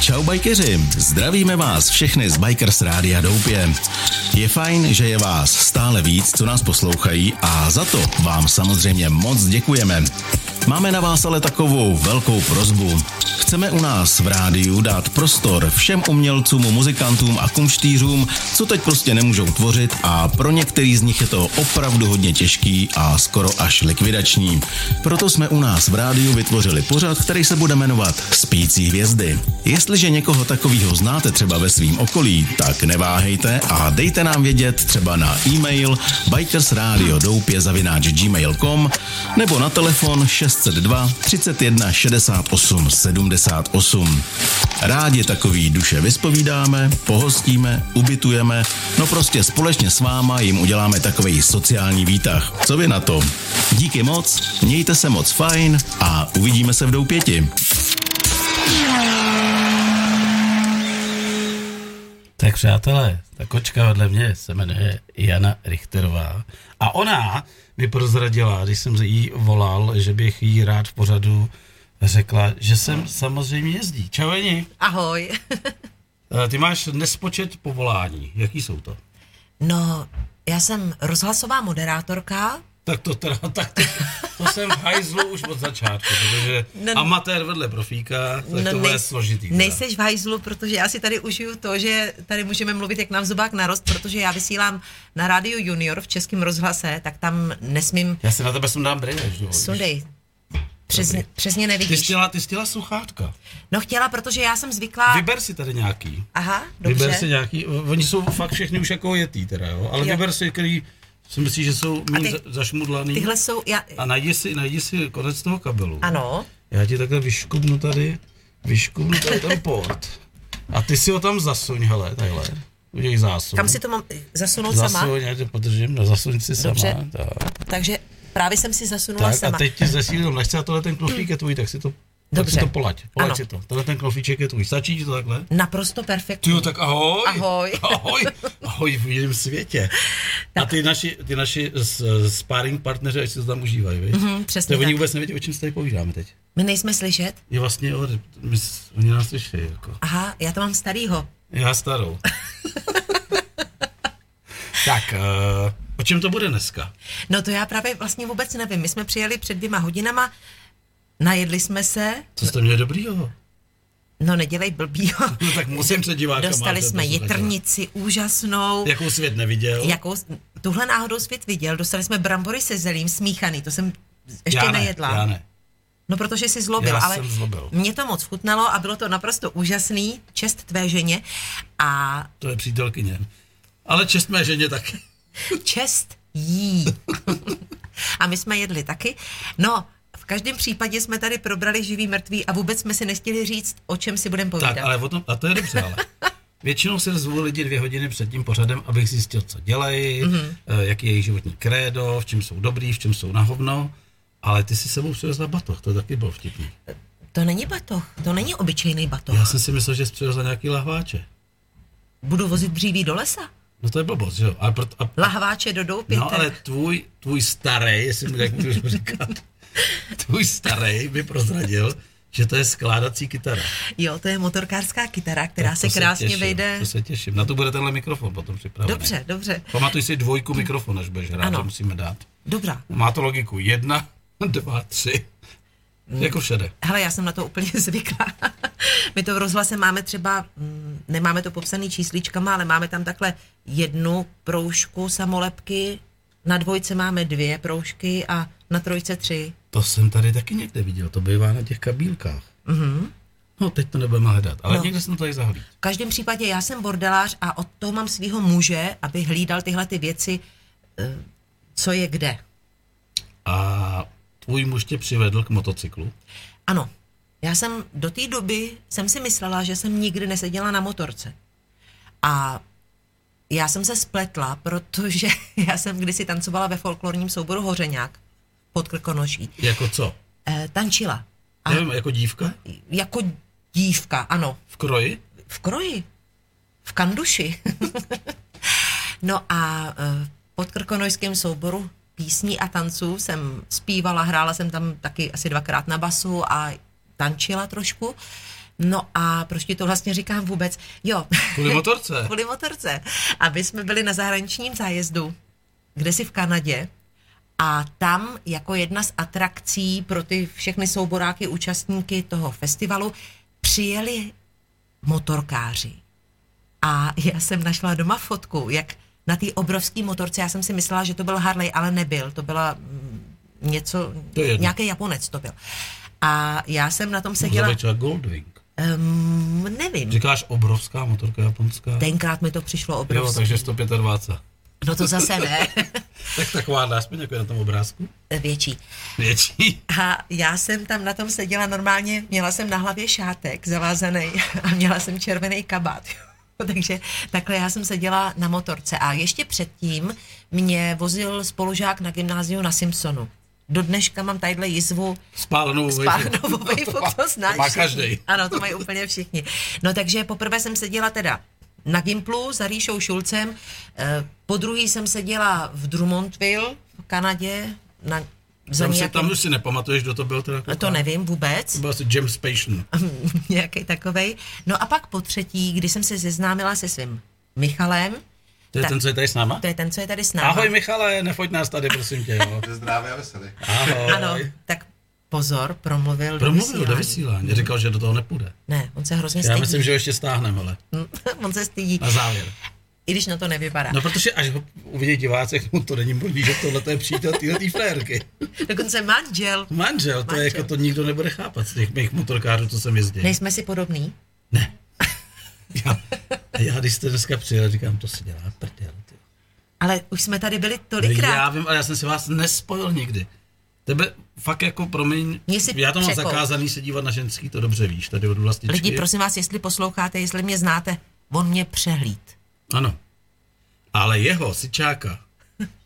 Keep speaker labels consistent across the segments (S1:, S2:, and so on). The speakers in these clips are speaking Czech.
S1: Čau bajkeři, zdravíme vás všechny z Bikers Rádia Doupě. Je fajn, že je vás stále víc, co nás poslouchají a za to vám samozřejmě moc děkujeme. Máme na vás ale takovou velkou prozbu. Chceme u nás v rádiu dát prostor všem umělcům, muzikantům a kumštířům, co teď prostě nemůžou tvořit a pro některý z nich je to opravdu hodně těžký a skoro až likvidační. Proto jsme u nás v rádiu vytvořili pořad, který se bude jmenovat Spící hvězdy. Jestliže někoho takového znáte třeba ve svém okolí, tak neváhejte a dejte nám vědět třeba na e-mail bikersradiodoupě.gmail.com nebo na telefon 602 31 68 78. Rádi takový duše vyspovídáme, pohostíme, ubytujeme, no prostě společně s váma jim uděláme takový sociální výtah. Co vy na to? Díky moc, mějte se moc fajn a uvidíme se v doupěti.
S2: Tak přátelé, ta kočka vedle mě se jmenuje Jana Richterová. A ona mi prozradila, když jsem jí volal, že bych jí rád v pořadu řekla, že jsem samozřejmě jezdí. Čau, Jeni.
S3: Ahoj.
S2: Eh, Ty máš nespočet povolání. Jaký jsou to?
S3: No, já jsem rozhlasová moderátorka.
S2: Tak to teda, tak to, to jsem v hajzlu už od začátku, protože
S3: No,
S2: no, amatér vedle profíka, tak no, to bude složitý. teda.
S3: Nejseš v hajzlu, protože já si tady užiju to, že tady můžeme mluvit jak nám zubák narost, protože já vysílám na rádiu Junior v Českém rozhlase, tak tam nesmím
S2: Já si na tebe sundám brýle. že jo, vidíš?
S3: sundej. Přes,
S2: Dobrý.
S3: přesně
S2: Ty
S3: nevidíš.
S2: chtěla, ty chtěla sluchátka.
S3: No chtěla, protože já jsem zvyklá...
S2: Vyber si tady nějaký.
S3: Aha,
S2: Vyber si
S3: dobře.
S2: nějaký, oni jsou fakt všechny už jako jetý teda, jo? ale
S3: Jo.
S2: vyber si, který si myslíš, že jsou méně
S3: ty-
S2: za- zašmudlaný
S3: Tyhle jsou... Já,
S2: a najdi si, najdi si konec toho kabelu.
S3: ano.
S2: Já ti takhle vyškubnu tady, vyškubnu tady ten port a ty si ho tam zasuň, hele, takhle. Udělej zásun.
S3: Kam si to mám zasunout sama?
S2: Zasuň, já tě podržím, no zasuň si sama.
S3: Dobře.
S2: Tak,
S3: Takže právě jsem si zasunula
S2: tak a
S3: sama.
S2: teď ti zesílím lehce a tohle ten knoflík je tvůj, tak si to, tak
S3: Dobře.
S2: si to polaď. Polaď
S3: Ano.
S2: si to. Tenhle ten knoflíček je tvůj. Stačí ti to takhle?
S3: Naprosto perfektní.
S2: Ty jo, tak ahoj.
S3: Ahoj.
S2: Ahoj, ahoj v jiném světě. A ty naši, ty naši s- sparring partneři, ať si to tam užívají, víš?
S3: Mhm,
S2: To
S3: přesně
S2: oni
S3: tak.
S2: vůbec nevědí, o čem se tady povídáme teď.
S3: My nejsme slyšet?
S2: Je vlastně, jo, my, s- oni nás slyší, jako.
S3: Aha, já to mám starýho.
S2: Já starou. tak, uh, o čem to bude dneska?
S3: No to já právě vlastně vůbec nevím. My jsme přijeli před dvěma hodinama, najedli jsme se,
S2: Co jste měli dobrýho?
S3: no nedělej blbýho.
S2: No tak musím se divákama.
S3: Dostali
S2: to- to
S3: jsme
S2: jsem
S3: jitrnici úžasnou.
S2: taky- Jakou svět neviděl?
S3: Jakou, tuhle náhodou svět viděl, dostali jsme brambory se zelím, smíchaný, to jsem ještě
S2: já ne,
S3: nejedla.
S2: Já ne.
S3: No protože jsi zlobil,
S2: Já
S3: ale
S2: jsem zlobil.
S3: mě to moc chutnalo a bylo to naprosto úžasný, čest tvé ženě a
S2: To je přítelkyně. Ale čest mé ženě taky.
S3: čest jí. a my jsme jedli taky. No, v každém případě jsme tady probrali živý mrtvý a vůbec jsme si nestihli říct, o čem si budeme povídat.
S2: Tak, ale o tom, a to je dobře, ale většinou se zvu lidi dvě hodiny před tím pořadem, abych zjistil, co dělají, mm-hmm.
S3: Mhm.
S2: jaký je jejich životní krédo, v čem jsou dobrý, v čem jsou na hovno, ale ty si sebou přivezla batoh, to taky bylo vtipný.
S3: To není batoh, to není obyčejný batoh.
S2: Já jsem si myslel, že jsi přivezla nějaký lahváče.
S3: Budu vozit dříví do lesa,
S2: No to je blbost, že jo? A proto, a,
S3: lahváče do doupě.
S2: no ale tvůj, tvůj starý, jestli mi tak můžu říkat, tvůj starý mi prozradil, že to je skládací kytara.
S3: Jo, to je motorkářská kytara, která
S2: Tak
S3: se
S2: to
S3: krásně
S2: těším,
S3: vejde.
S2: To se těším. Na to bude tenhle mikrofon potom připravený.
S3: Dobře, dobře,
S2: Pamatuj si dvojku mikrofon, až budeš hrát,
S3: Ano.
S2: to musíme dát.
S3: dobrá.
S2: Má to logiku. Jedna, dva, tři.
S3: Mm.
S2: Jako všade.
S3: Hele, já jsem na to úplně zvyklá. My to v rozhlase máme třeba, mm, nemáme to popsaný čísličkama, ale máme tam takhle jednu proužku samolepky, na dvojce máme dvě proužky a na trojce tři.
S2: To jsem tady taky někde viděl, to bývá na těch kabílkách. Mm-hmm. No, teď to nebudeme hledat, ale no.
S3: Mhm. No.
S2: někde jsem to tady zahlíd.
S3: V každém případě já jsem bordelář a od toho mám svého muže, aby hlídal tyhle ty věci, eh, co je kde.
S2: A tvůj muž tě přivedl k motocyklu.
S3: Ano, já jsem do té doby jsem si myslela, že jsem nikdy neseděla na motorce. A já jsem se spletla, protože já jsem kdysi tancovala ve folklorním souboru Hořeňák pod Krkonoší.
S2: Jako co?
S3: E, tančila. A
S2: A... Nevím, jako dívka?
S3: jako dívka, ano,
S2: V kroji?
S3: v kroji, v kanduši. no a eh, pod krkonojském souboru písní a tanců jsem zpívala, hrála jsem tam taky asi dvakrát na basu a tančila trošku. No a proč ti to vlastně říkám vůbec? Jo.
S2: Kvůli motorce.
S3: Kvůli motorce. Aby jsme byli na zahraničním zájezdu, kde si v Kanadě, a tam jako jedna z atrakcí pro ty všechny souboráky, účastníky toho festivalu, přijeli motorkáři. A já jsem našla doma fotku, jak na té obrovské motorce, já jsem si myslela, že to byl Harley, ale nebyl, to byla mm, něco,
S2: To je jedno.
S3: nějaký Japonec to byl. A já jsem na tom seděla,
S2: Zabečela Goldwing.
S3: um, nevím,
S2: Říkáš obrovská motorka japonská?
S3: tenkrát mi to přišlo
S2: Jo,
S3: obrovské.
S2: takže 125.
S3: No to zase ne,
S2: Tak taková aspoň jako je na tom obrázku.
S3: větší.
S2: Větší.
S3: A já jsem tam na tom seděla normálně, měla jsem na hlavě šátek zavázaný a měla jsem červený kabát. Takže takhle já jsem seděla na motorce. A ještě předtím mě vozil spolužák na gymnáziu na Simpsonu. Do dneška mám tadyhle jizvu
S2: Spálenou
S3: s
S2: vejfu.
S3: pánovou vejfou,
S2: To má-
S3: to znáš.
S2: to má
S3: všichni.
S2: každý.
S3: Ano, to mají úplně všichni. No takže poprvé jsem seděla teda na Gimplu za Ríšou Šulcem, eh, po druhý jsem seděla v Drummondville v Kanadě, na
S2: Tam,
S3: zemi,
S2: si, tam
S3: jakým-
S2: už si nepamatuješ, kdo to byl teda.
S3: to nevím vůbec,
S2: To byl asi James Passion.
S3: nějaký takovej. No a pak po třetí, kdy jsem se seznámila se svým Michalem,
S2: To je
S3: Tak.
S2: ten, co je tady s náma?
S3: to je ten, co je tady s námi.
S2: Ahoj Michale, nefoť nás tady, prosím tě. Jo.
S4: Ze zdraví a veselý.
S2: Ahoj.
S3: Ano, tak pozor, promluvil,
S2: Promluvil do vysílání, říkal, že do toho nepůjde.
S3: Ne, on se hrozně
S2: Já
S3: stydí.
S2: myslím, že ho ještě stáhneme, ale
S3: on se stydí,
S2: na závěr.
S3: i když na to nevypadá.
S2: No protože až ho uvidí diváci, no to není možný, že tohle je přítel téhle frérky.
S3: Dokonce manžel.
S2: Manžel, to je
S3: Manžel.
S2: jako to nikdo nebude chápat z těch mých motorkářů, co jsem jezdil.
S3: Nejsme si podobný.
S2: Ne. Já, já když jste dneska přijel, říkám, to si dělá prdel. ty.
S3: Ale už jsme tady byli
S2: Já
S3: tolikrát.
S2: vím, ale já jsem si vás nespojil nikdy. Tebe fakt jako, promiň,
S3: Mě si
S2: já to mám
S3: překol.
S2: zakázaný se dívat na ženský, to dobře víš, tady od vlastičky.
S3: Lidi, prosím vás, jestli posloucháte, jestli mě znáte, on mě přehlíd.
S2: Ano. Ale jeho, Sičáka,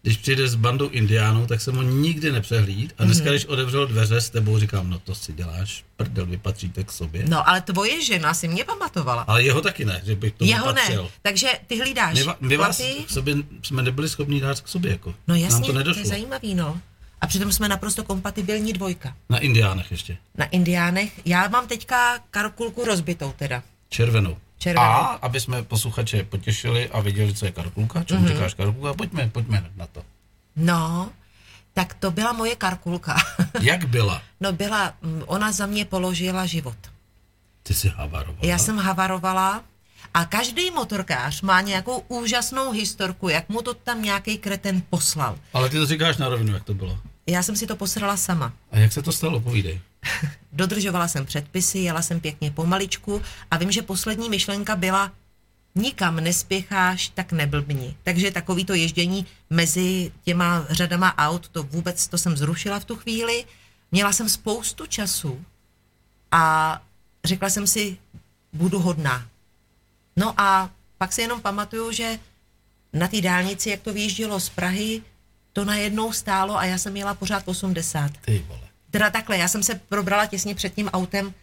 S2: když přijde s bandou indiánů, tak jsem ho nikdy nepřehlíd a
S3: Mhm.
S2: dneska, když otevřel dveře s tebou, říkám, no to si děláš, prdel, vy patříte k sobě.
S3: No, ale tvoje žena si mě pamatovala.
S2: Ale jeho taky ne, že bych to
S3: Jeho ne.
S2: patřil.
S3: Takže ty hlídáš.
S2: My, va- my vás
S3: chlapy?
S2: k sobě jsme nebyli schopni dát k sobě, jako.
S3: No jasně,
S2: Nám to nedošlo.
S3: je zajímavý, no. A přitom jsme naprosto kompatibilní dvojka.
S2: Na Indiánech ještě.
S3: Na Indiánech, já mám teďka karkulku rozbitou teda.
S2: Červenou.
S3: Červenou.
S2: A, aby jsme posluchače potěšili a viděli, co je karkulka,
S3: Mhm.
S2: čemu mm-hmm. říkáš karkulka, pojďme, pojďme na to.
S3: No, tak to byla moje karkulka.
S2: Jak byla?
S3: no byla, mm, ona za mě položila život.
S2: Ty jsi havarovala.
S3: Já jsem havarovala a každý motorkář má nějakou úžasnou historku, jak mu to tam nějaký kreten poslal.
S2: Ale ty to říkáš na rovinu, jak to bylo.
S3: Já jsem si to posrala sama.
S2: A jak se to stalo, povídej.
S3: Dodržovala jsem předpisy, jela jsem pěkně pomaličku a vím, že poslední myšlenka byla nikam nespěcháš, tak neblbni. Takže takový to ježdění mezi těma řadama aut, to vůbec to jsem zrušila v tu chvíli. Měla jsem spoustu času a řekla jsem si, budu hodná. No a pak si jenom pamatuju, že na té dálnici, jak to vyjíždělo z Prahy, to najednou stálo a já jsem jela pořád 80.
S2: Ty vole.
S3: Teda takhle, já jsem se probrala těsně před tím autem,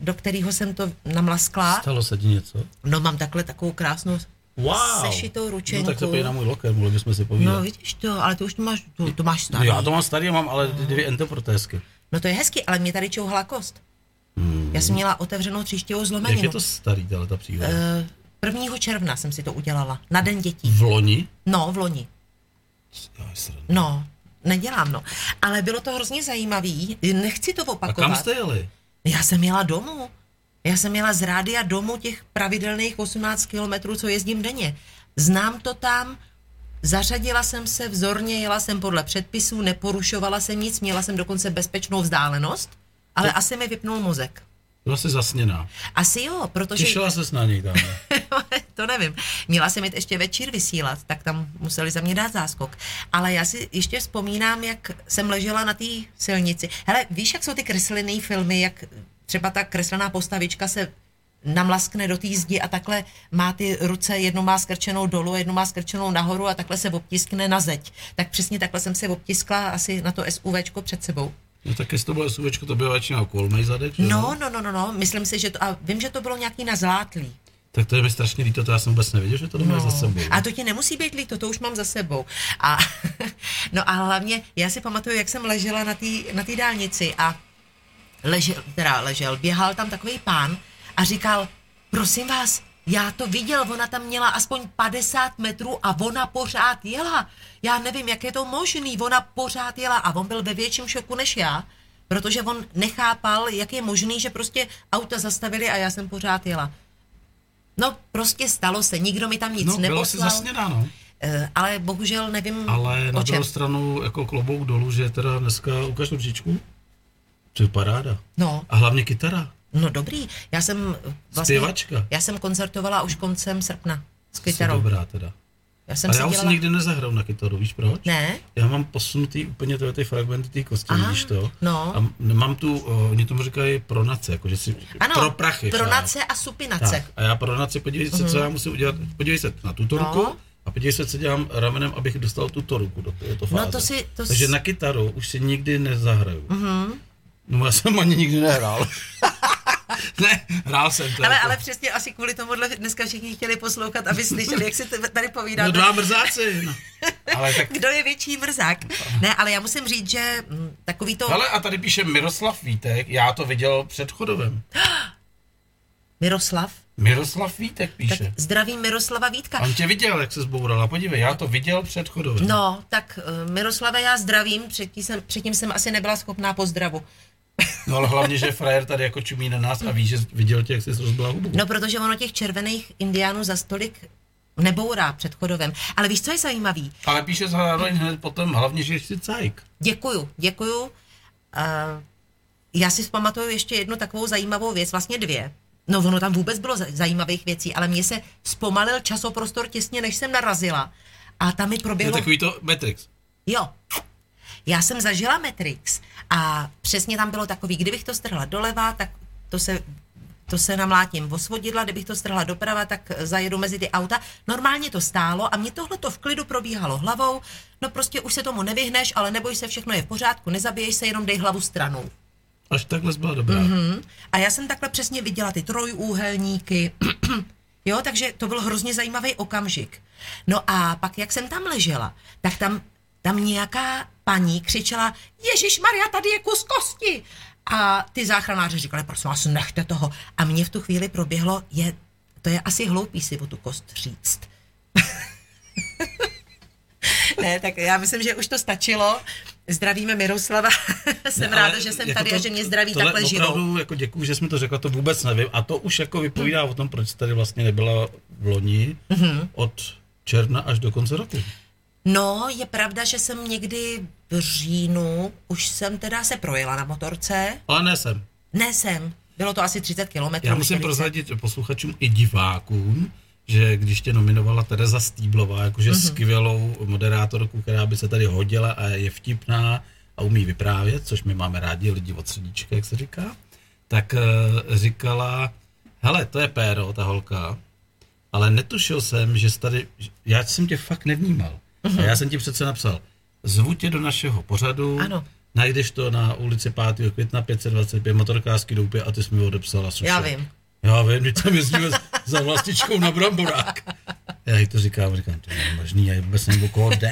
S3: do kterého jsem to namlaskla.
S2: Stalo se ti něco?
S3: No mám takhle takovou krásnou
S2: Wow.
S3: sešitou ručenku.
S2: No, tak se pojď na můj loker, mohli bychom si povídat.
S3: No vidíš to, ale to už to máš, to, to máš
S2: No,
S3: starý.
S2: já to mám starý, já mám ale ty dvě entoprotézky.
S3: No to je hezky, ale mě tady čouhala kost. Já jsem měla otevřenou tříštivou
S2: Jak je
S3: zlomeninu.
S2: to starý, tahle ta příhoda?
S3: Eh, 1. června jsem si to udělala, na den dětí.
S2: V loni?
S3: No, v loni.
S2: Já, sranda.
S3: No, nedělám, no. Ale bylo to hrozně zajímavý, nechci to
S2: A
S3: opakovat.
S2: kam jste jeli?
S3: Já jsem jela domů. Já jsem jela z rádia domů těch pravidelných 18 kilometrů, co jezdím denně. Znám to tam, zařadila jsem se vzorně, jela jsem podle předpisů, neporušovala jsem nic, měla jsem dokonce bezpečnou vzdálenost, ale asi mi vypnul mozek.
S2: Byla jsi zasněná.
S3: Asi jo, protože...
S2: Těšila ses na něj tam. ne?
S3: to nevím. Měla jsem jít ještě večír vysílat, tak tam museli za mě dát záskok. Ale já si ještě vzpomínám, jak jsem ležela na té silnici. Hele, víš, jak jsou ty kreslené filmy, jak třeba ta kreslená postavička se namlaskne do té zdi a takhle má ty ruce, jednu má skrčenou dolů, jednu má skrčenou nahoru a takhle se obtiskne na zeď. Tak přesně takhle jsem se obtiskla asi na to SUVčko před sebou.
S2: No tak jestli to bylo suvečko, to bylo většinou kolmej zadek, že
S3: No,
S2: jo?
S3: no, no, no, no, myslím si, že to, a vím, že to bylo nějaký na zlátlý.
S2: Tak to je mi strašně líto, to já jsem vůbec nevěděl, že to máš za sebou.
S3: No. A to ti nemusí být líto, to už mám za sebou. A, no a hlavně, já si pamatuju, jak jsem ležela na té na tý dálnici a ležel, teda ležel, běhal tam takový pán a říkal, prosím vás, já to viděl, ona tam měla aspoň 50 metrů a ona pořád jela. Já nevím, jak je to možný, ona pořád jela a on byl ve větším šoku než já, protože on nechápal, jak je možný, že prostě auta zastavili a já jsem pořád jela. No, prostě stalo se, nikdo mi tam nic
S2: No, bylo si
S3: neposlal,
S2: zasnědáno.
S3: eh, ale bohužel nevím
S2: Ale na
S3: o čem.
S2: druhou stranu jako klobouk dolů, že teda dneska ukaž tu příčku. To je paráda.
S3: No,
S2: A hlavně kytara.
S3: no dobrý, já jsem vlastně,
S2: Zpěvačka.
S3: já jsem koncertovala už koncem srpna s
S2: Jsi
S3: kytarou.
S2: dobrá teda.
S3: Já jsem
S2: Ale
S3: si
S2: já už
S3: dělala...
S2: si nikdy nezahrál na kytaru, víš proč?
S3: Ne?
S2: Já mám posunutý úplně tyhle ty fragmenty té kosti,
S3: Aha,
S2: vidíš to?
S3: no.
S2: A m- mám tu, o, oni tomu říkají pronace, jakože si
S3: Ano,
S2: pro prachy.
S3: pronace a
S2: tak.
S3: supinace.
S2: tak. A já pronace, podívej se, co já musím udělat. Podívej se na tuto
S3: Mhm. No.
S2: ruku a podívej se, co dělám ramenem, abych dostal tuto ruku do této fáze.
S3: No, to si- to Mhm.
S2: Takže
S3: si-
S2: na kytaru už si nikdy nezahraju. Mm-hmm. No já jsem ani nikdy nehrál. ne, hrál jsem to.
S3: Ale,
S2: jako-
S3: ale přesně asi kvůli tomuhle dneska všichni chtěli poslouchat, aby slyšeli, jak si tebe tady povídáme.
S2: No dva mrzáci. No. Ale tak
S3: Kdo je větší mrzák? Ne, ale já musím říct, že mm, takový to...
S2: Hele, a tady píše Miroslav Vítek, já to viděl před chodovem.
S3: Miroslav?
S2: Miroslav Vítek
S3: Tak
S2: píše.
S3: zdravím Miroslava Vítka.
S2: On tě viděl, jak se zbourala, podívej, já to viděl před chodovem.
S3: No, tak eh, Miroslave já zdravím, předtím jsem, předtím jsem asi nebyla schopná pozdravu.
S2: no ale hlavně, že frajer tady jako čumí na nás a ví, že viděl tě, jak jsi rozbila hubu.
S3: No, protože ono těch červených indiánů za stolik nebourá před chodovem. Ale víš, co je zajímavý?
S2: Ale píše zároveň hned potom, hlavně, že jsi cajk.
S3: Děkuju, děkuju. Uh, já si pamatuju ještě jednu takovou zajímavou věc, vlastně dvě. No ono tam vůbec bylo za- zajímavých věcí, ale mě se zpomalil časoprostor těsně, než jsem narazila. A tam mi
S2: Je
S3: proběhlo...
S2: takový to Matrix.
S3: Jo. Já jsem zažila Matrix a přesně tam bylo takový, kdybych to strhla doleva, tak to se to se namlátím osvodidla, kdybych to strhla doprava, tak zajedu mezi ty auta. Normálně to stálo a mě tohle to v klidu probíhalo hlavou. No prostě už se tomu nevyhneš, ale neboj se, všechno je v pořádku, nezabiješ se, jenom dej hlavu stranou.
S2: Až takhle jsi byla dobrá. Mm-hmm.
S3: A já jsem takhle přesně viděla ty trojúhelníky. jo, takže to byl hrozně zajímavý okamžik. No a pak, jak jsem tam ležela, tak tam, tam nějaká paní křičela, Ježíš Maria, tady je kus kosti. A ty záchranáři říkali, prosím vás, nechte toho. A mně v tu chvíli proběhlo, je, to je asi hloupý si o tu kost říct. ne, tak já myslím, že už to stačilo. Zdravíme Miroslava. jsem ráda, že jsem tady a že mě zdraví takhle živou.
S2: jako opravdu, jako děkuji, že jsi mi to řekla, to vůbec nevím. A to už jako vypovídá
S3: Mhm.
S2: o tom, proč jsi tady vlastně nebyla v loni mm-hmm. od června až do konce roku.
S3: No, je pravda, že jsem někdy v říjnu, už jsem teda se projela na motorce.
S2: Ale ne jsem.
S3: Ne jsem, bylo to asi 30 kilometrů.
S2: Já musím
S3: 40.
S2: prozradit posluchačům i divákům, že když tě nominovala Tereza Stýblová, jakože mm-hmm. skvělou moderátorku, která by se tady hodila a je vtipná a umí vyprávět, což my máme rádi, lidi od srdíčka, jak se říká, tak eh, říkala, hele, to je péro, ta holka, ale netušil jsem, že jsi tady, já jsem tě fakt nevnímal. Mm-hmm. A já jsem ti přece napsal, zvu tě do našeho pořadu,
S3: Ano.
S2: najdeš to na ulici 5. května 525 motorkářský doupě a ty jsi mi odepsala sušek.
S3: Já vím.
S2: Já vím, když tam jezdíme za vlastičkou na bramborák. Já jí to říkám, říkám, to je možný, já vůbec nevím, o koho jde.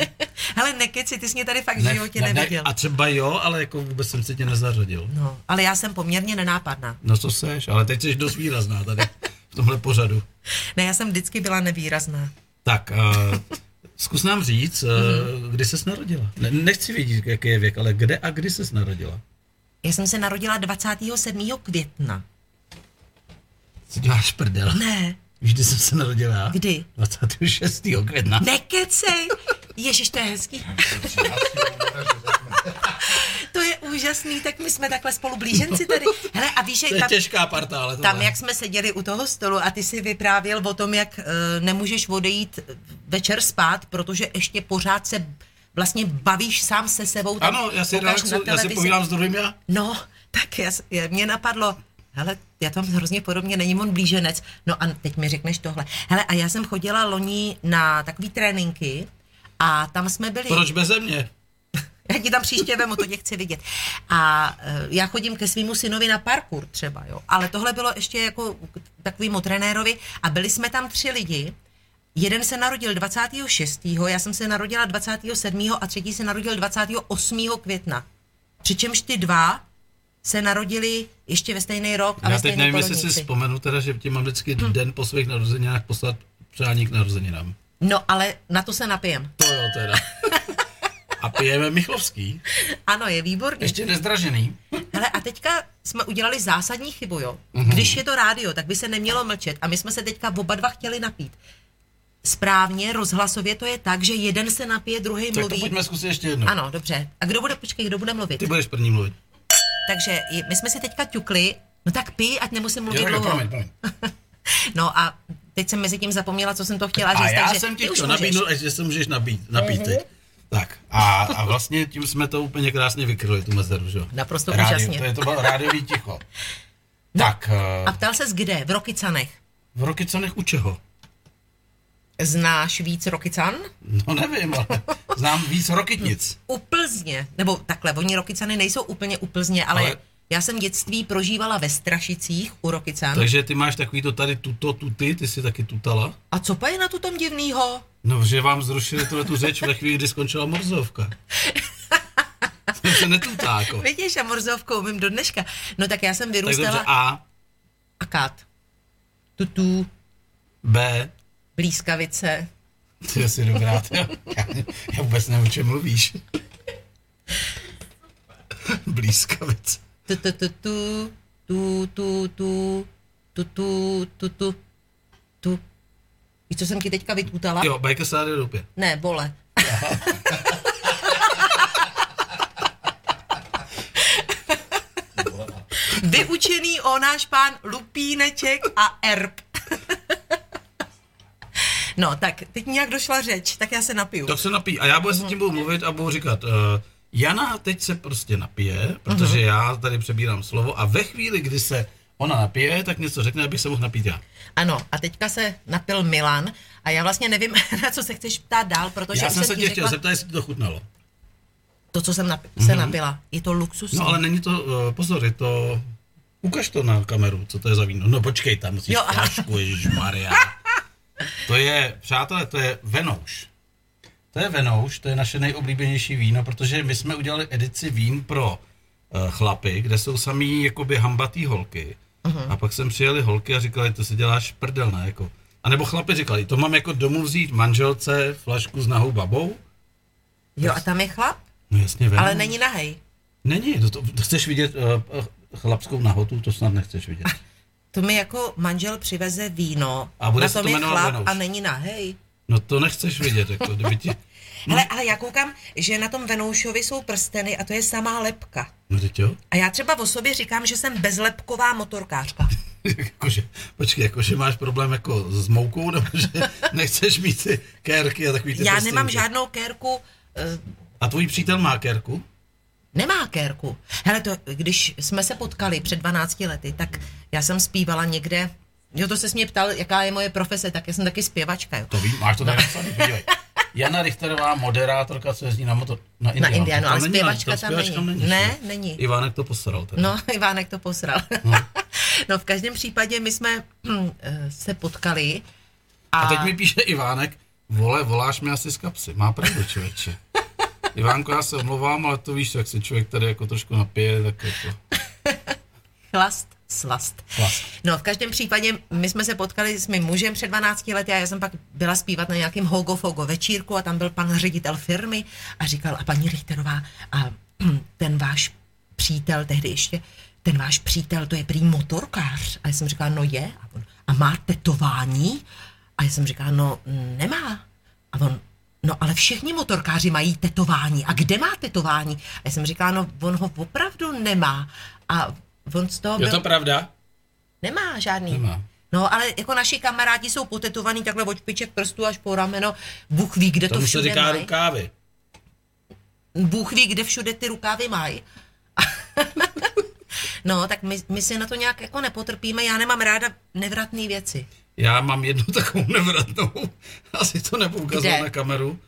S3: Hele, nekeci, ty jsi mě tady fakt v životě neviděl.
S2: a třeba jo, ale jako vůbec jsem si tě nezařadil.
S3: No, ale já jsem poměrně nenápadná.
S2: No co seš, ale teď jsi dost výrazná tady v tomhle pořadu.
S3: Ne, já jsem vždycky byla nevýrazná.
S2: Tak, uh, zkus nám říct,
S3: Mhm.
S2: uh, kdy ses narodila. Ne, nechci vědět, jaký je věk, ale kde a kdy ses narodila.
S3: Já jsem se narodila 27. května.
S2: Co děláš prdel?
S3: Ne,
S2: Víš, kdy jsem se narodila? já?
S3: Kdy?
S2: 26. května.
S3: nekecej. Ježiš, to je hezký. to je úžasný, tak my jsme takhle spolu blíženci tady. Hele, a víš, že
S2: To je
S3: tam,
S2: těžká parta, ale to
S3: Tam, jak jsme seděli u toho stolu a ty si vyprávěl o tom, jak e, nemůžeš odejít večer spát, protože ještě pořád se vlastně bavíš sám se sebou. tam
S2: Ano, já si,
S3: koukáš
S2: relaxu,
S3: na
S2: já si
S3: televizi.
S2: povídám s druhým já.
S3: No, tak já, s- je- mě napadlo, hele, já tam hrozně podobně, není on blíženec. No a teď mi řekneš tohle. Hele, a já jsem chodila loni na takový tréninky a tam jsme byli...
S2: Proč beze mě?
S3: Já ti tam příště vemu, to tě chci vidět. A eh, já chodím ke svýmu synovi na parkour třeba, jo. Ale tohle bylo ještě jako k takovýmu trenérovi a byli jsme tam tři lidi. Jeden se narodil 26. já jsem se narodila 27. a třetí se narodil 28. května. Přičemž ty dva se narodili ještě ve stejný rok a ve
S2: Já teď
S3: stejný
S2: nevím, jestli si
S3: polednici.
S2: vzpomenu teda, že ti mám vždycky
S3: Hm.
S2: hmm. den po svých narozeninách poslat přání k narozeninám.
S3: No ale na to se napijem.
S2: To jo teda. A pijeme Michlovský.
S3: Ano, je výborný.
S2: Ještě nezdražený.
S3: Hele, a teďka jsme udělali zásadní chybu, jo.
S2: Mhm.
S3: Když je to rádio, tak by se nemělo mlčet. A my jsme se teďka oba dva chtěli napít. Správně, rozhlasově to je tak, že jeden se napije, druhý
S2: Tak to
S3: mluví.
S2: pojďme zkusit ještě jednou.
S3: Ano, dobře. A kdo bude, počkej, kdo bude mluvit?
S2: Ty budeš první mluvit.
S3: Takže je- my jsme si teďka ťukli, no tak pij, ať nemusím mluvit
S2: Jo, jo,
S3: dlouho.
S2: promiň, promiň.
S3: No a teď jsem mezi tím zapomněla, co jsem to chtěla říct.
S2: A já
S3: takže
S2: jsem ti
S3: ty už
S2: chtěl
S3: můžeš. Mhm.
S2: nabídnout, že se můžeš nabít, napít teď. Tak a, a vlastně tím jsme to úplně krásně vykryli, tu mezeru, že jo?
S3: Naprosto
S2: Rádio,
S3: úžasně. No.
S2: To je to bylo rádiový ticho. Tak,
S3: A
S2: eh,
S3: ptal ses kde? V Rokycanech.
S2: v Rokycanech u čeho?
S3: Znáš víc Rokycan?
S2: No nevím, ale znám víc Rokytnic.
S3: U Plzně, nebo takhle, oni Rokycany nejsou úplně u Plzně, ale,
S2: Ale-
S3: ale... já jsem dětství prožívala ve Strašicích u Rokycan.
S2: Takže ty máš takový to tady tuto, tuty, ty jsi taky tutala.
S3: A co pa je na tu tom divnýho?
S2: No, že vám zrušili tuhle tu řeč ve chvíli, kdy skončila morzovka. To se netutá, jako.
S3: Vidíš, a morzovku umím do dneška. No tak já jsem
S2: Tak dobře,
S3: vyrůstala
S2: A,
S3: akát. Tutů,
S2: B,
S3: blízkavice.
S2: ty jsi dobrá, ty. jo. Já, já vůbec nevím, o čem mluvíš. Blízkavic.
S3: Tu, tu, tu, tu, tu, tu, tu, tu, tu, tu, tu, tu. Víš, co jsem ti teďka vytutala?
S2: Jo, bajka se rádi dopě.
S3: Ne, bole. Vyučený o náš pán Lupíneček a Erb. No, tak teď nějak došla řeč, tak já se napiju.
S2: Tak se napij. A já budu se tím
S3: Mhm.
S2: budu mluvit a budu říkat, uh, Jana teď se prostě napije,
S3: Mhm.
S2: protože já tady přebírám slovo a ve chvíli, kdy se ona napije, tak něco řekne, abych se mohl napít já.
S3: Ano, a teďka se napil Milan a já vlastně nevím, na co se chceš ptát dál, protože
S2: já
S3: už
S2: jsem se
S3: ti
S2: tě chtěl
S3: řekla
S2: zeptat, jestli ti to chutnalo.
S3: to, co jsem napi- se napila. Je to luxus.
S2: No ale není to, uh, pozor, je to... Ukaž to na kameru, co to je za víno. No počkej, tam musíš
S3: Jo, aha.
S2: flašku, Maria. To je, přátelé, to je Venouš. To je Venouš, to je naše nejoblíbenější víno, protože my jsme udělali edici vín pro uh, chlapy, kde jsou samý jakoby hambatý holky.
S3: Mhm.
S2: Uh-huh. A pak jsem přijeli holky a říkali, to si děláš prdel, ne? Jako. A nebo chlapi říkali, to mám jako domů vzít manželce flašku s nahou babou?
S3: Jo, a tam je chlap,
S2: No jasně, Venouš.
S3: ale není nahej.
S2: Není, no to, to, to chceš vidět uh, chlapskou nahotu, to snad nechceš vidět.
S3: To mi jako manžel přiveze víno,
S2: A bude
S3: na
S2: se
S3: tom
S2: to
S3: je
S2: jmenovat
S3: chlap
S2: Venouš.
S3: a není nahej.
S2: No to nechceš vidět, jako kdyby ti...
S3: Hele, ale já koukám, že na tom Venoušovi jsou prsteny a to je samá lepka.
S2: No teď jo?
S3: A já třeba o sobě říkám, že jsem bezlepková motorkářka.
S2: jakože, počkej, jakože máš problém jako s moukou, nebo že nechceš mít ty kérky a takový ty
S3: Já
S2: prstinky.
S3: nemám žádnou kérku, eh,
S2: A tvůj přítel má kérku?
S3: Nemá kérku. Hele, to, když jsme se potkali před 12 lety, tak já jsem zpívala někde, jo, to se mě ptal, jaká je moje profese, tak já jsem taky zpěvačka, jo.
S2: To vím, máš
S3: No.
S2: to tady napsaný, podívej. Jana Richterová, moderátorka, co jezdí na motor... Na Indianu,
S3: Indianu,
S2: To
S3: ale
S2: není,
S3: zpěvačka
S2: to
S3: tam
S2: zpěvačka
S3: není.
S2: není.
S3: Ne, není.
S2: Ivánek to posral teda.
S3: No, Ivánek to posral. No, v každém případě my jsme hm, eh, se potkali a,
S2: A teď mi píše Ivánek, vole, voláš mi asi z kapsy. Má pravdu, člověče. Ivánko, já se omlouvám, ale to víš, jak se člověk tady jako trošku napije, tak jako...
S3: chlast, slast.
S2: Chlast.
S3: No, v každém případě my jsme se potkali s mým mužem před 12 lety a já jsem pak byla zpívat na nějakém Hogo Fogo večírku a tam byl pan ředitel firmy a říkal, a paní Richterová, a hm, ten váš přítel, tehdy ještě, ten váš přítel, to je prý motorkář. A já jsem říkala, no je. A, on, a má tetování? A já jsem říkala, no nemá. A on, no ale všichni motorkáři mají tetování. A kde má tetování? A já jsem říkala, no on ho opravdu nemá. A on z toho byl...
S2: Je to pravda?
S3: Nemá žádný.
S2: Nemá.
S3: No, ale jako naši kamarádi jsou potetovaní takhle od špiček prstů až po rameno. Bůh ví, kde to,
S2: Tomu se
S3: všude
S2: říká
S3: mají.
S2: rukávy.
S3: Bůh ví, kde všude ty rukávy mají. no, tak my, my si na to nějak jako nepotrpíme. Já nemám ráda nevratné věci.
S2: Já mám jednu takovou nevratnou, asi to nebudu ukazovat
S3: Kde?
S2: na kameru.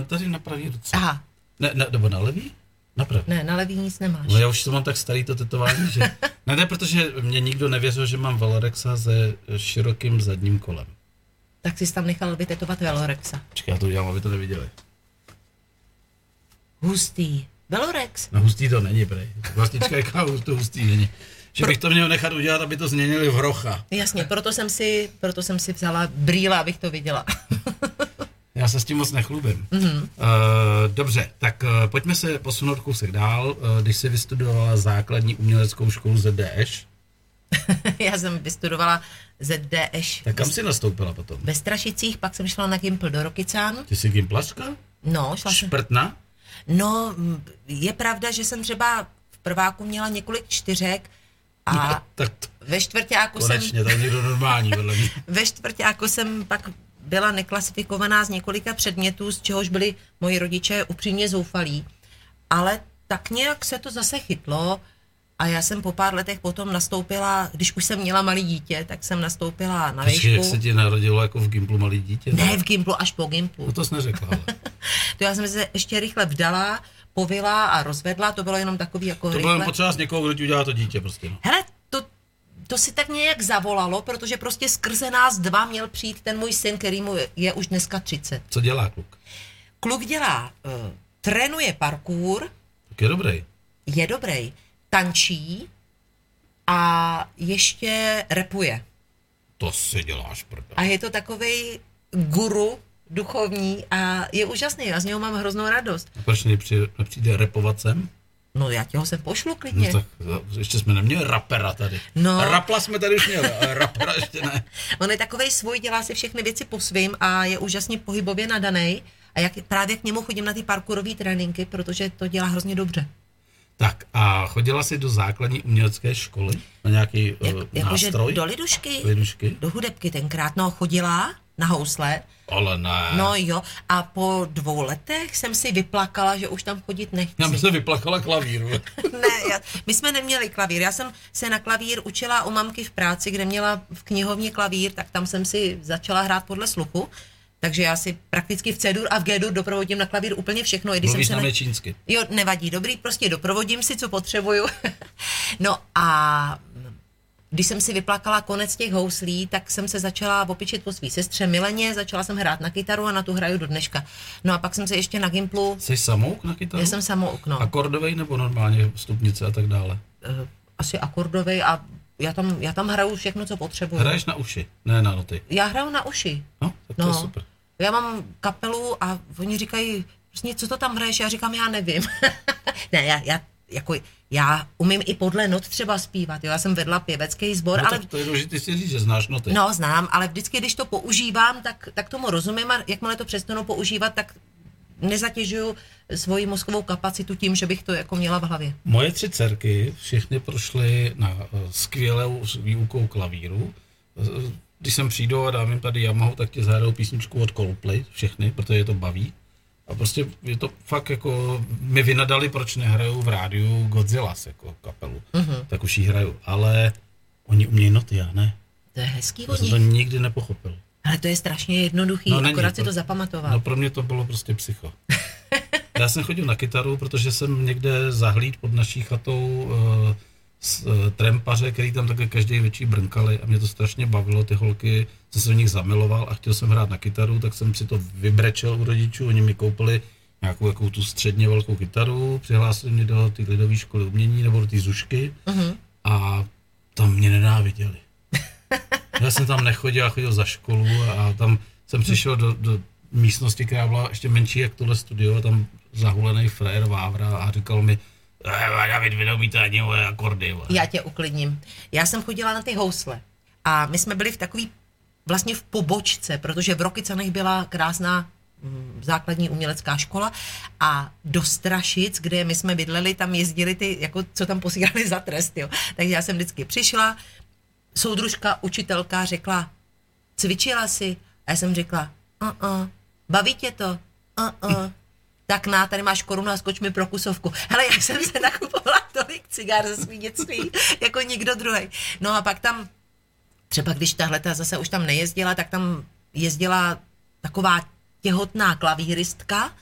S2: Eh, Tady na pravý ruce.
S3: Aha,
S2: Ne, ne, nebo na levý? Na pravý.
S3: ne, na levý nic nemáš.
S2: Ale já už to mám tak starý to tetování, že... Ne, ne, protože mě nikdo nevěřil, že mám Valorexa se širokým zadním kolem.
S3: Tak jsi tam nechal vytetovat Velorexa.
S2: Počkej, já to udělám, aby to neviděli.
S3: Hustý. Velorex.
S2: No hustý to není, prej. Vlastička jaká to hustý není. Že bych to měl nechat udělat, aby to změnili v rocha.
S3: Jasně, proto jsem si, proto jsem si vzala brýle, abych to viděla.
S2: Já se s tím moc nechlubím. Mm-hmm.
S3: Mhm.
S2: Uh, dobře, tak uh, pojďme se posunout kousek dál. Uh, když jsi vystudovala základní uměleckou školu ZDŠ,
S3: Já jsem vystudovala ZDŠ
S2: tak kam jsi nastoupila potom?
S3: ve Strašicích, pak jsem šla na Gimpl do Rokycán.
S2: Ty jsi gimplařka?
S3: No, šla jsem.
S2: Šprtna?
S3: No, m, je pravda, že jsem třeba v prváku měla několik čtyřek a
S2: A No, tak t-
S3: ve čtvrtáku jsem
S2: konečně, to je někdo normální vedle mě.
S3: Ve čtvrtáku jsem pak byla neklasifikovaná z několika předmětů, z čehož byli moji rodiče upřímně zoufalí. Ale tak nějak se to zase chytlo a já jsem po pár letech potom nastoupila, když už jsem měla malý dítě, tak jsem nastoupila na
S2: Počkej, jak se
S3: výšku.
S2: ti narodilo jako v Gimplu malý dítě?
S3: Ne v Gimplu, až po Gimplu.
S2: No to jsi neřekla, ale.
S3: To já jsem se ještě rychle vdala, povila a rozvedla, to bylo jenom takový jako
S2: To bylo jen
S3: rychle.
S2: potřeba s někoho, kdo ti udělá to dítě prostě. No.
S3: Hele, to, to si tak nějak zavolalo, protože prostě skrze nás dva měl přijít ten můj syn, který mu je, je už dneska 30.
S2: Co dělá kluk?
S3: Kluk dělá, uh, trénuje parkour,
S2: Tak je dobrý.
S3: je dobrý, tančí a ještě repuje.
S2: To si děláš, prda.
S3: A je to takový guru duchovní a je úžasný. Já z něho mám hroznou radost.
S2: A proč nepřijde, nepřijde repovat sem?
S3: No já ti ho sem pošlu
S2: No
S3: klidně.
S2: tak za- ještě jsme neměli rapera tady.
S3: No.
S2: Rapla jsme tady už měli, ale rapera ještě ne.
S3: On je takovej svůj, dělá si všechny věci po svým a je úžasně pohybově nadaný. A jak, právě k němu chodím na ty parkourové tréninky, protože to dělá hrozně dobře.
S2: Tak a chodila jsi do základní umělecké školy na nějaký jak, uh,
S3: Jakože
S2: nástroj?
S3: do lidušky,
S2: Lidušky?
S3: do hudebky tenkrát, no chodila na housle,
S2: Ale ne.
S3: No jo, a po dvou letech jsem si vyplakala, že už tam chodit nechci.
S2: Já bych se vyplakala klavíru.
S3: ne, já, my jsme neměli klavír. Já jsem se na klavír učila u mamky v práci, kde měla v knihovně klavír, tak tam jsem si začala hrát podle sluchu. Takže já si prakticky v C-dur a v G-dur doprovodím na klavír úplně všechno. I když
S2: Mluvíš
S3: jsem
S2: na
S3: se na...
S2: mě čínsky.
S3: Jo, nevadí, dobrý, prostě doprovodím si, co potřebuju. no a když jsem si vyplakala konec těch houslí, tak jsem se začala opičit po svý sestře Mileně, začala jsem hrát na kytaru a na tu hraju do dneška. No a pak jsem se ještě na Gimplu,
S2: Jsi samouk na kytaru?
S3: já jsem no. samo okno,
S2: Akordovej nebo normálně stupnice a tak dále?
S3: eh, asi akordový a já tam, já tam hraju všechno, co potřebuju.
S2: Hraješ na uši, ne na noty.
S3: Já hraju na uši.
S2: No, tak to
S3: No.
S2: je super.
S3: Já mám kapelu a oni říkají, prostě co to tam hraješ? Já říkám, já nevím. ne, já, já, jako, já umím i podle not třeba zpívat, jo? já jsem vedla pěvecký sbor,
S2: No,
S3: ale...
S2: tak to je důležité si říct, že znáš noty.
S3: No, znám, ale vždycky, když to používám, tak, tak tomu rozumím a jakmile to přestanu používat, tak nezatěžuju svoji mozkovou kapacitu tím, že bych to jako měla v hlavě.
S2: Moje tři dcerky všechny prošly na eh, skvělou s- výukou klavíru. Eh, Když sem přijdou a dám jim tady Yamahu, tak ti zahrajou písničku od Coldplay, všechny, protože je to baví. A prostě je to fakt jako, mi vynadali, proč nehrajou v rádiu Godzillas jako kapelu. Mm-hmm. Tak už ji hrajou, ale oni umějí noty, já ne.
S3: To je hezký
S2: Já
S3: od
S2: jsem to
S3: nich.
S2: nikdy nepochopil.
S3: Ale to je strašně jednoduchý,
S2: No,
S3: no,
S2: není,
S3: akorát si
S2: pro-
S3: to zapamatovat.
S2: No pro mě to bylo prostě psycho. Já jsem chodil na kytaru, protože jsem někde zahlíd pod naší chatou uh, s, uh, trempaře, který tam takhle každý větší brnkali a mě to strašně bavilo, ty holky, jsem se do nich zamiloval a chtěl jsem hrát na kytaru, tak jsem si to vybrečel u rodičů, oni mi koupili nějakou jako tu středně velkou kytaru, přihlásili mě do ty lidové školy umění nebo do té zušky
S3: Mhm.
S2: uh-huh. a tam mě nenáviděli. Já jsem tam nechodil, já chodil za školu a tam jsem přišel do, do místnosti, která byla ještě menší jak tohle studio, a tam zahulený frajer Vávra a říkal mi, "Eh, David, vy neumíte ani moje akordy. vole."
S3: Já tě uklidním. Já jsem chodila na ty housle a my jsme byli v takový vlastně v pobočce, protože v Rokycanech byla krásná mm, základní umělecká škola a do Strašic, kde my jsme bydleli, tam jezdili ty, jako co tam posílali za trest, jo. Takže já jsem vždycky přišla, soudružka, učitelka řekla, cvičila si? A já jsem řekla, uh-uh, baví tě to? Uh-uh. Tak na, tady máš korunu a skoč mi pro kusovku. Hele, já jsem se nakupovala tolik cigár ze svý dětství, jako nikdo druhý. No a pak tam, třeba když tahle ta zase už tam nejezdila, tak tam jezdila taková těhotná klavíristka,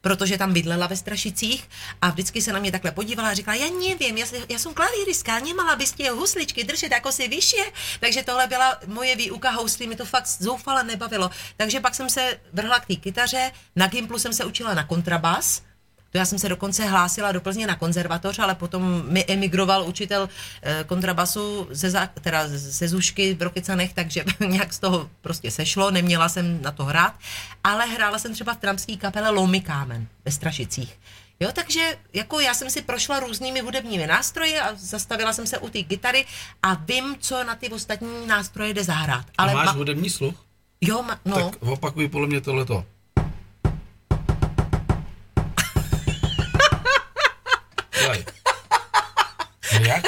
S3: protože tam bydlela ve Strašicích a vždycky se na mě takhle podívala a říkala, já nevím, já, se- já jsem klavíristka, nemala bys tě husličky držet jako si víš je. Takže tohle byla moje výuka houslí, mi to fakt zoufale nebavilo. Takže pak jsem se vrhla k té kytaře, na Gimplu jsem se učila na kontrabas To já jsem se dokonce hlásila do Plzně na konzervatoř, ale potom mi emigroval učitel eh, kontrabasu ze, zá- teda ze Zušky v Rokycanech, takže nějak z toho prostě sešlo, neměla jsem na to hrát, ale hrála jsem třeba v tramský kapele Lomy Kámen ve Strašicích. Jo, takže jako já jsem si prošla různými hudebními nástroji a zastavila jsem se u té gitary a vím, co na ty ostatní nástroje jde zahrát.
S2: Ale a máš
S3: ma-
S2: hudební sluch?
S3: jo, ma- no.
S2: Tak opakuj podle mě tohleto. Dělej. Jak?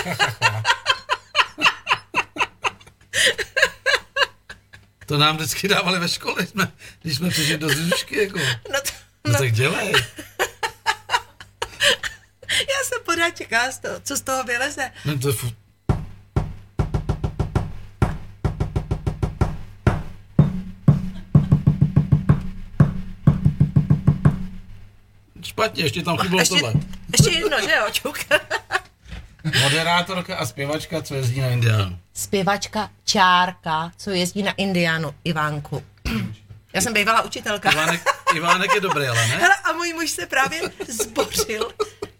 S2: To nám vždycky dávali ve škole, když jsme, když jsme přišli do zušky, jako.
S3: No to,
S2: No, tak dělej.
S3: já jsem pořád čekala, z toho- co z toho vyleze.
S2: No, to, je fu- Špatně, ještě tam chybělo
S3: Ještě,
S2: tohle.
S3: ještě jedno, že jo, čuk.
S2: Moderátorka a zpěvačka, co jezdí na Indiánu.
S3: Zpěvačka Čárka, co jezdí na Indiánu, Ivánku. Já jsem bývala učitelka.
S2: Ivánek, Ivánek je dobrý, ale ne?
S3: Hele, a můj muž se právě zbořil.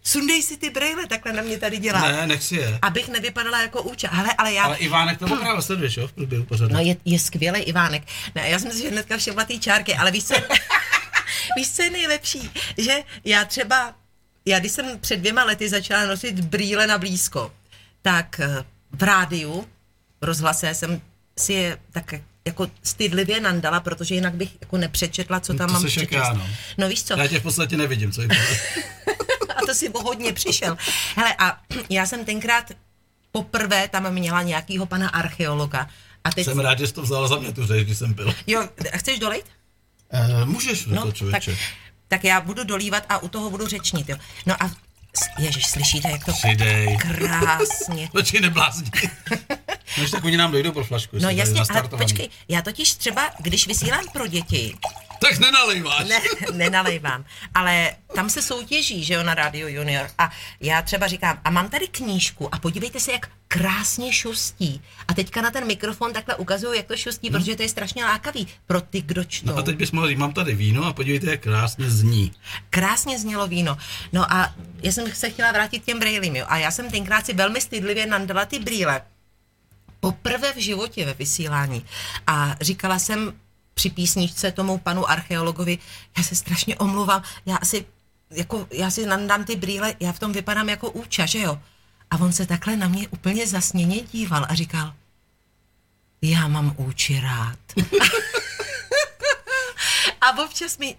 S3: Sundej si ty brejle, takhle na mě tady dělá.
S2: Ne, nech si je.
S3: Abych nevypadala jako úča. Hele, ale já...
S2: Ale Ivánek to opravdu sleduješ, jo, v průběhu pořadu.
S3: No je, je skvělý Ivánek. Ne, já jsem si hnedka všimla té čárky, ale víš co, víš, co je nejlepší? Že já třeba, já když jsem před dvěma lety začala nosit brýle na blízko, tak eh, v rádiu, v rozhlase jsem si je tak jako stydlivě nandala, protože jinak bych jako nepřečetla, co tam
S2: to
S3: mám
S2: seš jak
S3: přečíst.
S2: já, no.
S3: no víš co,
S2: Já tě v podstatě nevidím, co je
S3: a to si o hodně přišel. Hele, a já jsem tenkrát poprvé tam měla nějakýho pana archeologa. A teď...
S2: Jsem rád, že jsi to vzala za mě tu řeč, když jsem byl.
S3: Jo, chceš dolejt?
S2: E, můžeš no, to
S3: tak,
S2: člověče.
S3: tak já budu dolívat a u toho budu řečnit, jo. No a, s- ježiš, slyšíte, jak to
S2: Přidej.
S3: krásně.
S2: Počkej, neblázni. Než No, tak oni nám dojdou pro flašku.
S3: No
S2: jestli tady
S3: jasně, ale
S2: nastartovaný.
S3: počkej, já totiž třeba, když vysílám pro děti,
S2: Tak nenalejváš.
S3: ne, nenalejvám, ale tam se soutěží, že jo, na Radio Junior a já třeba říkám, a mám tady knížku a podívejte se, jak krásně šustí. A teďka na ten mikrofon takhle ukazuju, jak to šustí, hmm. protože to je strašně lákavý pro ty, kdo čtou.
S2: No a teď bys mohl říct, mám tady víno a podívejte, jak krásně zní.
S3: krásně znělo víno. No a já jsem se chtěla vrátit k těm brýlím, jo. A já jsem tenkrát si velmi stydlivě nandala ty brýle. Poprvé v životě ve vysílání. A říkala jsem při písničce tomu panu archeologovi, já se strašně omluvám, já asi, jako, já si nandám ty brýle, já v tom vypadám jako úča, že jo. A on se takhle na mě úplně zasněně díval a říkal, já mám úči rád. a občas mi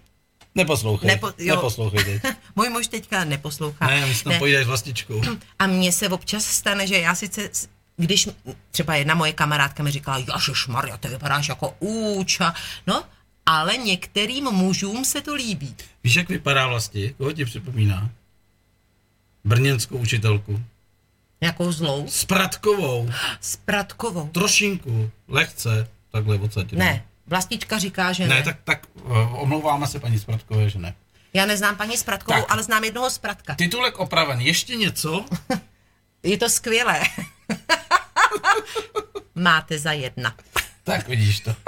S2: Neposlouchej.
S3: Nepo- jo.
S2: Neposlouchej teď.
S3: můj muž teďka neposlouchá.
S2: Ne, my si tam pojídeš vlastičkou.
S3: A mně se občas stane, že já sice, s- když m- třeba jedna moje kamarádka mi říkala, Maria, ty vypadáš jako úča, no, ale některým mužům se to líbí.
S2: Víš, jak vypadá vlastně? Koho ti připomíná? Brněnskou učitelku.
S3: Nějakou Jako zlou,
S2: S Pratkovou.
S3: s pratkovou.
S2: Trošinku. Lehce. Takhle odsadě.
S3: Ne, vlastička říká, že ne.
S2: Ne, tak, tak eh, omlouváme se paní Spratkové, že ne.
S3: Já neznám paní Spratkovou,
S2: Tak.
S3: ale znám jednoho Spratka.
S2: Titulek opraven. Ještě něco?
S3: Je to skvělé. Máte za jedna.
S2: Tak vidíš to.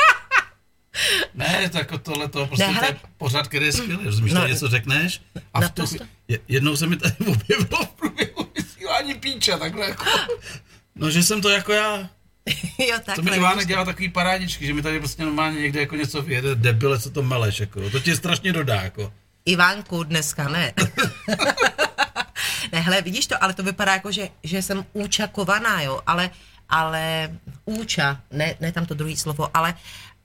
S2: Ne, tak jako tohle to prostě
S3: Ne,
S2: ne, to
S3: hele.
S2: je pořád, který je skvělý, rozumíš, no,
S3: No,
S2: něco řekneš a v tu,
S3: naprosto.
S2: je- jednou se mi tady objevilo v průběhu vysílání píča, takhle jako, no že jsem to jako já,
S3: jo,
S2: to
S3: takhle. prostě.
S2: mi Ivánek dělá takový parádičky, že mi tady prostě normálně někde jako něco vyjede, debile, co to meleš, jako, to tě strašně dodá, jako.
S3: Ivánku dneska ne. ne, hele, vidíš to, ale to vypadá jako, že, že jsem účakovaná, jo, ale, ale úča, ne, ne tam to druhé slovo, ale,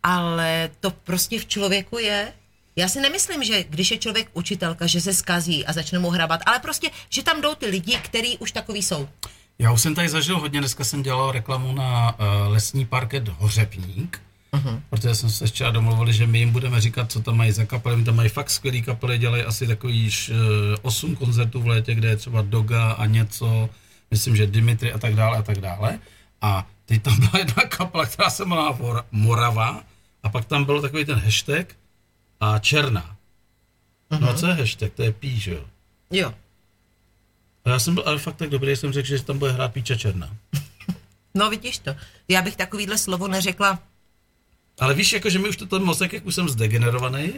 S3: ale to prostě v člověku je. Já si nemyslím, že když je člověk učitelka, že se skazí a začne mu hrabat, ale prostě, že tam jdou ty lidi, který už takový jsou.
S2: Já už jsem tady zažil hodně, dneska jsem dělal reklamu na uh, lesní parket Hořebník, uh-huh. protože jsme se včera domluvili, že my jim budeme říkat, co tam mají za kapely, my tam mají fakt skvělý kapely, dělají asi takových uh, 8 koncertů v létě, kde je třeba Doga a něco, myslím, že Dimitri a tak dále a tak dále. A teď tam byla jedna kapela, která se jmenovala Vor- Morava a pak tam byl takový ten hashtag a Černá. Uh-huh. No a co je hashtag? To je pí, že jo?
S3: Jo.
S2: A já jsem byl ale fakt tak dobrý, že jsem řekl, že tam bude hrát Píča Černá.
S3: No vidíš to. Já bych takovýhle slovo neřekla
S2: Ale víš, jako, že mi už to ten mozek, jak už jsem zdegenerovaný,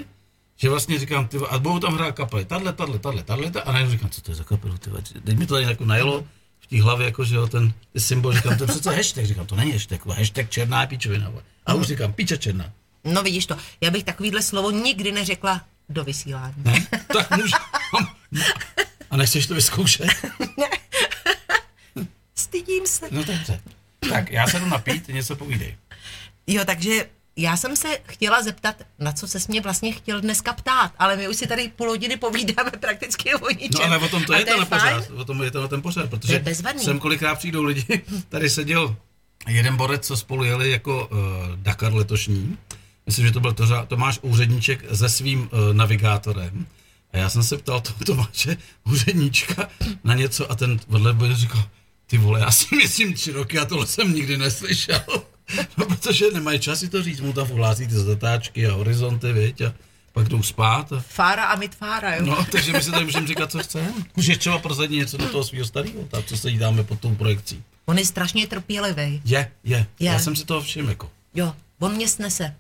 S2: Že vlastně říkám, ty, vole, a budou tam hrát kapely, tahle, tahle, tahle, tahle, ta- a najednou říkám, co to je za kapelu, ty, vole, teď mi to tady jako najelo v té hlavě, jako, že jo, ten symbol, říkám, to je přece hashtag, říkám, to není hashtag, vole, hashtag černá je pičovina, vole. a už říkám, piče černá.
S3: No vidíš to, já bych takovýhle slovo nikdy neřekla do vysílání.
S2: Ne? Tak můžu. A nechceš to vyzkoušet?
S3: Stydím se.
S2: No dobře. Tak, já se jdu napít, ty něco povídej.
S3: Jo, takže já jsem se chtěla zeptat, na co se mě vlastně chtěl dneska ptát, ale my už si tady půl hodiny povídáme prakticky o ničem.
S2: No ale o tom to
S3: A
S2: je ten
S3: fajn.
S2: pořád, o tom je tenhle ten pořád,
S3: To je
S2: protože
S3: bezvadný.
S2: sem kolikrát přijdou lidi, tady seděl jeden borec, co spolu jeli jako uh, Dakar letošní, myslím, že to byl Tořa, Tomáš Úředníček se svým uh, navigátorem, a já jsem se ptal toho Tomáše Úředníčka na něco a ten vedle byl říkal, ty vole, já si myslím tři roky a tohle jsem nikdy neslyšel. No, protože nemají čas si to říct, mu tam uhlásí ty zatáčky a horizonty, viď, a pak jdou spát a
S3: Fára a mitfára, jo.
S2: No, takže my si tady můžeme říkat, co chceme. Můžeš třeba prozadit něco do toho svého starého, tak co se jí dáme pod tou projekcí.
S3: On je strašně trpělivý.
S2: Je, je,
S3: Je.
S2: Já jsem si toho všiml, jako.
S3: Jo, on mě snese.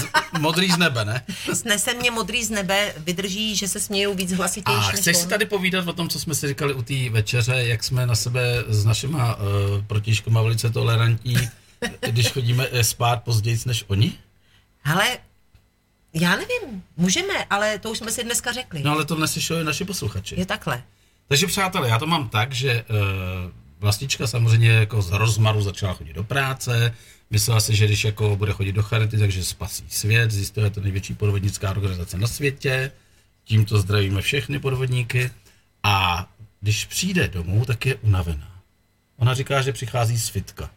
S2: Z, modrý z nebe, ne?
S3: Snese mě modrý z nebe, vydrží, že se smějou víc
S2: A
S3: hlasitější. než
S2: chceš si
S3: on.
S2: tady povídat o tom, co jsme si říkali u té večeře, jak jsme na sebe s našima uh, protižkama velice tolerantní, když chodíme eh, spát později než oni?
S3: Hele, já nevím, můžeme, ale to už jsme si dneska řekli.
S2: No ale to neslyšeli naši posluchači.
S3: Je takhle.
S2: Takže přátelé, já to mám tak, že e, vlastička samozřejmě jako z rozmaru začala chodit do práce, myslela si, že když jako bude chodit do charity, takže spasí svět, zjistila, je to největší podvodnická organizace na světě, tímto zdravíme všechny podvodníky a když přijde domů, tak je unavená. Ona říká, že přichází z fitka.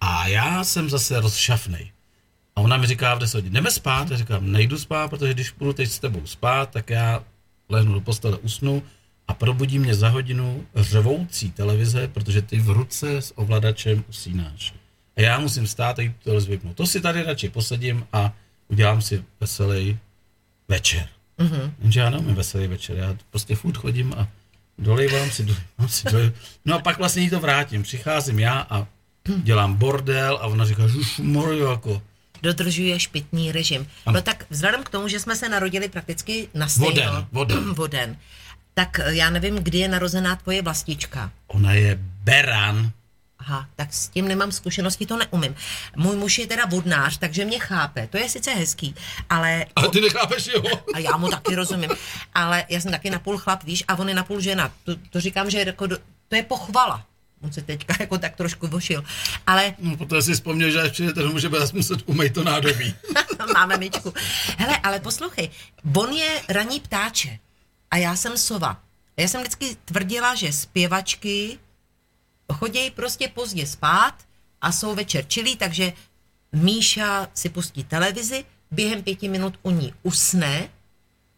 S2: A já jsem zase rozšafnej. A ona mi říká v 10 hodin, jdeme spát. Já říkám, nejdu spát, protože když půjdu teď s tebou spát, tak já lehnu do postele, usnu a probudí mě za hodinu řvoucí televize, protože ty v ruce s ovladačem usínáš. A já musím stát a jít tu televizi vypnout. To si tady radši posadím a udělám si veselý večer. Mm-hmm. Jenže já neumím veselý večer, já prostě furt chodím a dolejvám si, dolejvám si, dolejvám. No a pak vlastně jí to vrátím. Přicházím já a dělám bordel a ona říká, že jako,
S3: Dodržuje špitný režim.
S2: Ano.
S3: No tak vzhledem k tomu, že jsme se narodili prakticky na stejno.
S2: Voden, voden.
S3: voden. Tak eh, já nevím, kdy je narozená tvoje vlastička.
S2: Ona je beran.
S3: Aha, tak s tím nemám zkušenosti, to neumím. Můj muž je teda vodnář, takže mě chápe. To je sice hezký, ale
S2: A ty nechápeš jeho?
S3: a já mu taky rozumím. Ale já jsem taky napůl chlap, víš, a on je napůl žena. To, to říkám, že je jako do, to je pochvala. On se teďka jako tak trošku vošil. Ale
S2: No, protože si vzpomněl, že až přijete domů, že bude zase muset umýt to nádobí.
S3: máme myčku. Hele, ale poslouchej, on je raní ptáče a já jsem sova. Já jsem vždycky tvrdila, že zpěvačky chodějí prostě pozdě spát a jsou večer čilí, takže Míša si pustí televizi, během pěti minut u ní usne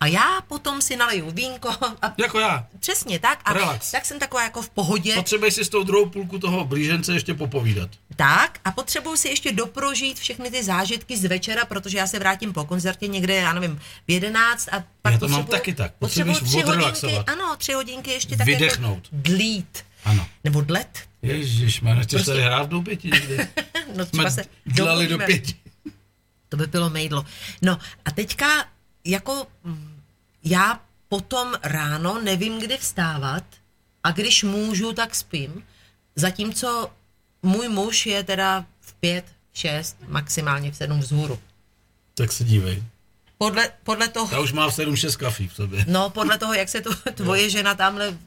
S3: a já potom si naleju vínko a
S2: jako já.
S3: Přesně tak. A
S2: Relax.
S3: tak jsem taková jako v pohodě.
S2: Potřebuješ si s tou druhou půlku toho blížence ještě popovídat.
S3: tak a potřebuju si ještě doprožít všechny ty zážitky z večera, protože já se vrátím po koncertě někde, já nevím, v 11 a pak
S2: Já to mám
S3: potřebuju-
S2: taky tak.
S3: potřebuju
S2: Potřebuješ
S3: tři hodinky,
S2: odrelaxovat.
S3: ano, tři hodinky ještě tak
S2: Vydechnout.
S3: jako dlít.
S2: Ano.
S3: Nebo dlet.
S2: Ježíš, má nechceš
S3: Prostě-
S2: tady hrát v doupěti někdy.
S3: No
S2: Jsme
S3: třeba se
S2: dělali do
S3: domluvíme.
S2: pěti.
S3: To by bylo mejdlo. No a teďka jako mm, já potom ráno nevím, kdy vstávat a když můžu, tak spím. Zatímco můj muž je teda v pět, šest, maximálně v sedm vzhůru.
S2: Tak se dívej.
S3: Podle, podle toho,
S2: Já už mám 7-6 kafí v sobě.
S3: no podle toho, jak se to tvoje žena tamhle v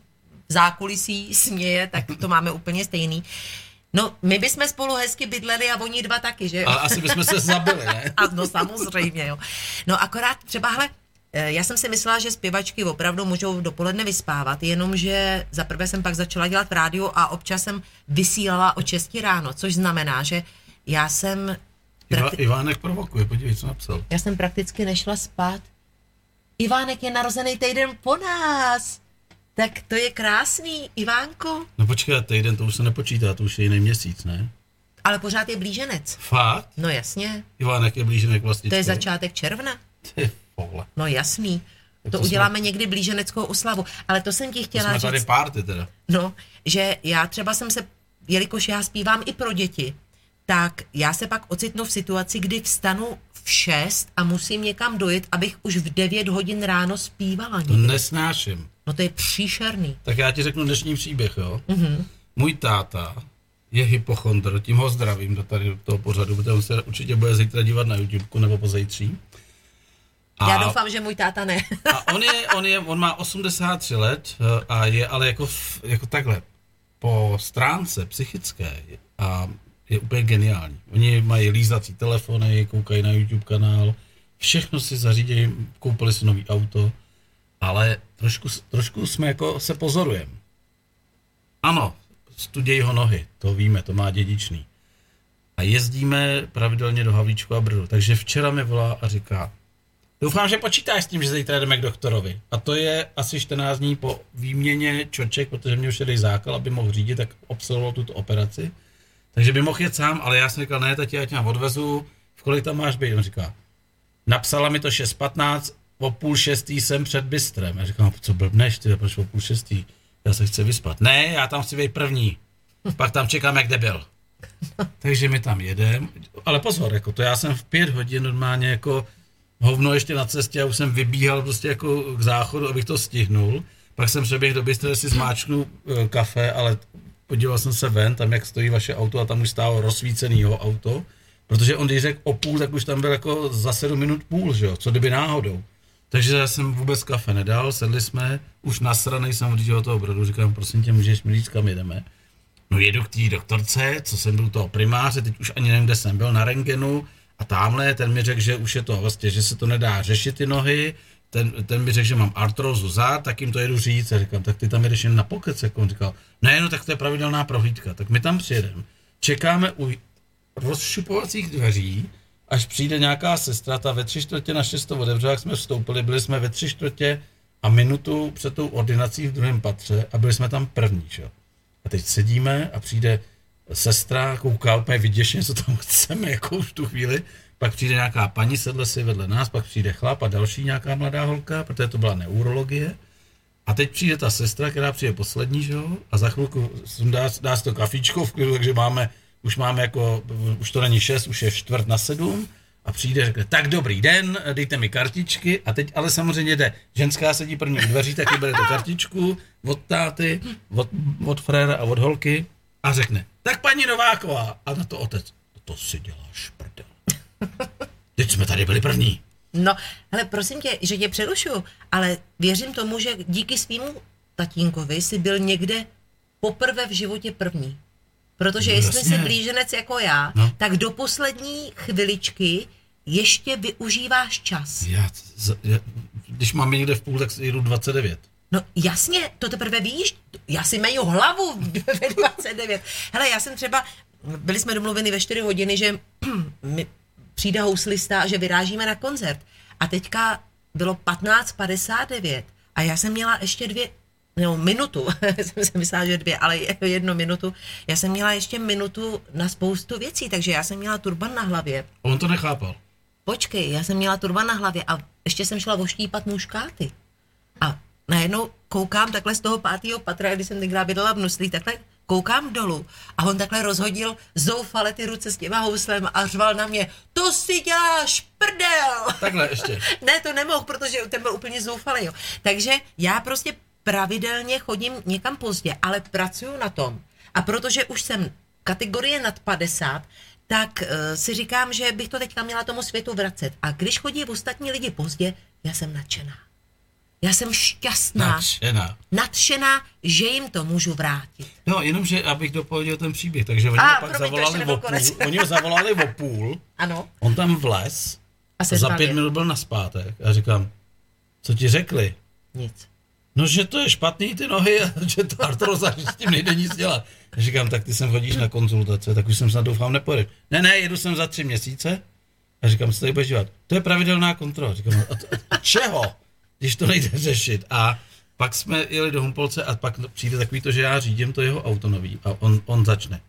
S3: zákulisí směje, tak to máme úplně stejný. No, my bychom spolu hezky bydleli a oni dva taky, že jo?
S2: A asi bychom se zabili, ne?
S3: A no samozřejmě, jo. No akorát třeba, hele, eh, já jsem si myslela, že zpěvačky opravdu můžou dopoledne vyspávat, jenomže za prvé jsem pak začala dělat v rádiu a občas jsem vysílala o 6 ráno, což znamená, že já jsem,
S2: Iva,
S3: prakti-
S2: Ivánek provokuje, podívej, co napsal.
S3: já jsem prakticky nešla spát. Ivánek je narozený týden po nás. Tak to je krásný, Ivánku.
S2: No počkej, týden to už se nepočítá, to už je jiný měsíc, ne?
S3: Ale pořád je blíženec.
S2: Fakt?
S3: No jasně,
S2: Ivánek je blíženek vlastně.
S3: to je začátek června.
S2: Ty vole.
S3: No jasný. To,
S2: Tak to
S3: to
S2: jsme-
S3: uděláme někdy blíženeckou oslavu. Ale to jsem ti
S2: To
S3: chtěla
S2: jsme
S3: říct.
S2: tady párty teda.
S3: No, že já třeba jsem se, jelikož já zpívám i pro děti, tak já se pak ocitnu v situaci, kdy vstanu v 6 a musím někam dojet, abych už v 9 hodin ráno zpívala
S2: To
S3: někde.
S2: nesnáším.
S3: No to je příšerný.
S2: Tak já ti řeknu dnešní příběh, jo? Mm-hmm. Můj táta je hypochondr, tím ho zdravím do tady do toho pořadu, protože on se určitě bude zítra dívat na YouTube nebo pozejtří.
S3: A... Já doufám, že můj táta ne.
S2: A on, je, on, je, on má 83 let eh, a je ale jako, f- jako takhle, po stránce psychické je- a je úplně geniální. Oni mají lízací telefony, koukají na YouTube kanál, všechno si zařídí, koupili si nový auto, ale trošku, s- trošku jsme jako se pozorujeme. Ano, studějí ho nohy, to víme, to má dědičný. A jezdíme pravidelně do Havlíčku a Brdu. Takže včera mi volá a říká, Doufám, že počítáš s tím, že zítra jdeme k doktorovi. A to je asi 14 dní po výměně čoček, protože mě už dej zákal, aby mohl řídit, tak obsahoval tuto operaci. Takže by mohl jet sám, ale já jsem říkal, ne, tati, já tě mám odvezu, v kolik tam máš být? On říká, napsala mi to 6.15, o půl šestý jsem před Bystrem. Já říkám, "No, co blbneš ty, proč o půl šestý? Já se chci vyspat. Ne, já tam chci být první. Pak tam čekám, jak debil. Takže my tam jedem, ale pozor, jako to já jsem v pět hodin normálně jako hovno ještě na cestě a už jsem vybíhal prostě jako k záchodu, abych to stihnul. Pak jsem přeběhl do bystre, si zmáčknu eh, kafe, ale podíval jsem se ven, tam jak stojí vaše auto a tam už stálo rozsvícený jeho auto, protože on když řekl o půl, tak už tam byl jako za sedm minut půl, že jo, co kdyby náhodou. Takže já jsem vůbec kafe nedal, sedli jsme, už nasranej jsem odjížděl od toho brodu, říkám, prosím tě, můžeš mi říct, kam jedeme. No jedu k té doktorce, co jsem byl u toho primáře, teď už ani nevím, kde jsem byl, na rentgenu a tamhle, ten mi řekl, že už je to vlastně, že se to nedá řešit ty nohy, ten, ten mi řekl, že mám artrozu zad, tak jim to jedu říct a říkám, tak ty tam jedeš jen na pokec, jak on říkal, ne, no tak to je pravidelná prohlídka, tak my tam přijedeme, čekáme u rozšupovacích dveří, až přijde nějaká sestra, ta ve tři čtvrtě na šest to otevřela, jak jsme vstoupili, byli jsme ve tři čtvrtě a minutu před tou ordinací v druhém patře a byli jsme tam první, že jo. A teď sedíme a přijde sestra, kouká úplně vyděšeně, co tam chceme, jako už tu chvíli. Pak přijde nějaká paní, sedle si vedle nás, pak přijde chlap a další nějaká mladá holka, protože to byla neurologie. A teď přijde ta sestra, která přijde poslední, že jo? A za chvilku dá, dá si to kafíčko v klidu, takže máme, už máme jako, už to není šest, už je čtvrt na sedm. A přijde, řekne, tak dobrý den, dejte mi kartičky. A teď ale samozřejmě jde, ženská sedí první u dveří, tak jí bere tu kartičku od táty, od, od fréra a od holky a řekne, tak paní Nováková. A na to otec, to si děláš prdel. Teď jsme tady byli první.
S3: No, ale prosím tě, že tě přerušu, ale věřím tomu, že díky svýmu tatínkovi jsi byl někde poprvé v životě první. Protože
S2: No,
S3: jestli
S2: jasně.
S3: jsi blíženec jako já,
S2: No.
S3: no. tak do poslední chviličky ještě využíváš čas.
S2: Já, z- já, když mám někde v půl, tak si jdu 29.
S3: No jasně, to teprve víš, já si meju hlavu ve 29. Hele, já jsem třeba, byli jsme domluveni ve 4 hodiny, že mi přijde houslista, že vyrážíme na koncert. A teďka bylo 15.59 a já jsem měla ještě dvě, nebo minutu, jsem si myslela, že dvě, ale jednu minutu. Já jsem měla ještě minutu na spoustu věcí, takže já jsem měla turban na hlavě.
S2: On to nechápal.
S3: Počkej, já jsem měla turban na hlavě a ještě jsem šla voštípat muškáty. A najednou koukám takhle z toho pátého patra, když jsem tenkrát bydlela v Nuslí, takhle koukám dolů a on takhle rozhodil zoufale ty ruce s těma houslem a řval na mě, to si děláš prdel!
S2: Takhle ještě.
S3: ne, to nemohl, protože ten byl úplně zoufalý. Jo. Takže já prostě pravidelně chodím někam pozdě, ale pracuju na tom. A protože už jsem kategorie nad 50, tak uh, si říkám, že bych to teďka měla tomu světu vracet. A když chodí ostatní lidi pozdě, já jsem nadšená. Já jsem šťastná,
S2: Nadšená.
S3: nadšená, že jim to můžu vrátit.
S2: No, jenomže, abych dopověděl ten příběh, takže oni
S3: A,
S2: ho pak
S3: promiň, to ještě
S2: zavolali
S3: nebyl
S2: o půl,
S3: konec.
S2: oni ho zavolali o půl,
S3: Ano?
S2: on tam vlez,
S3: A
S2: a za
S3: seřval
S2: pět
S3: je.
S2: minut byl na zpátek a říkám, co ti řekli?
S3: Nic.
S2: No, že to je špatný ty nohy a že to artroza, že s tím nejde nic dělat. A říkám, tak ty sem chodíš na konzultace, tak už jsem snad doufám nepojede. Ne, ne, jedu sem za tři měsíce a říkám, co tady budeš dělat? To je pravidelná kontrola. Říkám, "No, a, to, a čeho, když to nejde řešit? A pak jsme jeli do Humpolce a pak přijde takový to, že já řídím to jeho auto nový a on, on začne.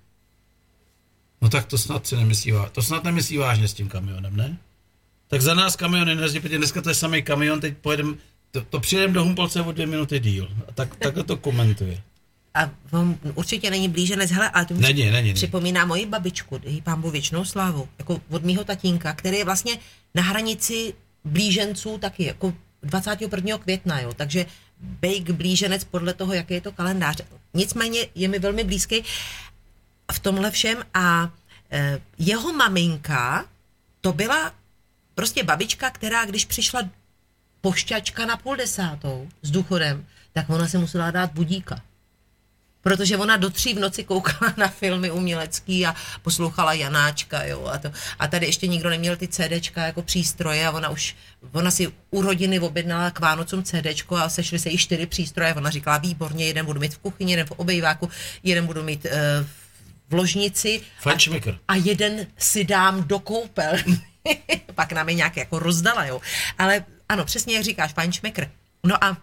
S2: No tak to snad si nemyslí, vá- to snad nemyslí vážně s tím kamionem, ne? Tak za nás kamiony nejezdí, protože dneska to je samý kamion, teď pojedeme, to, to přijedeme do Humpolce o dvě minuty díl. A tak, takhle to komentuje.
S3: a on určitě není blíženec, hele, ale to mi
S2: Není, není, není.
S3: připomíná moji babičku, její pámbu věčnou slávu, jako od mýho tatínka, který je vlastně na hranici blíženců taky, jako 21. května, jo, takže bejk blíženec podle toho, jaký je to kalendář. Nicméně je mi velmi blízký v tomhle všem a eh, jeho maminka to byla prostě babička, která když přišla pošťačka na půl desátou s důchodem, tak ona se musela dát budíka. Protože ona do tří v noci koukala na filmy umělecký a poslouchala Janáčka, jo, a to. A tady ještě nikdo neměl ty CDčka jako přístroje a ona už, ona si u rodiny objednala k Vánocům CDčko a sešly se jí čtyři přístroje. Ona říkala, výborně, jeden budu mít v kuchyni, jeden v obejváku, jeden budu mít eh, v ložnici
S2: Fletchmaker.
S3: a jeden si dám do koupel. Pak nám je nějak jako rozdala, jo. Ale ano, přesně jak říkáš, fajnšmekr. No a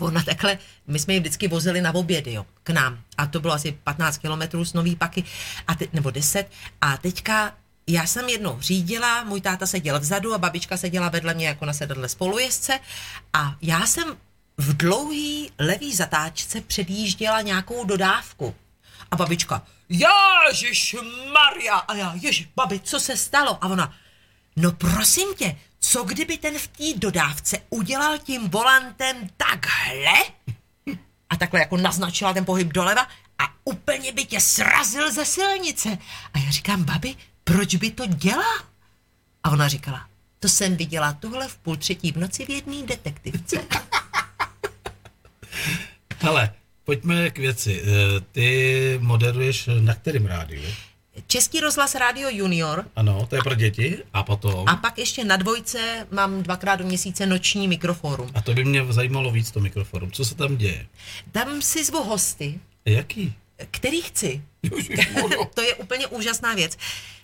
S3: ona takhle, my jsme ji vždycky vozili na obědy, jo, k nám. A to bylo asi 15 kilometrů z Nový Paky, a te, nebo 10. A teďka já jsem jednou řídila, můj táta seděl vzadu a babička seděla vedle mě jako na sedadle spolujezdce a já jsem v dlouhý levý zatáčce předjížděla nějakou dodávku. A babička, Ježíš Maria! A já, Ježíš, babi, co se stalo? A ona, no prosím tě, co kdyby ten v té dodávce udělal tím volantem takhle? A takhle jako naznačila ten pohyb doleva a úplně by tě srazil ze silnice. A já říkám, babi, proč by to dělal? A ona říkala, to jsem viděla tuhle v půl třetí v noci v jedné detektivce.
S2: Hele, pojďme k věci. Eh, Ty moderuješ na kterém rádiu?
S3: Český rozhlas Radio Junior
S2: Ano, to je pro děti. A potom?
S3: a pak ještě na dvojce mám dvakrát do měsíce noční mikrofórum.
S2: A to by mě zajímalo víc, to mikroforum. Co se tam děje?
S3: Tam si zvu hosty,
S2: Jaký?
S3: který chci.
S2: Ježišmarjo.
S3: to je úplně úžasná věc.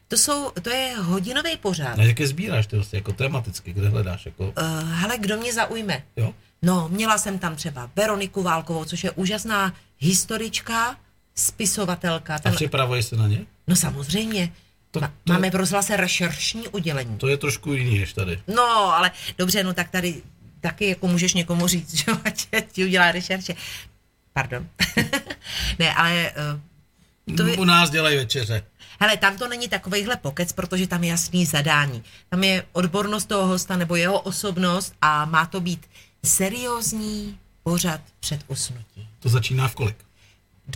S3: To, jsou, to je hodinový pořád.
S2: A jaké sbíráš ty hosty, jako tematicky, kde hledáš, jako,
S3: Uh, hele, kdo mě zaujme?
S2: jo?
S3: No, měla jsem tam třeba Veroniku Válkovou, což je úžasná historička, spisovatelka.
S2: A
S3: Ten,
S2: připravuješ se na ně?
S3: no samozřejmě,
S2: To-
S3: to,
S2: to-
S3: to... máme v rozhlase rešeršní oddělení.
S2: To je trošku jiný, než tady.
S3: No, ale dobře, no tak tady taky jako můžeš někomu říct, že jo, ať ti udělá rešerše. Pardon. ne, ale uh, to je,
S2: U nás dělají večeře.
S3: Hele, tam to není takovejhle pokec, protože tam je jasný zadání. Tam je odbornost toho hosta nebo jeho osobnost a má to být seriózní pořad před usnutí.
S2: To začíná v kolik?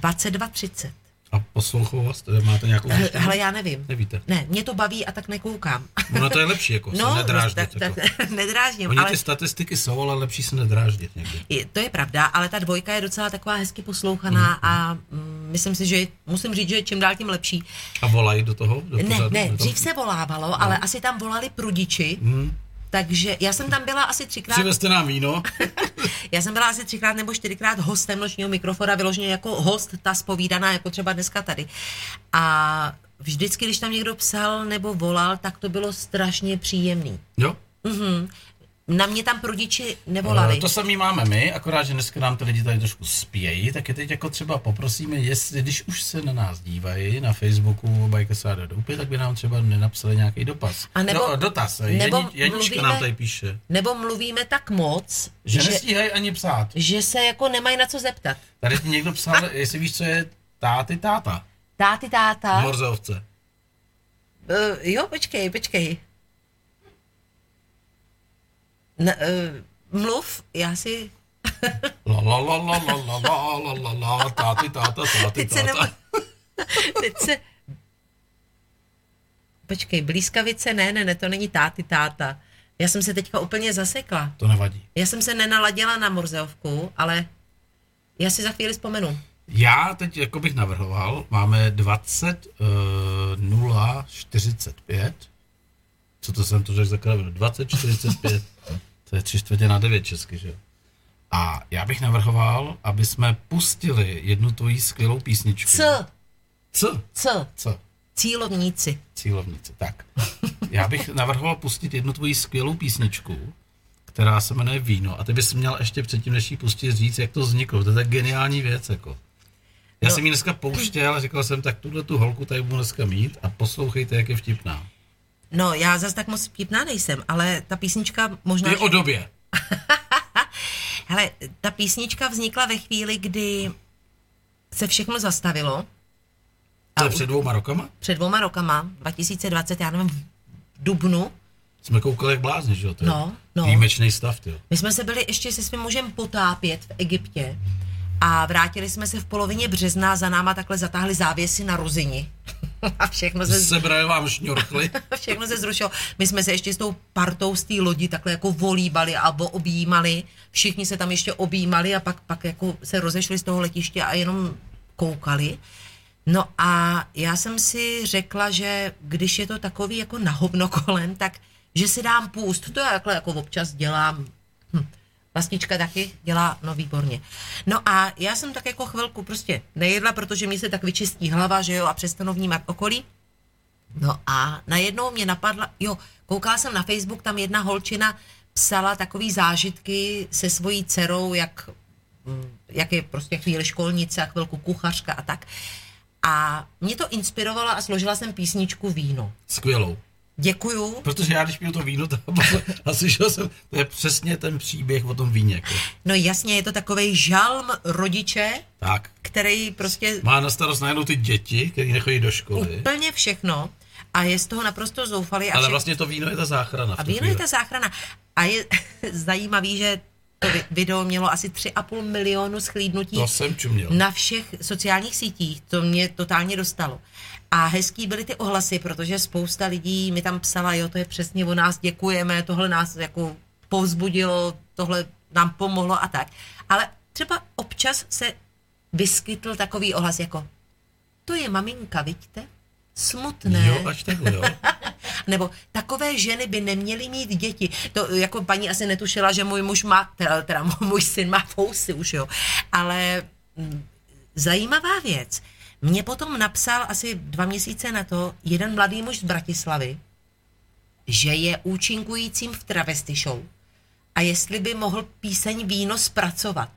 S3: 22.30.
S2: A poslouchou vás? To je- Máte nějakou
S3: Hele,
S2: zjištění?
S3: hele, já nevím.
S2: Nevíte.
S3: Ne, mě to baví a tak nekoukám.
S2: Ono to je lepší, jako no, se nedráždit.
S3: tak, tak,
S2: jako.
S3: nedráždím,
S2: Oni
S3: ale
S2: ty statistiky jsou, ale lepší se nedráždit někdy.
S3: je- to je pravda, ale ta dvojka je docela taková hezky poslouchaná
S2: Mhm,
S3: a mm, myslím si, že je- musím říct, že je čím dál tím lepší.
S2: A volají do toho? Do
S3: Ne,
S2: pořadu?
S3: ne,
S2: tam-
S3: dřív se volávalo, ale asi tam volali prudiči, takže já jsem tam byla asi třikrát.
S2: Přivezte nám víno.
S3: Já jsem byla asi třikrát nebo čtyřikrát hostem nočního mikrofora, vyloženě jako host, ta spovídaná, jako třeba dneska tady. A vždycky, když tam někdo psal nebo volal, tak to bylo strašně příjemný.
S2: Jo?
S3: Na mě tam prodiči nevolali.
S2: Eh, To samý máme my, akorát, že dneska nám ty lidi tady trošku spějí, tak je teď jako třeba poprosíme, jestli, když už se na nás dívají na Facebooku Bajkasáda Doupě, tak by nám třeba nenapsali nějaký dopad.
S3: A nebo-
S2: no, dotaz.
S3: nebo
S2: Jani, Janička
S3: mluvíme-
S2: nám tady píše,
S3: Nebo mluvíme tak moc,
S2: že,
S3: že, že,
S2: nestíhají ani psát.
S3: že se jako nemají na co zeptat.
S2: Tady ti někdo psal, jestli víš, co je táty táta.
S3: Táty, táta.
S2: V Morzovce.
S3: Uh, jo, počkej, počkej. N- uh, mluv, já si...
S2: La la la la la la la la la la táty táta táty
S3: Teď se
S2: táta.
S3: nebo... Teď se... Počkej, blízkavice, ne, ne, ne, to není táty, táta. Já jsem se teďka úplně zasekla.
S2: To nevadí.
S3: Já jsem se nenaladila na Morzeovku, ale já si za chvíli vzpomenu.
S2: Já teď jako bych navrhoval, máme 20 uh, 045. Co to jsem to řekl za kravinu? 20 45. To je tři čtvrtě na 9 česky, že jo? A já bych navrhoval, aby jsme pustili jednu tvoji skvělou písničku.
S3: C,
S2: Co?
S3: c,
S2: Co?
S3: cílovníci.
S2: Cílovnice. Tak. Já bych navrhoval pustit jednu tvoji skvělou písničku, která se jmenuje Víno. A ty bys měl ještě předtím, než ji pustit, říct, jak to vzniklo. To je tak geniální věc, jako. Já
S3: No.
S2: jsem ji dneska pouštěl a říkal jsem, tak tuhle tu holku tady budu dneska mít a poslouchejte, jak je vtipná.
S3: No, já zas tak moc vtipná nejsem, ale ta písnička možná...
S2: Je o době.
S3: Hele, ta písnička vznikla ve chvíli, kdy se všechno zastavilo
S2: To je před dvouma rokama?
S3: před dvouma rokama, 2020, já nevím, v dubnu,
S2: Jsme koukali jak blázni, že jo? To je
S3: No, no.
S2: Výjimečný stav, jo.
S3: My jsme se byli ještě se svým mužem potápět v Egyptě a vrátili jsme se v polovině března, za náma takhle zatáhli závěsy na rozini. A všechno se,
S2: Sebrali vám šňorchly.
S3: všechno se zrušilo. My jsme se ještě s tou partou z té lodi takhle jako volíbali a bo- objímali. Všichni se tam ještě objímali a pak, pak jako se rozešli z toho letiště a jenom koukali. No a já jsem si řekla, že když je to takový jako nahovno kolem, tak že si dám půst. To já takhle jako občas dělám. Hm. Vlastnička taky dělá, no výborně. No a já jsem tak jako chvilku prostě nejedla, protože mě se tak vyčistí hlava, že jo, a přestanu vnímat okolí. No a najednou mě napadla, jo, koukala jsem na Facebook, tam jedna holčina psala takový zážitky se svojí dcerou, jak, mm, jak je prostě chvíli školnice a chvilku kuchařka a tak. A mě to inspirovalo a složila jsem písničku Víno.
S2: Skvělou.
S3: Děkuju.
S2: Protože já, když piju to víno, to, a slyšel jsem, to je přesně ten příběh o tom víně. Jako.
S3: No jasně, je to takový žalm rodiče,
S2: Tak.
S3: který prostě
S2: Má na starost najednou ty děti, které nechodí do školy.
S3: úplně všechno a je z toho naprosto zoufalý. A,
S2: Ale
S3: vše-
S2: vlastně to víno je ta záchrana. v
S3: a
S2: tu
S3: víno je
S2: chvíli.
S3: ta záchrana. A je zajímavý, že to vi- video mělo asi 3,5 milionu schlídnutí
S2: To jsem čuměl.
S3: na všech sociálních sítích. To mě totálně dostalo. A hezký byly ty ohlasy, protože spousta lidí mi tam psala, jo, to je přesně o nás, děkujeme, tohle nás jako povzbudilo, tohle nám pomohlo a tak. Ale třeba občas se vyskytl takový ohlas jako, to je maminka, vidíte? Smutné.
S2: Jo, až takhle, jo.
S3: Nebo takové ženy by neměly mít děti. To jako paní asi netušila, že můj muž má, teda, teda můj syn má fousy už, jo. Ale mm, zajímavá věc. Mě potom napsal asi dva měsíce na to jeden mladý muž z Bratislavy, že je účinkujícím v travesty show a jestli by mohl píseň Víno zpracovat.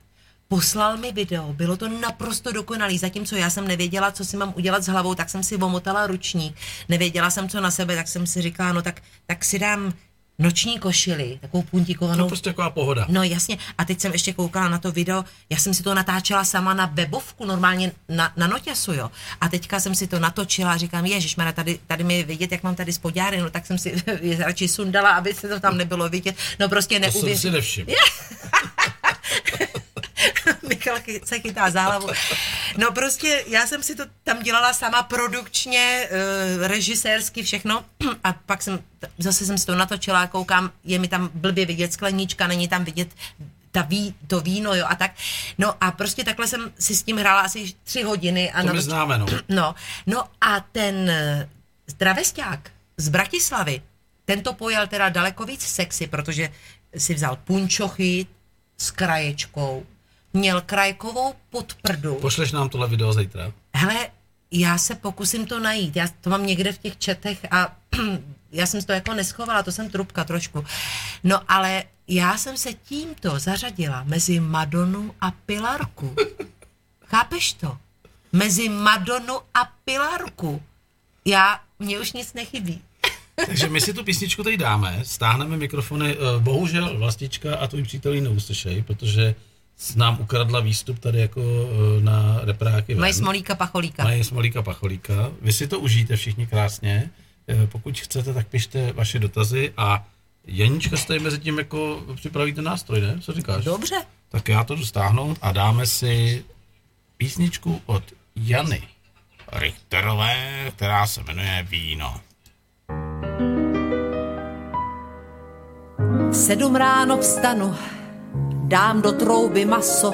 S3: Poslal mi video, bylo to naprosto dokonalý, zatímco já jsem nevěděla, co si mám udělat s hlavou, tak jsem si omotala ručník, nevěděla jsem, co na sebe, tak jsem si říkala, no tak, tak si dám noční košili, takovou puntíkovanou
S2: No prostě taková pohoda.
S3: No jasně, a teď jsem ještě koukala na to video, já jsem si to natáčela sama na webovku, normálně na, na noťasu, jo. A teďka jsem si to natočila a říkám, ježiš, tady, tady mi je vidět, jak mám tady spoděry, no tak jsem si je radši sundala, aby se to tam nebylo vidět. No prostě
S2: To jsem si
S3: neuvěř...
S2: nevšiml.
S3: Michal chy- se chytá za hlavu. No prostě já jsem si to tam dělala sama produkčně, eh, režisérsky všechno a pak jsem, t- zase jsem si to natočila, koukám, je mi tam blbě vidět sklenička, není tam vidět ta ví, to víno, jo, a tak. No a prostě takhle jsem si s tím hrála asi tři hodiny. A
S2: To my
S3: natoč-
S2: známe, no.
S3: No, no a ten eh, travesták z Bratislavy, ten to pojal teda daleko víc sexy, protože si vzal punčochy s kraječkou, měl krajkovou podprdu.
S2: Pošleš nám tohle video zítra.
S3: Hele, já se pokusím to najít, já to mám někde v těch četech a já jsem to jako neschovala, to jsem trubka trošku. No ale já jsem se tímto zařadila mezi Madonu a Pilarku. Chápeš to? Mezi Madonu a Pilarku. Já, mně už nic nechybí.
S2: Takže my si tu písničku tady dáme, stáhneme mikrofony. eh, Bohužel Vlastička a tvůj přítel ji neuslyšej, protože s nám ukradla výstup tady jako eh, na repráky. ven.
S3: Mají smolíka pacholíka.
S2: Mají smolíka pacholíka. Vy si to užijte všichni krásně. Eh, Pokud chcete, tak pište vaše dotazy a Janíčka stojí mezi tím, jako připraví ten nástroj, ne? Co říkáš?
S3: Dobře.
S2: Tak já to jdu stáhnout a dáme si písničku od Jany Richterové, která se jmenuje Víno.
S3: V sedm ráno vstanu, dám do trouby maso,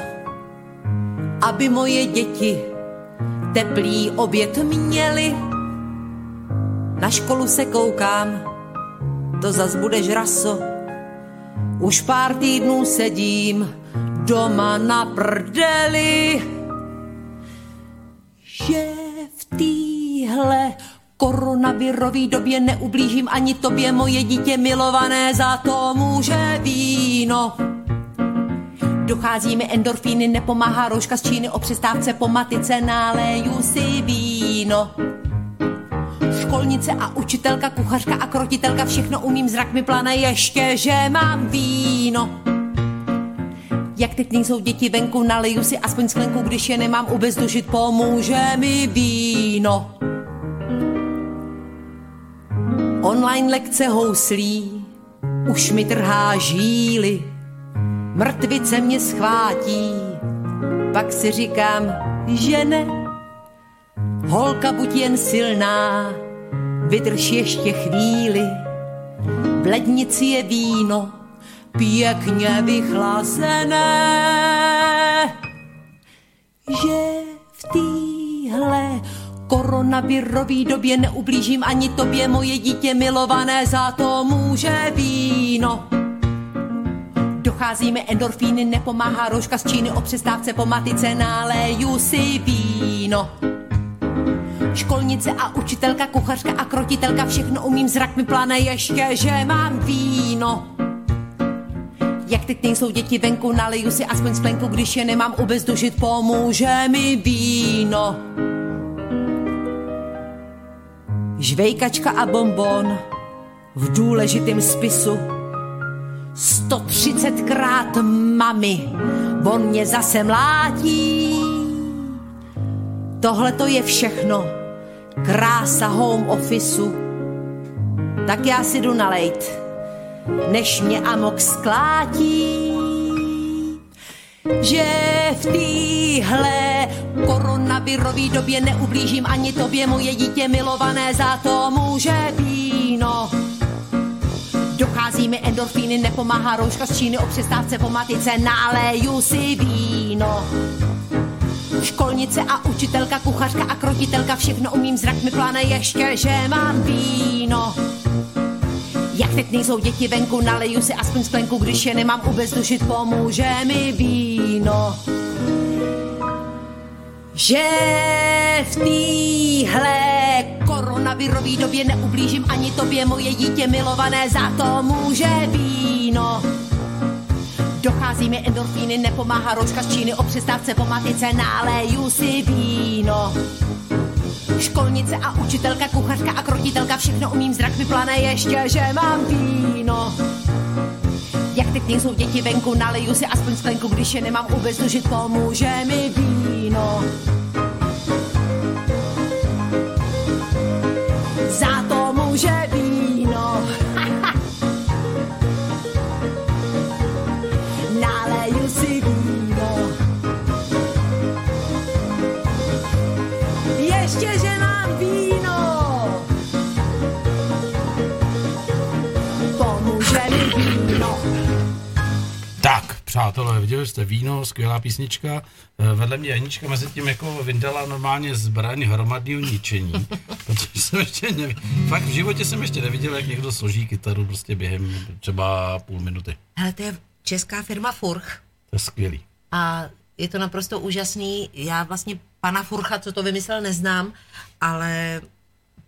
S3: aby moje děti teplý oběd měli. Na školu se koukám, to zas bude žraso. Už pár týdnů sedím doma na prdeli. Že v téhle koronavirový době neublížím ani tobě, moje dítě milované, za to může víno. Dochází mi endorfíny, nepomáhá rouška z Číny, o přestávce po matice náleju si víno. Školnice a učitelka, kuchařka a krotitelka, všechno umím, zrak mi plane ještě, že mám víno. Jak teď nejsou děti venku, naliju si aspoň sklenku, když je nemám ubezdušit, pomůže mi víno. Online lekce houslí, už mi trhá žíly, mrtvice mě schvátí, pak si říkám, že ne. Holka buď jen silná, vydrž ještě chvíli, v lednici je víno, pěkně vychlazené. Že v téhle koronavirový době neublížím ani tobě, moje dítě milované, za to může víno. Dochází mi endorfíny, nepomáhá rožka z Číny, o přestávce po matice náleju si víno. Školnice a učitelka, kuchařka a krotitelka, všechno umím, zrak mi plane ještě, že mám víno. Jak teď nejsou děti venku, naliju si aspoň sklenku, když je nemám ubezdušit, pomůže mi víno. Žvejkačka a bonbon v důležitém spisu. 130krát mami, on mě zase mlátí. Tohle to je všechno. Krása home officeu. Tak já si jdu nalejt, než mě amok sklátí. Že v téhle koronavirový době neublížím ani tobě, moje dítě milované, za to může víno. Dochází mi endorfíny, nepomáhá rouška z Číny, o přestávce po matice, náleju si víno. Školnice a učitelka, kuchařka a krotitelka, všechno umím, zrak mi pláne ještě, že mám víno. Jak teď nejsou děti venku, naleju si aspoň sklenku, když je nemám ubezdušit, pomůže mi víno. Že v téhle koronavirový době neublížím ani tobě, moje dítě milované, za to může víno. Dochází mi endorfíny, nepomáhá rouška z Číny, o přestávce po matice náleju si víno. Školnice a učitelka, kuchařka a krotitelka, všechno umím, zrak mi plane ještě, že mám víno. Jak teď nejsou děti venku, naleju si aspoň sklenku, když je nemám ubezdužit, pomůže mi víno. Za to může víno. naleju si víno. Ještě, že mám víno. Pomůže mi víno.
S2: Tak, přátelé, viděli jste víno, skvělá písnička. Eh, Vedle mě Janička mezi tím jako vyndala normálně zbraň hromadného ničení. protože jsem ještě neviděl. Fakt v životě jsem ještě neviděl, jak někdo složí kytaru prostě během třeba půl minuty.
S5: Hele, to je česká firma Furch
S2: To je skvělý.
S5: a je to naprosto úžasný. Já vlastně pana Furcha, co to vymyslel, neznám, ale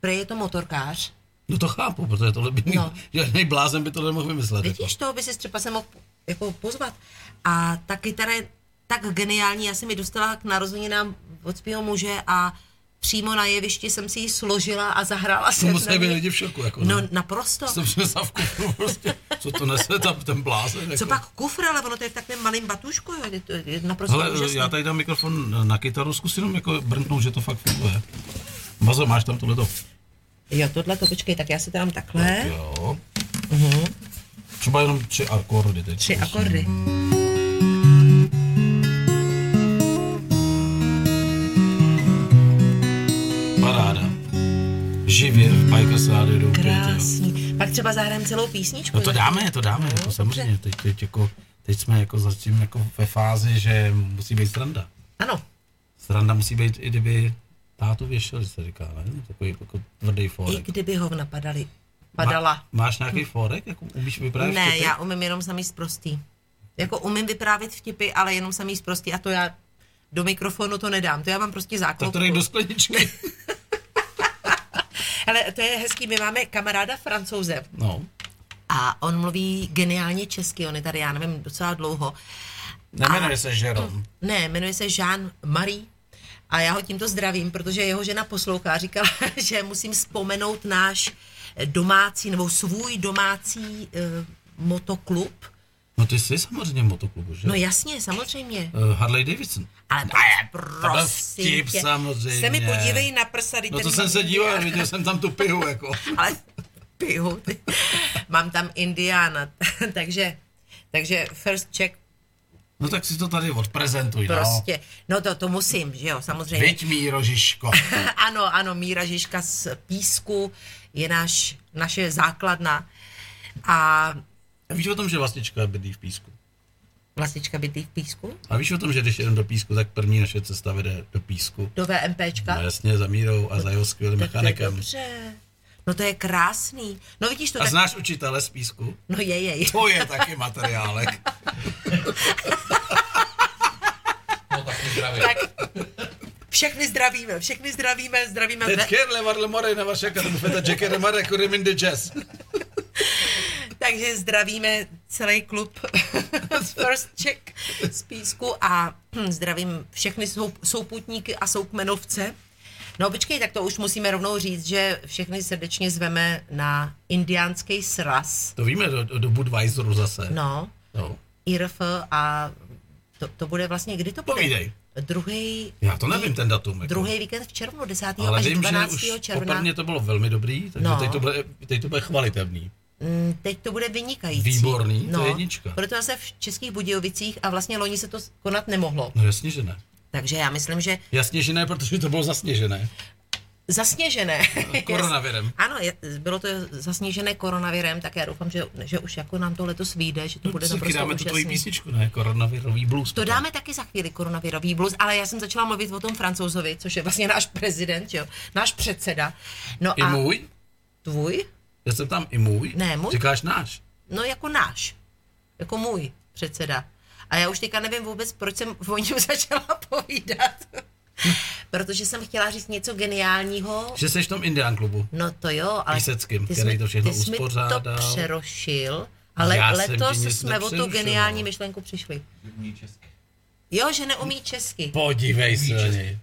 S5: prej je to motorkář.
S2: No to chápu, protože tohle by no.
S5: No.
S2: žádný blázen by to nemohl vymyslet. jako.
S5: Vidíš to, by si třeba se mohl jako pozvat. A ta kytara je tak geniální, já jsem ji dostala k narozeninám od svého muže a přímo na jevišti jsem si ji složila a zahrála
S2: To
S5: jsem na
S2: musí být
S5: ní.
S2: lidi v šoku. Jako,
S5: No naprosto.
S2: Jsem se zavku, prostě, co to nese tam ten blázen. Jako.
S5: Co pak kufr, ale ono to je v takovém malém batušku, jo, je to je naprosto
S2: Hele,
S5: úžasný.
S2: já tady dám mikrofon na kytaru, zkus jenom jako brnknout, že to fakt funguje. Mazo, máš tam tohleto?
S5: Jo, tohle to počkej, tak já si to dám takhle.
S2: Jo. Uh-huh. Třeba jenom tři akordy teď.
S5: Mhm. Tři akordy.
S2: Paráda. Živě v Bikers Radio jdou pět, jo.
S5: Krásný. Pak třeba zahrajeme celou písničku.
S2: No to
S5: jo?
S2: dáme, to dáme, jako samozřejmě. Teď, teď, jako, teď jsme jako zatím jako ve fázi, že musí být stranda.
S5: Ano.
S2: Stranda musí být, i kdyby tátu věšel, se říká, ne? Takový jako tvrdý
S5: I
S2: forek.
S5: kdyby ho napadali, padala.
S2: Má, máš nějaký forek? Jako umíš vyprávět
S5: Ne,
S2: vtipy?
S5: já umím jenom samý zprostý. Jako umím vyprávět vtipy, ale jenom samý zprostý a to já do mikrofonu to nedám. To já mám prostě
S2: Tak
S5: záklopku.
S2: to dej do skleničky.
S5: Ale to je hezký, my máme kamaráda francouze
S2: No.
S5: a on mluví geniálně česky, on je tady, já nevím, docela dlouho.
S2: Nemenuje se Žerom.
S5: Ne, jmenuje se Jean Marie. A já ho tímto zdravím, protože jeho žena poslouchá. Říkala, že musím vzpomenout náš domácí nebo svůj domácí eh, motoklub
S2: No ty jsi samozřejmě v motoklubu, že?
S3: No jasně, samozřejmě.
S2: Eh, Harley Davidson.
S3: Ale
S2: byl
S3: prosím
S2: vtip,
S3: tě,
S2: samozřejmě.
S3: Se mi podívej na prsa, teď
S2: No to
S3: tady
S2: jsem
S3: mám
S2: se díval,
S3: Indiana.
S2: viděl jsem tam tu pihu, jako.
S3: Ale piju. ty. Mám tam Indiana, takže, takže first check
S2: No tak si to tady odprezentuj,
S3: prostě. No to, to musím, že jo,
S2: no.
S3: samozřejmě.
S2: Viď Míro Žižko.
S3: ano, ano, Míra Žižka z Písku je náš, naše základna. A
S2: A víš o tom, že Vlastička bydlí v Písku?
S3: vlastička bytý v Písku?
S2: A víš o tom, že když jdem do Písku, tak první naše cesta vede do Písku?
S3: Do
S2: No
S3: VMPčka?
S2: jasně, za Mírou a za jeho skvělým
S3: Tak to je
S2: mechanikem.
S3: dobře. No to je krásný. No vidíš to
S2: A
S3: tak...
S2: znáš učitele z Písku?
S3: No je, je, je.
S2: To je taky materiálek.
S6: No tak mě zdravím.
S3: Tak všechny zdravíme, všechny zdravíme, zdravíme. Ve...
S2: Teďkerle varle morej na vaše kadrufeta, džekere mare, kury mindy jazz.
S3: Takže zdravíme celý klub z First Check z Písku a hm, zdravím všechny sou, souputníky a soukmenovce. No počkej, tak to už musíme rovnou říct, že všechny srdečně zveme na indiánský sraz.
S2: To víme do, do Budweiseru zase.
S3: No,
S2: no.
S3: IRF a to, to bude vlastně, kdy to bude?
S2: Povídej.
S3: Druhý,
S2: Já to nevím, ten datum. Jako.
S3: druhý víkend v červnu, 10.
S2: Ale
S3: až
S2: vím, že
S3: 12.
S2: už
S3: června.
S2: poprvně to bylo velmi dobrý, takže
S3: No.
S2: teď, to bude, teď to bude chvalitevný.
S3: Mm, Teď to bude vynikající. No,
S2: Výborný, to je jednička.
S3: Proto zase v Českých Budějovicích a vlastně loni se to s- konat nemohlo.
S2: No jasně, že ne.
S3: Takže já myslím, že
S2: Jasně, že ne, protože to bylo zasněžené.
S3: zasněžené.
S2: Koronavirem.
S3: ano, je, bylo to zasněžené koronavirem, tak já doufám, že, že už jako nám to letos vyjde, že to bude
S2: Taky
S3: naprosto
S2: No, dáme tu tvoji
S3: úžasný.
S2: písničku, no. ne? Koronavirový blues.
S3: To dáme taky za chvíli koronavirový blues, ale já jsem začala mluvit o tom francouzovi, což je vlastně náš prezident, že jo? náš předseda. No
S2: I
S3: a
S2: můj?
S3: tvůj?
S2: Já jsem tam i můj.
S3: Ne, můj.
S2: Říkáš náš.
S3: No jako náš, jako můj předseda. A já už teďka nevím vůbec, proč jsem o něm začala povídat.
S2: Hm.
S3: Protože jsem chtěla říct něco geniálního.
S2: Že jsi v tom Indian klubu.
S3: No to jo, ale
S2: Píseckým,
S3: ty jsi
S2: který
S3: mi-
S2: to všechno
S3: ty jsi mi to
S2: uspořádal.
S3: přerošil, ale
S2: Já jsem
S3: letos
S2: ti nic
S3: jsme o tu
S2: nepřerušoval.
S3: geniální myšlenku přišli.
S6: Dobrý česky.
S3: Jo, že neumí česky.
S2: Podívej se na
S6: Víš, že-
S2: něj.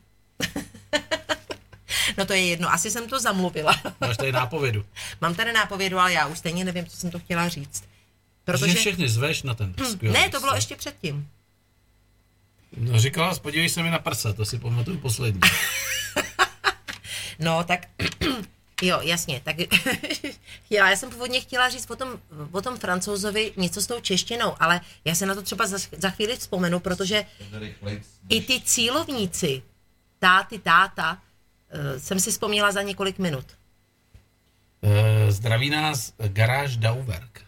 S3: No to je jedno, asi jsem to zamluvila.
S2: Máš tady nápovědu.
S3: Mám tady nápovědu, ale já už stejně nevím, co jsem to chtěla říct.
S2: Protože... Že
S3: Protože... Hm,
S2: všechny zveš na ten skvělý.
S3: Ne, to bylo ještě předtím.
S2: No říkala, jsi, podívej se mi na prsa, to si pamatuju poslední.
S3: No, tak jo, jasně. Tak já, já jsem původně chtěla říct o tom, o tom francouzovi něco s tou češtinou, ale já se na to třeba za, za chvíli vzpomenu, protože
S6: To jde rychlejc.
S3: i ty cílovníci, táty, táta, eh, jsem si vzpomněla za několik minut.
S2: Eh, Zdraví nás garáž Dauwerk.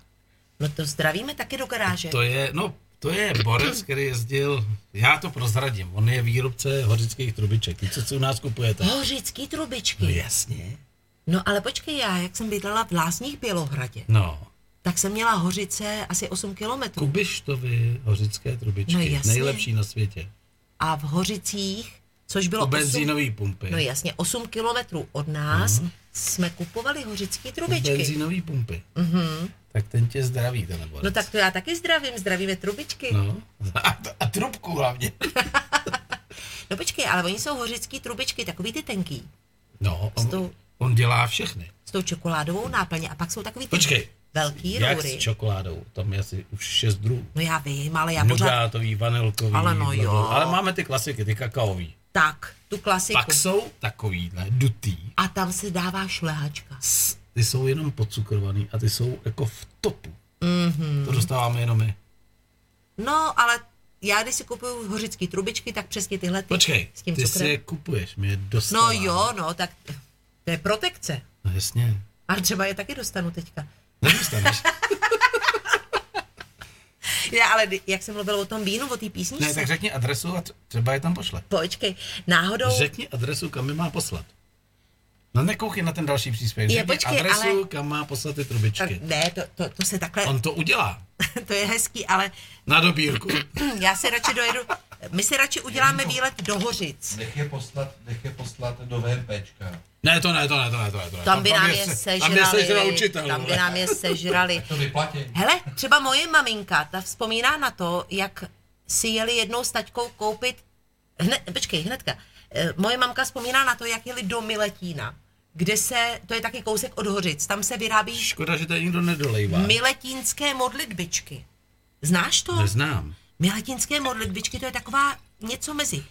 S3: No to zdravíme taky do garáže.
S2: To je, no, to je borec, který jezdil, já to prozradím, on je výrobce hořických trubiček, ty, co si u nás kupujete.
S3: Hořický
S2: No
S3: trubičky.
S2: jasně.
S3: No ale počkej, já jak jsem bydlela v Lázních Bělohradě,
S2: No,
S3: tak jsem měla hořice asi 8 kilometrů.
S2: Kubištovy hořické trubičky,
S3: No jasně. No,
S2: nejlepší na světě.
S3: A v Hořicích, což bylo
S2: U
S3: 8
S2: benzínové pumpy.
S3: No jasně, 8 kilometrů od nás
S2: Mhm.
S3: mm. jsme kupovali hořické trubičky.
S2: Benzínové pumpy. Mm-hmm. Tak ten tě zdraví, ten borec.
S3: Mhm. No tak to já taky zdravím, zdravíme trubičky. No,
S2: No. A, a trubku hlavně.
S3: no počkej, ale oni jsou hořické trubičky, takový ty tenký,
S2: No,
S3: S
S2: on,
S3: tou-
S2: on dělá všechny.
S3: s tou čokoládovou náplně a pak jsou takový ty
S2: Počkej.
S3: velký
S2: Jak
S3: roury.
S2: s čokoládou? Tam je asi už šest druhů.
S3: No já vím, ale já pořád
S2: Nugátový, vanilkový.
S3: Ale no
S2: blablabla.
S3: jo.
S2: Ale máme ty klasiky, ty kakaový.
S3: tak, tu klasiku.
S2: Pak jsou takovýhle dutý.
S3: A tam se dává šlehačka.
S2: s- Ty jsou jenom podcukrovaný a ty jsou jako v topu.
S3: Mhm.
S2: Mm-hmm. To dostáváme jenom my.
S3: No, ale já když si kupuju hořické trubičky, tak přesně tyhle ty
S2: Počkej,
S3: s tím
S2: ty si
S3: cukrem.
S2: je kupuješ, my je
S3: No
S2: dostáváme.
S3: jo, no, tak to je protekce.
S2: No jasně,
S3: A třeba je taky dostanu teďka.
S2: nedostaneš.
S3: Já, ale kdy- jak jsem mluvil o tom vínu, o té písničce.
S2: ne, tak řekni adresu a tr- třeba je tam pošle.
S3: Počkej, náhodou...
S2: Řekni adresu, kam mi má poslat. No nekoukej na ten další příspěvek.
S3: Je,
S2: Řekni
S3: počkej,
S2: adresu,
S3: ale-
S2: kam má poslat ty
S3: Tak
S2: trubičky.
S3: Ne, to, to, to se takhle,
S2: On to udělá.
S3: to je hezký, ale
S2: Na dobírku.
S3: já se radši dojedu, my si radši uděláme výlet do Hořic.
S6: Nech je poslat, nech je poslat do VMPčka.
S2: Ne, to ne, to ne, to ne, to ne. To ne.
S3: Tam by nám
S2: je
S3: je
S2: se- Tam je sežral
S3: sežrali,
S2: učitel.
S3: tam by
S2: vole.
S3: nám je sežrali.
S6: To vyplatí.
S3: Hele, třeba moje maminka, ta vzpomíná na to, jak si jeli jednou s taťkou koupit, hned, počkej, hnedka, Eh, moje mamka vzpomíná na to, jak jeli do Miletína, kde se, to je taky kousek od Hořic, tam se vyrábí
S2: Škoda, že tady nikdo nedolejvá.
S3: miletínské modlitbičky. Znáš to?
S2: Neznám.
S3: Milatinské modlitbičky, to je taková něco mezi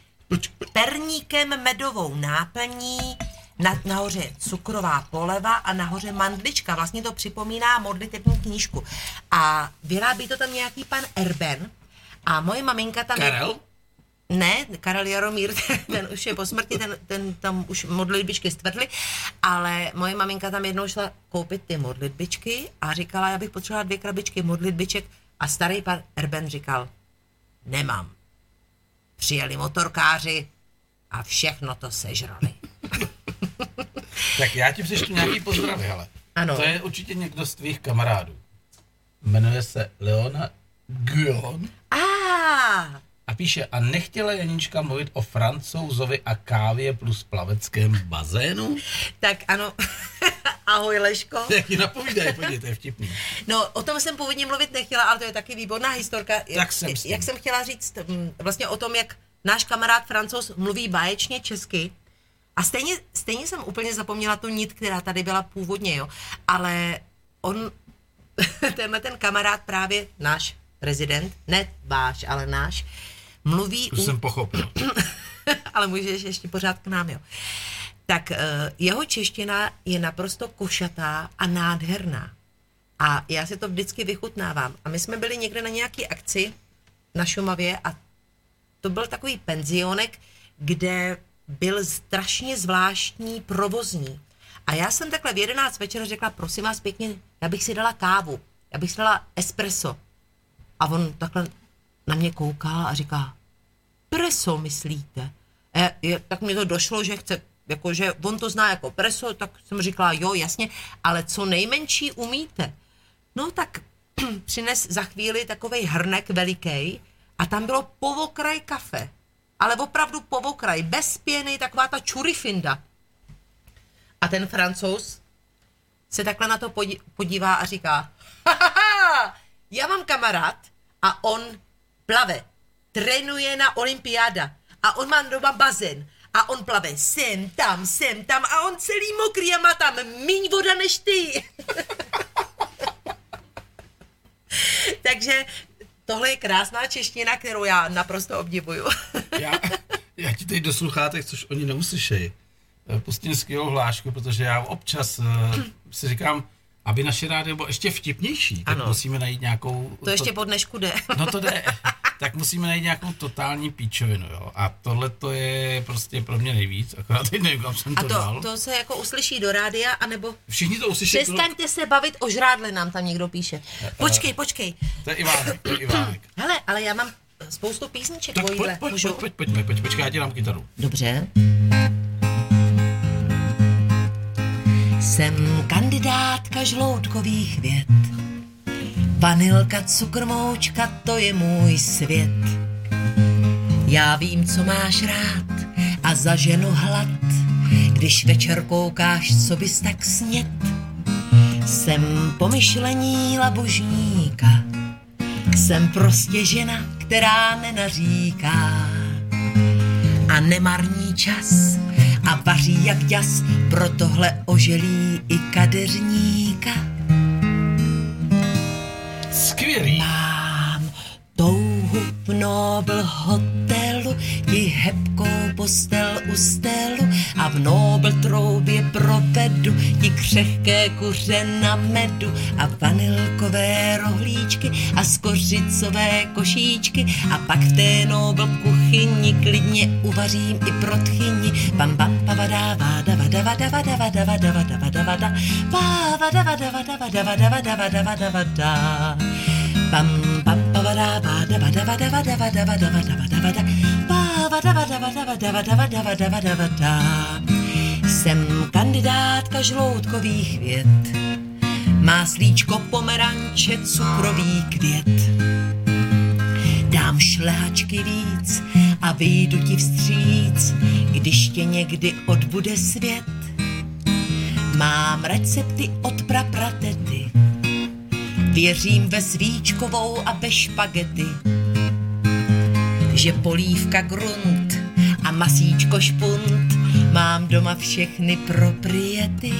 S3: perníkem medovou náplní, na, nahoře je cukrová poleva a nahoře mandlička. Vlastně to připomíná modlitební knížku. A vyrábí to tam nějaký pan Erben a moje maminka tam...
S2: Karel?
S3: Ne, Karel Jaromír, ten už je po smrti, ten, ten tam už modlitbičky stvrdly, ale moje maminka tam jednou šla koupit ty modlitbičky a říkala, já bych potřebovala dvě krabičky modlitbiček a starý pan Erben říkal, nemám. Přijeli motorkáři a všechno to sežrali.
S2: Tak já ti přečtu nějaký pozdravy, ale.
S3: Ano.
S2: To je určitě někdo z tvých kamarádů. Jmenuje se Leona Guion
S3: A
S2: a píše, a nechtěla Janíčka mluvit o francouzovi a kávě plus plaveckém bazénu?
S3: tak ano, ahoj Leško.
S2: Jak ji napovídají, podívej, to je vtipný.
S3: No, o tom jsem původně mluvit nechtěla, ale to je taky výborná historka.
S2: Tak jsem s tím.
S3: jak jsem chtěla říct, mm, vlastně o tom, jak náš kamarád francouz mluví báječně česky. A stejně, stejně jsem úplně zapomněla tu nit, která tady byla původně, jo. Ale on, tenhle ten kamarád právě, náš prezident, ne váš, ale náš, mluví
S2: To jsem pochopil.
S3: ale můžeš ještě pořád k nám, jo. Tak eh, jeho čeština je naprosto košatá a nádherná. A já si to vždycky vychutnávám. A my jsme byli někde na nějaký akci na Šumavě a to byl takový penzionek, kde byl strašně zvláštní provozní. A já jsem takhle v 11 večer řekla, prosím vás pěkně, já bych si dala kávu, já bych si dala espresso. A on takhle na mě koukal a říká, preso myslíte? E, je, tak mi to došlo, že chce, jako, že on to zná jako preso, tak jsem říkala, jo, jasně, ale co nejmenší umíte. No tak přines za chvíli takovej hrnek veliký a tam bylo povokraj kafe. Ale opravdu povokraj, bez pěny, taková ta čurifinda. A ten francouz se takhle na to podí- podívá a říká, "Hahaha, já mám kamarád a on plave, trénuje na olympiáda a on má doma bazén a on plave sem, tam, sem, tam a on celý mokrý a má tam míň voda než ty. Takže tohle je krásná čeština, kterou já naprosto obdivuju.
S2: Já, já ti teď do sluchátek, což oni neuslyšejí, eh, pustím skvělou hlášku, protože já občas eh, si říkám, aby naše rádio bylo ještě vtipnější, tak
S3: Ano.
S2: musíme najít nějakou...
S3: to ještě po dnešku jde.
S2: No to jde. Tak musíme najít nějakou totální píčovinu, jo. A tohle to je prostě pro mě nejvíc, akorát teď nevím, kam jsem
S3: A
S2: to, dal.
S3: to, to se jako uslyší do rádia, anebo
S2: Všichni to uslyší. jako-
S3: Přestaňte se bavit o žrádle, nám tam někdo píše. Počkej, počkej.
S2: To je Ivánek, to je Ivánek.
S3: Hele, ale já mám spoustu písniček
S2: Tak pojď,
S3: dvojíhle.
S2: pojď, pojď,
S3: Můžu?
S2: pojď, pojďme, pojď, počkej, já ti dám kytaru.
S3: Dobře. Jsem kandidátka žloutkových věd. Vanilka, cukr, moučka, to je můj svět. Já vím, co máš rád a zaženu hlad. Když večer koukáš, co bys tak snět. Jsem pomyšlení labožníka. Jsem prostě žena, která nenaříká a nemarní čas a vaří jak jas, pro tohle oželí i kadeřníka.
S2: Skvělý.
S3: Mám touhu v Nobel hotelu, ti hebkou postel u stelu a v Nobel troubě provedu ti křehké kuře na medu a vanilkové rohlíčky a skořicové košíčky a pak v té Nobel kuchyni klidně uvařím i pro tchyni. Pam pam pavada vada vada vada vada vada vada vada vada vada vada vada vada vada vada vada vada vada vada Pam pam pavada vada vada vada vada vada vada vada vada vada vada vada vada vada vada vada vada vada vada Jsem kandidátka žloutkových věd. Máslíčko, pomeranče, cukrový květ. Dám šlehačky víc a vyjdu ti vstříc, když tě někdy odbude svět. Mám recepty od prapratety, Věřím ve svíčkovou a ve špagety, že polívka grunt a masíčko špunt mám doma všechny propriety.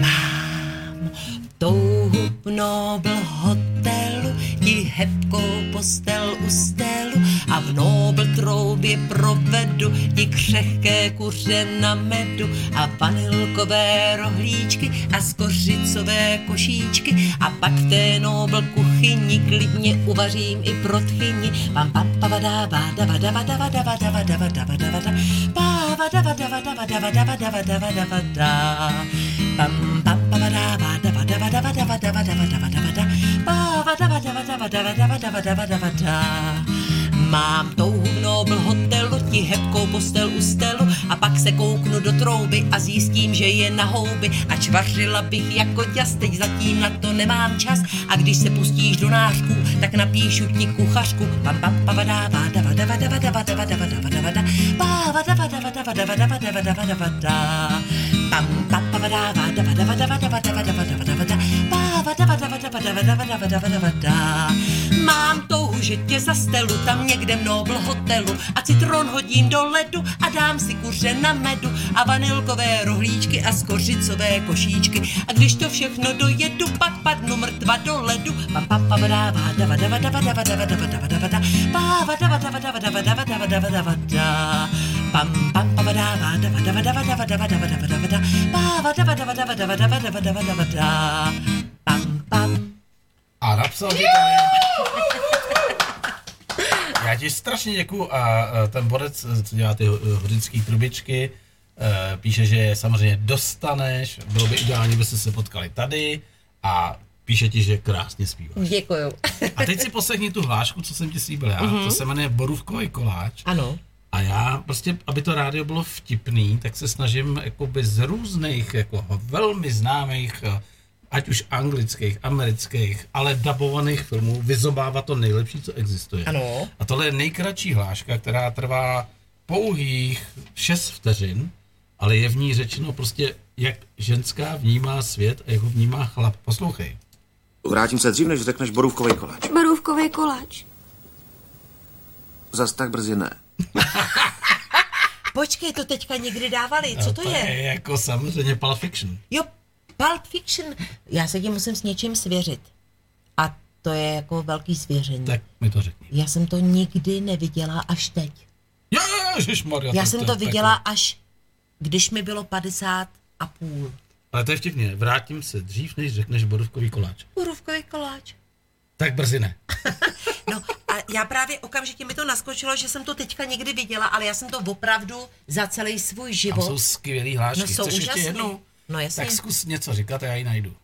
S3: Mám touhu v
S5: Nobel hotelu ti hebkou postel u stelu a v Nobel troubě provedu ti křehké kuře na medu a vanilkové rohlíčky a z kořicové košíčky a pak v té Nobel kuchyni klidně uvařím i pro tchyni. Pam pam pavada vada vada vada vada vada vada vada vada vada vada vada vada vada vada vada vada vada vada pam pam pavada vada vada vada vada vada vada vada vada vada vada vada vada vada vada vada vada vada vada Mám touhu v Nobel hotelu, ti hebkou postel u stelu a pak se kouknu do trouby a zjistím, že je na houby. A čvařila bych jako ťas, teď zatím na to nemám čas. A když se pustíš do nářku, tak napíšu ti kuchařku. Pam pam pavadá, vada vada vada vada vada vada vada vada vada Pa, vada vada vada vada vada vada vada vada vada Pam pam pavadá, vada vada vada vada vada vada vada vada vada Pa, vada vada vada vada vada vada vada vada vada Mám touhu, že tě zastelu tam někde v Nobel hotelu a citron hodím do ledu a dám si kuře na medu a vanilkové rohlíčky a skořicové košíčky. A když to všechno dojedu, pak padnu mrtva do ledu. Pam pam pam da vada vada vada vada vada vada vada vada vada pa vada vada vada vada vada vada vada vada vada pam pam pam da vada vada vada vada vada vada vada vada vada pa vada vada vada vada vada vada vada vada vada pam pam
S2: A napsal ti to. Já ti strašně děkuju a eh, ten borec, eh, co dělá ty hodinské trubičky, eh, píše, že je samozřejmě dostaneš, bylo by ideální, byste se potkali tady a píše ti, že krásně zpíváš.
S5: Děkuju.
S2: A teď si poslechni tu hlášku, co jsem ti slíbil já, to se jmenuje Borůvkový koláč.
S5: Ano.
S2: A já prostě, aby to rádio bylo vtipný, tak se snažím jakoby z různých jako velmi známých, eh, ať už anglických, amerických, ale dabovaných filmů, vyzobávat to nejlepší, co existuje.
S5: Ano.
S2: A tohle je nejkratší hláška, která trvá pouhých 6 vteřin, ale je v ní řečeno prostě, jak ženská vnímá svět a jak ho vnímá chlap. Poslouchej.
S1: Vrátím se dřív, než řekneš borůvkový koláč.
S7: Borůvkový koláč.
S1: Zas tak brzy ne.
S3: Počkej, to teďka někdy dávali, co to
S2: To
S3: je?
S2: je jako samozřejmě Pulp Fiction.
S3: Jo, Pulp Fiction. Já se ti musím s něčím svěřit. A to je jako velký svěření.
S2: Tak mi to řekni.
S3: Já jsem to nikdy neviděla až teď.
S2: Ježišmarja,
S3: Já jsem to
S2: je
S3: viděla až, když mi bylo 50 a půl.
S2: Ale to je vtipně. Vrátím se dřív, než řekneš borůvkový koláč.
S3: Borůvkový koláč.
S2: Tak brzy ne.
S3: No a já právě okamžitě mi to naskočilo, že jsem to teďka někdy viděla, ale já jsem to opravdu za celý svůj
S2: Tam
S3: život.
S2: jsou skvělý hlášky.
S3: No, jsou
S2: Chceš ještě
S3: úžasný.
S2: jednou?
S3: No, jasně.
S2: Tak zkus něco říkat a já ji najdu.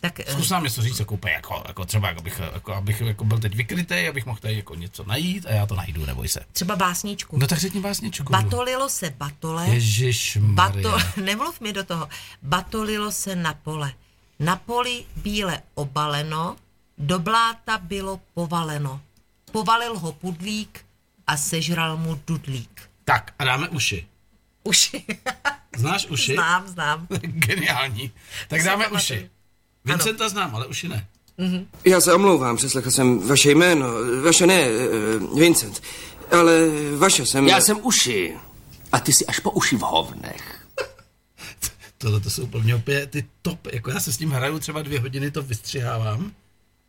S3: tak, eh,
S2: Zkus nám něco říct, jako, úplně jako, jako třeba, jako bych, jako, abych jako byl teď vykrytý, abych mohl tady jako něco najít a já to najdu, neboj se.
S3: třeba básničku.
S2: No tak řekni básničku.
S3: Batolilo se batole.
S2: Ježišmarja.
S3: Bato, nemluv mi do toho. Batolilo se na pole. Na poli bíle obaleno, do bláta bylo povaleno. Povalil ho pudlík a sežral mu dudlík.
S2: Tak a dáme uši.
S3: Už
S2: Znáš uši?
S3: znám, znám.
S2: Geniální. Tak
S3: si
S2: dáme
S3: pamatuju.
S2: uši. Vincenta znám, ale uši ne.
S8: Já se omlouvám, přeslechl jsem vaše jméno. Vaše ne, eh, Vincent. Ale vaše jsem...
S9: Já jsem uši. A ty jsi až po uši v hovnech.
S2: Tohle to jsou pro mě opět ty top, jako já se s tím hraju třeba dvě hodiny, to vystřihávám,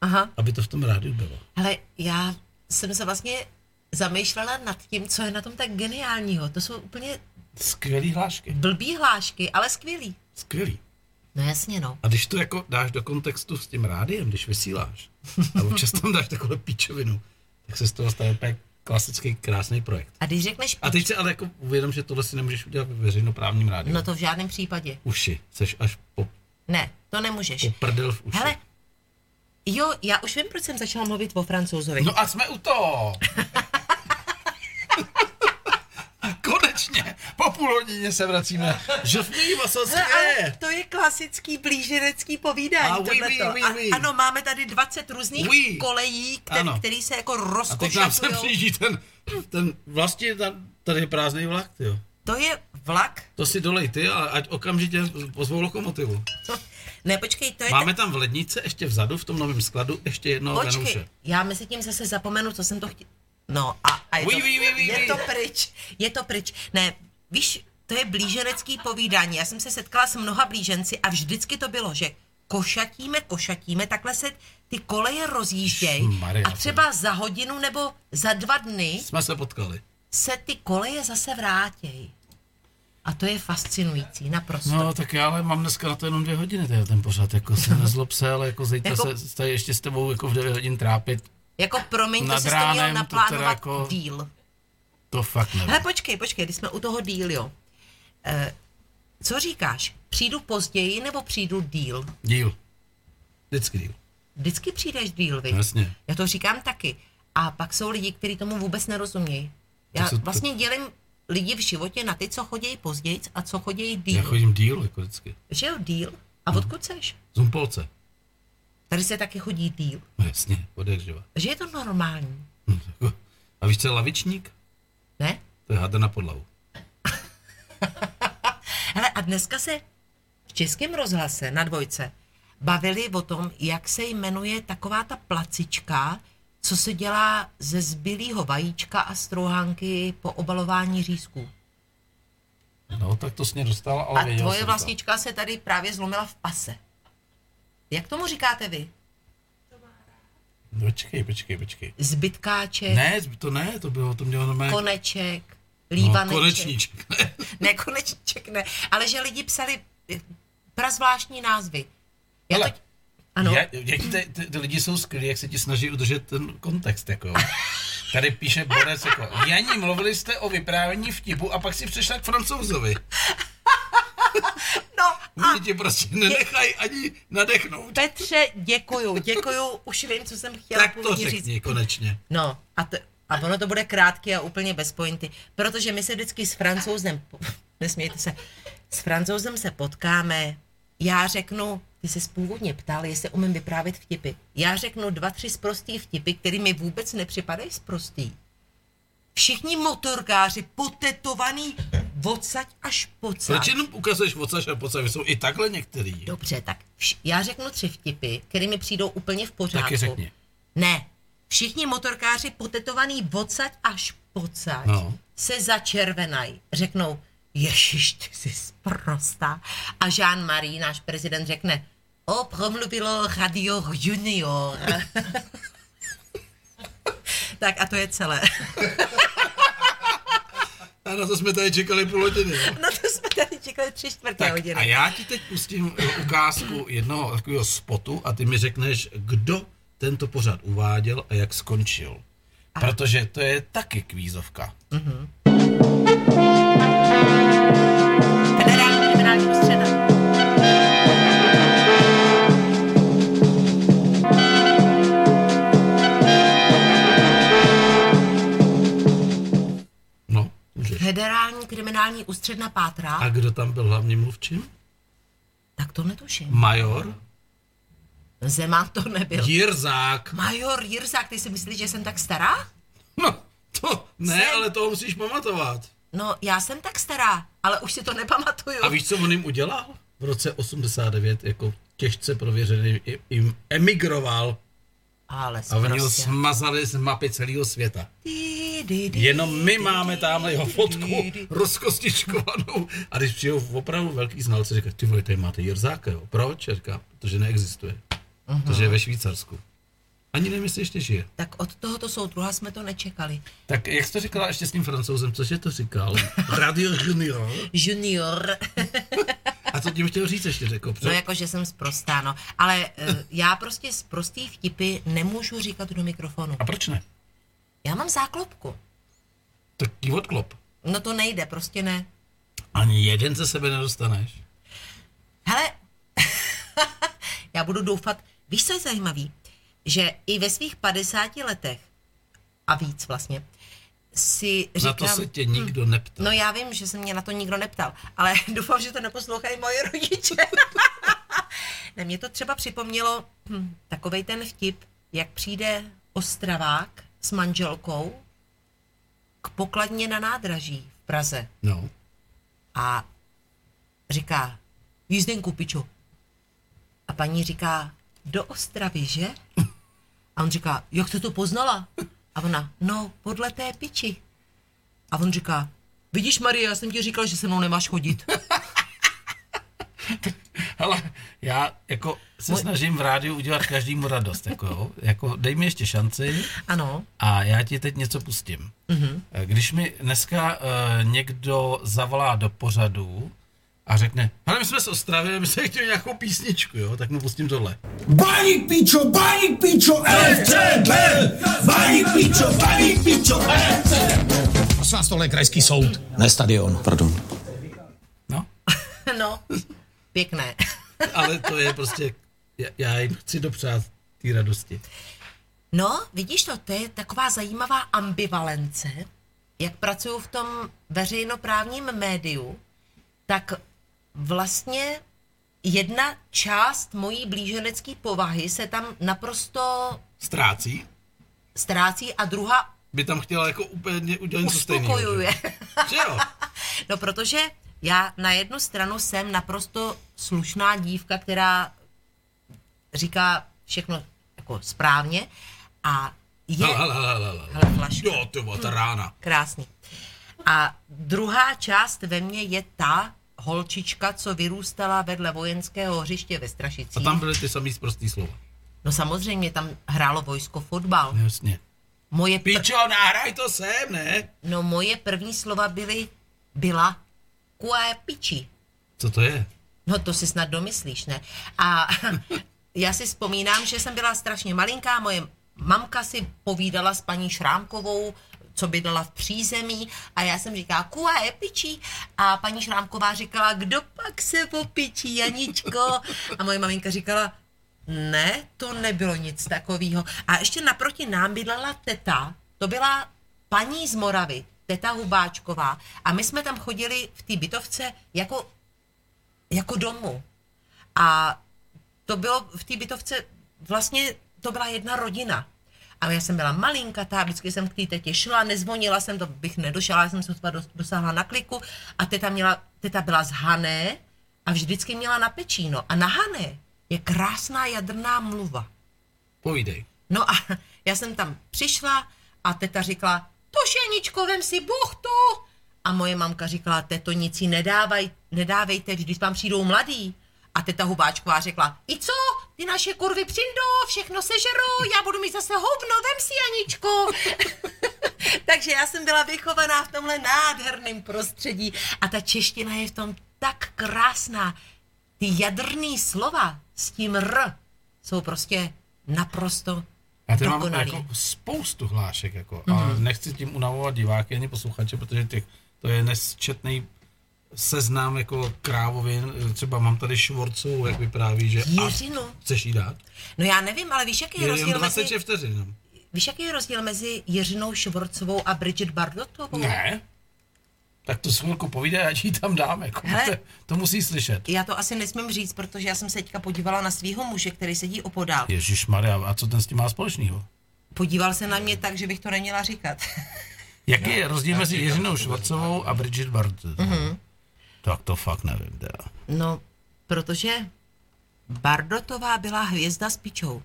S3: Aha,
S2: aby to v tom rádiu bylo.
S3: ale já jsem se vlastně zamýšlela nad tím, co je na tom tak geniálního. To jsou úplně
S2: Skvělý hlášky,
S3: blbý hlášky, ale skvělý.
S2: skvělý.
S3: No jasně, no.
S2: A když to jako dáš do kontextu s tím rádiem, když vysíláš, a občas tam dáš takovou píčovinu, tak se z toho stane úplně klasický krásný projekt.
S3: A když řekneš,
S2: A teď se ale jako uvědom, že tohle si nemůžeš udělat ve veřejnoprávním rádiu.
S3: no to v žádném případě.
S2: Uši, seš až po,
S3: Ne, to nemůžeš.
S2: po prdel v uši.
S3: Hele, jo, já už vím, proč jsem začala mluvit o francouzovi.
S2: No a jsme u toho. A Konečně, po půl hodině se vracíme. Žofný
S3: Hele, ale
S2: vasovské.
S3: to je klasický blíženecký povídání.
S2: A oui,
S3: tohleto.
S2: oui, oui,
S3: A-
S2: oui.
S3: Ano, máme tady 20 různých
S2: Oui.
S3: kolejí, který,
S2: Ano.
S3: který se jako
S2: A teď nám se
S3: rozkošatujou.
S2: přijíždí ten, ten vlastně ta- tady je prázdný vlak, jo.
S3: To je vlak.
S2: To si dolej ty a ať okamžitě pozvou lokomotivu.
S3: Ne, počkej, to je...
S2: Máme tam v lednici ještě vzadu, v tom novém skladu, ještě jednoho
S3: počkej,
S2: Venuše.
S3: já mezi tím zase zapomenu, co jsem to chtěl. No a, a je,
S2: Oui,
S3: to,
S2: oui, oui, oui,
S3: je
S2: oui.
S3: to pryč. Je to pryč. Ne, víš, to je blíženecký povídání. Já jsem se setkala s mnoha blíženci a vždycky to bylo, že košatíme, košatíme, takhle se ty koleje rozjíždějí
S2: Maria,
S3: a třeba za hodinu nebo za dva dny
S2: Jsme se potkali.
S3: se ty koleje zase vrátějí. A to je fascinující, naprosto.
S2: No, tak já ale mám dneska na to jenom dvě hodiny, teda ten pořád, jako se nezlob se, ale jako zítra
S3: Jako-
S2: jako... se tady ještě s tebou jako v 9 hodin trápit,
S3: Jako promiň, to
S2: Nad
S3: jsi to měl
S2: ránem to
S3: naplánovat
S2: teda jako-
S3: díl.
S2: to fakt nevím.
S3: Hele, počkej, počkej, když jsme u toho díl, jo. E, co říkáš? Přijdu později nebo přijdu díl?
S2: Díl. Vždycky díl.
S3: Vždycky přijdeš díl, vy.
S2: Jasně.
S3: Já to říkám taky. A pak jsou lidi, kteří tomu vůbec nerozumějí. Já
S2: Tak se to-
S3: vlastně dělím lidi v životě na ty, co chodí později a co chodí díl.
S2: Já chodím Mhm. díl, jako vždycky.
S3: Že jo, díl? A odkud seš?
S2: Zumpolce.
S3: Tady se taky chodí díl.
S2: No jasně, odehřeva.
S3: Že je to normální,
S2: A víš, co je lavičník?
S3: ne?
S2: To je hada na podlahu.
S3: Hele, a dneska se v Českém rozhlase na dvojce bavili o tom, jak se jmenuje taková ta placička, co se dělá ze zbylého vajíčka a strouhánky po obalování řízků.
S2: No, tak to jsi mě dostala, ale
S3: A
S2: věděl
S3: tvoje
S2: jsem
S3: vlastnička se tady právě zlomila v pase. Jak tomu říkáte vy?
S2: To. No, Počkej, počkej, počkej.
S3: Zbytkáček,
S2: Ne, to ne, to bylo, to mělo normálně...
S3: koneček,
S2: no,
S3: lívaneček.
S2: konečníček. ne.
S3: Ne, konečníček ne. Ale že lidi psali eh, prazvláštní názvy. Já
S2: Hele,
S3: to... Ano.
S2: Jak, jak ty, ty, ty lidi jsou skvělí, jak se ti snaží udržet ten kontext, jako. jo. Tady píše Borec, jako, Janí, mluvili jste o vyprávění vtipu a pak si přešla k francouzovi.
S3: No
S2: Oni ti prostě nenechají ani nadechnout.
S3: Petře, děkuju, děkuju, už vím, co jsem chtěla
S2: Tak to
S3: původně říct.
S2: řekni, konečně.
S3: No a, t- a ono to bude krátký a úplně bez pointy, protože my se vždycky s francouzem, nesmějte se, s francouzem se potkáme, já řeknu, ty se původně ptal, jestli umím vyprávět vtipy. Já řeknu dva, tři sprostý vtipy, který mi vůbec nepřipadají sprostý. Všichni motorkáři potetovaný odsaď až pocať.
S2: Proč jenom ukazuješ odsaž a podsaž, jsou i takhle některý.
S3: Dobře, tak vš- já řeknu tři vtipy, které mi přijdou úplně v pořádku.
S2: Taky řekni.
S3: Ne. Všichni motorkáři potetovaný odsaď až pocať
S2: No.
S3: se začervenají. Řeknou, ježiš, ty jsi sprostá. A Jean-Marie, náš prezident, řekne, o, promluvilo Radio Junior. tak a to je celé.
S2: A na to jsme tady čekali půl hodiny.
S3: No to jsme tady čekali tři čtvrtě
S2: Tak
S3: hodiny. Mm.
S2: a já ti teď pustím eh, ukázku jednoho takového spotu a ty mi řekneš, kdo tento pořad uváděl a jak skončil. Protože to je taky kvízovka.
S3: Federální kriminální středa.
S2: No, můžeš.
S3: Federální kriminální ústředna pátrá.
S2: A kdo tam byl hlavním mluvčím?
S3: Tak to netuším.
S2: Major?
S3: Zeman to nebyl.
S2: Jirzák.
S3: Major Jirzák, ty si myslíš, že jsem tak stará?
S2: No, to ne,
S3: Jsem.
S2: ale toho musíš pamatovat.
S3: No, já jsem tak stará, ale už si to nepamatuju.
S2: A víš, co on jim udělal? V roce 89 jako těžce prověřený i- jim emigroval
S3: Ale
S2: a oni ho
S3: prostě.
S2: smazali z mapy celého světa.
S3: Ty, dy, dy.
S2: Jenom my máme tamhle jeho fotku rozkostičkovanou. A když přijde opravdu velký znalci, říká, ty vole, tady máte Jirzáka, jo. Proč? Já říkám, protože neexistuje. Protože je ve Švýcarsku. Ani nevím, jestli ještě žije.
S3: Tak od tohoto soudruha jsme to nečekali.
S2: Tak jak jsi to říkala ještě s tím francouzem, cože to říkal? Radio Junior.
S3: Junior.
S2: A co tím chtěl říct ještě, řekl?
S3: No jako, že jsem sprostá, no. Ale eh, já prostě z prostý vtipy nemůžu říkat do mikrofonu.
S2: A proč ne?
S3: Já mám záklopku.
S2: Tak jí odklop.
S3: No to nejde, prostě ne.
S2: Ani jeden ze sebe nedostaneš.
S3: Hele, já budu doufat, víš, co je zajímavý? Že i ve svých 50 letech a víc vlastně, si říkám...
S2: Na to se tě nikdo neptá.
S3: No já vím, že se mě na to nikdo neptal, ale doufám, že to neposlouchají moje rodiče. ne, mě to třeba připomnělo hm, takovej ten vtip, jak přijde ostravák s manželkou k pokladně na nádraží v Praze.
S2: no.
S3: A říká, jízdenku, pičo. A paní říká, do Ostravy, že? A on říká, jak jste to poznala? A ona, no, podle té piči. A on říká, vidíš, Marie, já jsem ti říkal, že se mnou nemáš chodit.
S2: Hele, já jako se snažím v rádiu udělat každému radost. Jako, jo. jako dej mi ještě šanci
S3: Ano,
S2: a já ti teď něco pustím.
S3: Mhm.
S2: Mm-hmm. Když mi dneska uh, někdo zavolá do pořadu a řekne, hele, my jsme z Ostravy, my jsme chtěli nějakou písničku, jo, tak mu pustím tohle.
S10: Balík pičo, balík pičo, FCB! Balík pičo, balík pičo, FCB! Prosím vás, tohle je krajský soud, ne stadion. Pardon.
S2: No,
S3: no, pěkné.
S2: ale to je prostě, já, já jim chci dopřát té radosti.
S3: No, vidíš to, to je taková zajímavá ambivalence, jak pracuju v tom veřejnoprávním médiu, tak vlastně jedna část mojí blíženecké povahy se tam naprosto
S2: Ztrácí?
S3: ztrácí a druhá
S2: By tam chtěla jako úplně udělat něco stejného. že jo?
S3: uspokojuje.
S2: Že jo?
S3: No protože já na jednu stranu jsem naprosto slušná dívka, která říká všechno jako správně a je...
S2: Hele, hele, hele, hele, hele.
S3: Hele, flaška.
S2: Jo, ty vole, ta rána.
S3: Krásný. A druhá část ve mně je ta holčička, co vyrůstala vedle vojenského hřiště ve
S2: A
S3: Strašicích.
S2: tam byly ty samý zprostý slova.
S3: No samozřejmě, tam hrálo vojsko fotbal.
S2: No, Jasně.
S3: Moje, pr-
S2: Pičo, nahraj to sem, ne?
S3: no, moje první slova byly, byla kue piči.
S2: Co to je?
S3: No to si snad domyslíš, ne? A já si vzpomínám, že jsem byla strašně malinká, moje mamka si povídala s paní Šrámkovou, co bydlela v přízemí a já jsem říkala, kua je pičí. A paní Šrámková říkala, kdo pak se popičí, Janičko? A moje maminka říkala, ne, to nebylo nic takového. A ještě naproti nám bydlela teta, to byla paní z Moravy, teta Hubáčková. A my jsme tam chodili v té bytovce jako jako domů. A to bylo v té bytovce, vlastně to byla jedna rodina. A já jsem byla malinkatá, vždycky jsem k té tetě šla, nezvonila jsem, to bych nedošla, já jsem se sotva dos- dosáhla na kliku a teta, měla, teta byla z Hané a vždycky měla na pečíno. A na Hané je krásná jadrná mluva.
S2: Povídej.
S3: No a já jsem tam přišla a teta říkala, to Ženičko, vem si buchtu. A moje mamka říkala, teto nic jí nedávaj, nedávejte, vždyť vám přijdou mladí. A teta Hubáčková řekla, i co, ty naše kurvy přijdou, všechno sežerou, já budu mít zase hovno, vem si Janičko. Takže já jsem byla vychovaná v tomhle nádherném prostředí a ta čeština je v tom tak krásná. Ty jadrný slova s tím R jsou prostě naprosto
S2: Já tady mám
S3: dokonalý. Mhm.
S2: jako spoustu hlášek, jako, mm-hmm. ale nechci tím unavovat diváky ani posluchače, protože těch, to je nesčetný seznám jako krávovin, třeba mám tady Švorcovou, jak vypráví, že
S3: Jiřinu.
S2: a chceš jí dát?
S3: No já nevím, ale víš, jaký je,
S2: Je jen
S3: rozdíl
S2: 20
S3: mezi,
S2: vteřin. jenom.
S3: víš, jaký je rozdíl mezi Jiřinou Švorcovou a Bridget Bardotovou?
S2: Ne. Tak to chvilku povídej, já ti ji tam dám, jako,
S3: Hele.
S2: to, to musí slyšet.
S3: Já to asi nesmím říct, protože já jsem se teďka podívala na svého muže, který sedí opodál.
S2: Ježíš Maria, a co ten s tím má společného?
S3: Podíval se na mě tak, že bych to neměla říkat.
S2: Jaký je rozdíl mezi Jiřinou Švarcovou a Bridget Bartovou? Mm-hmm. Tak to fakt nevím, teda.
S3: No, protože Bardotová byla hvězda s pičou.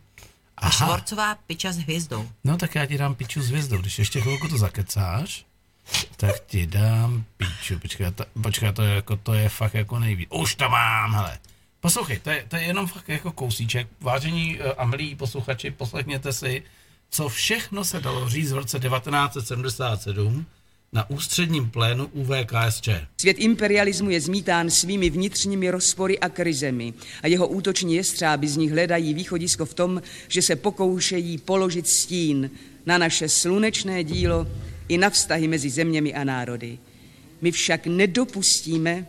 S3: A Aha. Švorcová piča s hvězdou.
S2: No tak já ti dám piču s hvězdou, když ještě chvilku to zakecáš, tak ti dám piču, počkej, ta, počkej to, je jako, to je fakt jako nejvíc. Už to mám, hele. Poslouchej, to je, to je jenom fakt jako kousíček. Vážení uh, a milí posluchači, poslechněte si, co všechno se dalo říct v roce 1977 na ústředním plénu UVKSČ.
S8: Svět imperialismu je zmítán svými vnitřními rozpory a krizemi a jeho útoční jestřáby z nich hledají východisko v tom, že se pokoušejí položit stín na naše slunečné dílo i na vztahy mezi zeměmi a národy. My však nedopustíme,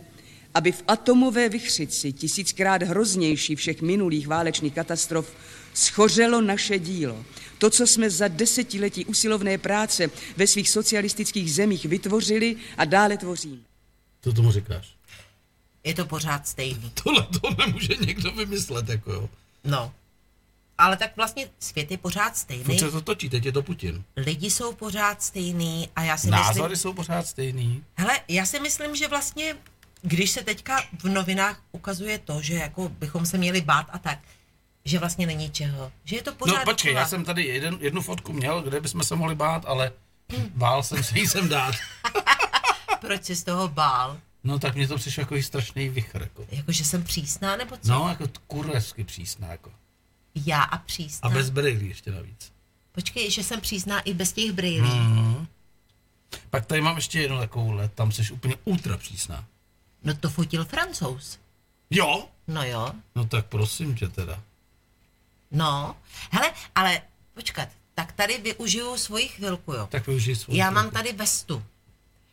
S8: aby v atomové vychřici, tisíckrát hroznější všech minulých válečných katastrof, schořelo naše dílo. To, co jsme za desetiletí usilovné práce ve svých socialistických zemích vytvořili a dále tvoříme.
S2: Co tomu říkáš?
S3: Je to pořád stejný.
S2: Tohle to nemůže někdo vymyslet, jako jo.
S3: No. Ale tak vlastně svět je pořád stejný,
S2: Furt se to točí, teď je to Putin.
S3: lidi jsou pořád stejný a já si myslím...
S2: Názory jsou pořád stejný. No,
S3: Hele, já si myslím, že vlastně, když se teďka v novinách ukazuje to, že jako bychom se měli bát a tak, že vlastně není čeho. Že je to pořád...
S2: No počkej,
S3: dokola.
S2: já jsem tady jeden, jednu fotku měl, kde bychom se mohli bát, ale bál jsem se jí sem dát.
S3: Proč jsi z toho bál?
S2: No tak mě to přišlo jako strašný vichr. Jako.
S3: Jako, že jsem přísná, nebo co?
S2: No, jako t- kurevsky přísná. Jako.
S3: Já a
S2: A
S3: přísná.
S2: bez brýlí ještě navíc.
S3: Počkej, že jsem přísná i bez těch brýlí.
S2: Mhm. Pak tady mám ještě jednu takovou let, tam jsi úplně ultra přísná.
S3: No to fotil francouz.
S2: Jo?
S3: No jo.
S2: No tak prosím tě teda.
S3: No. Hele, ale počkat, tak tady využiju svoji chvilku, jo.
S2: Tak využij svůj.
S3: Já
S2: krok.
S3: mám tady vestu.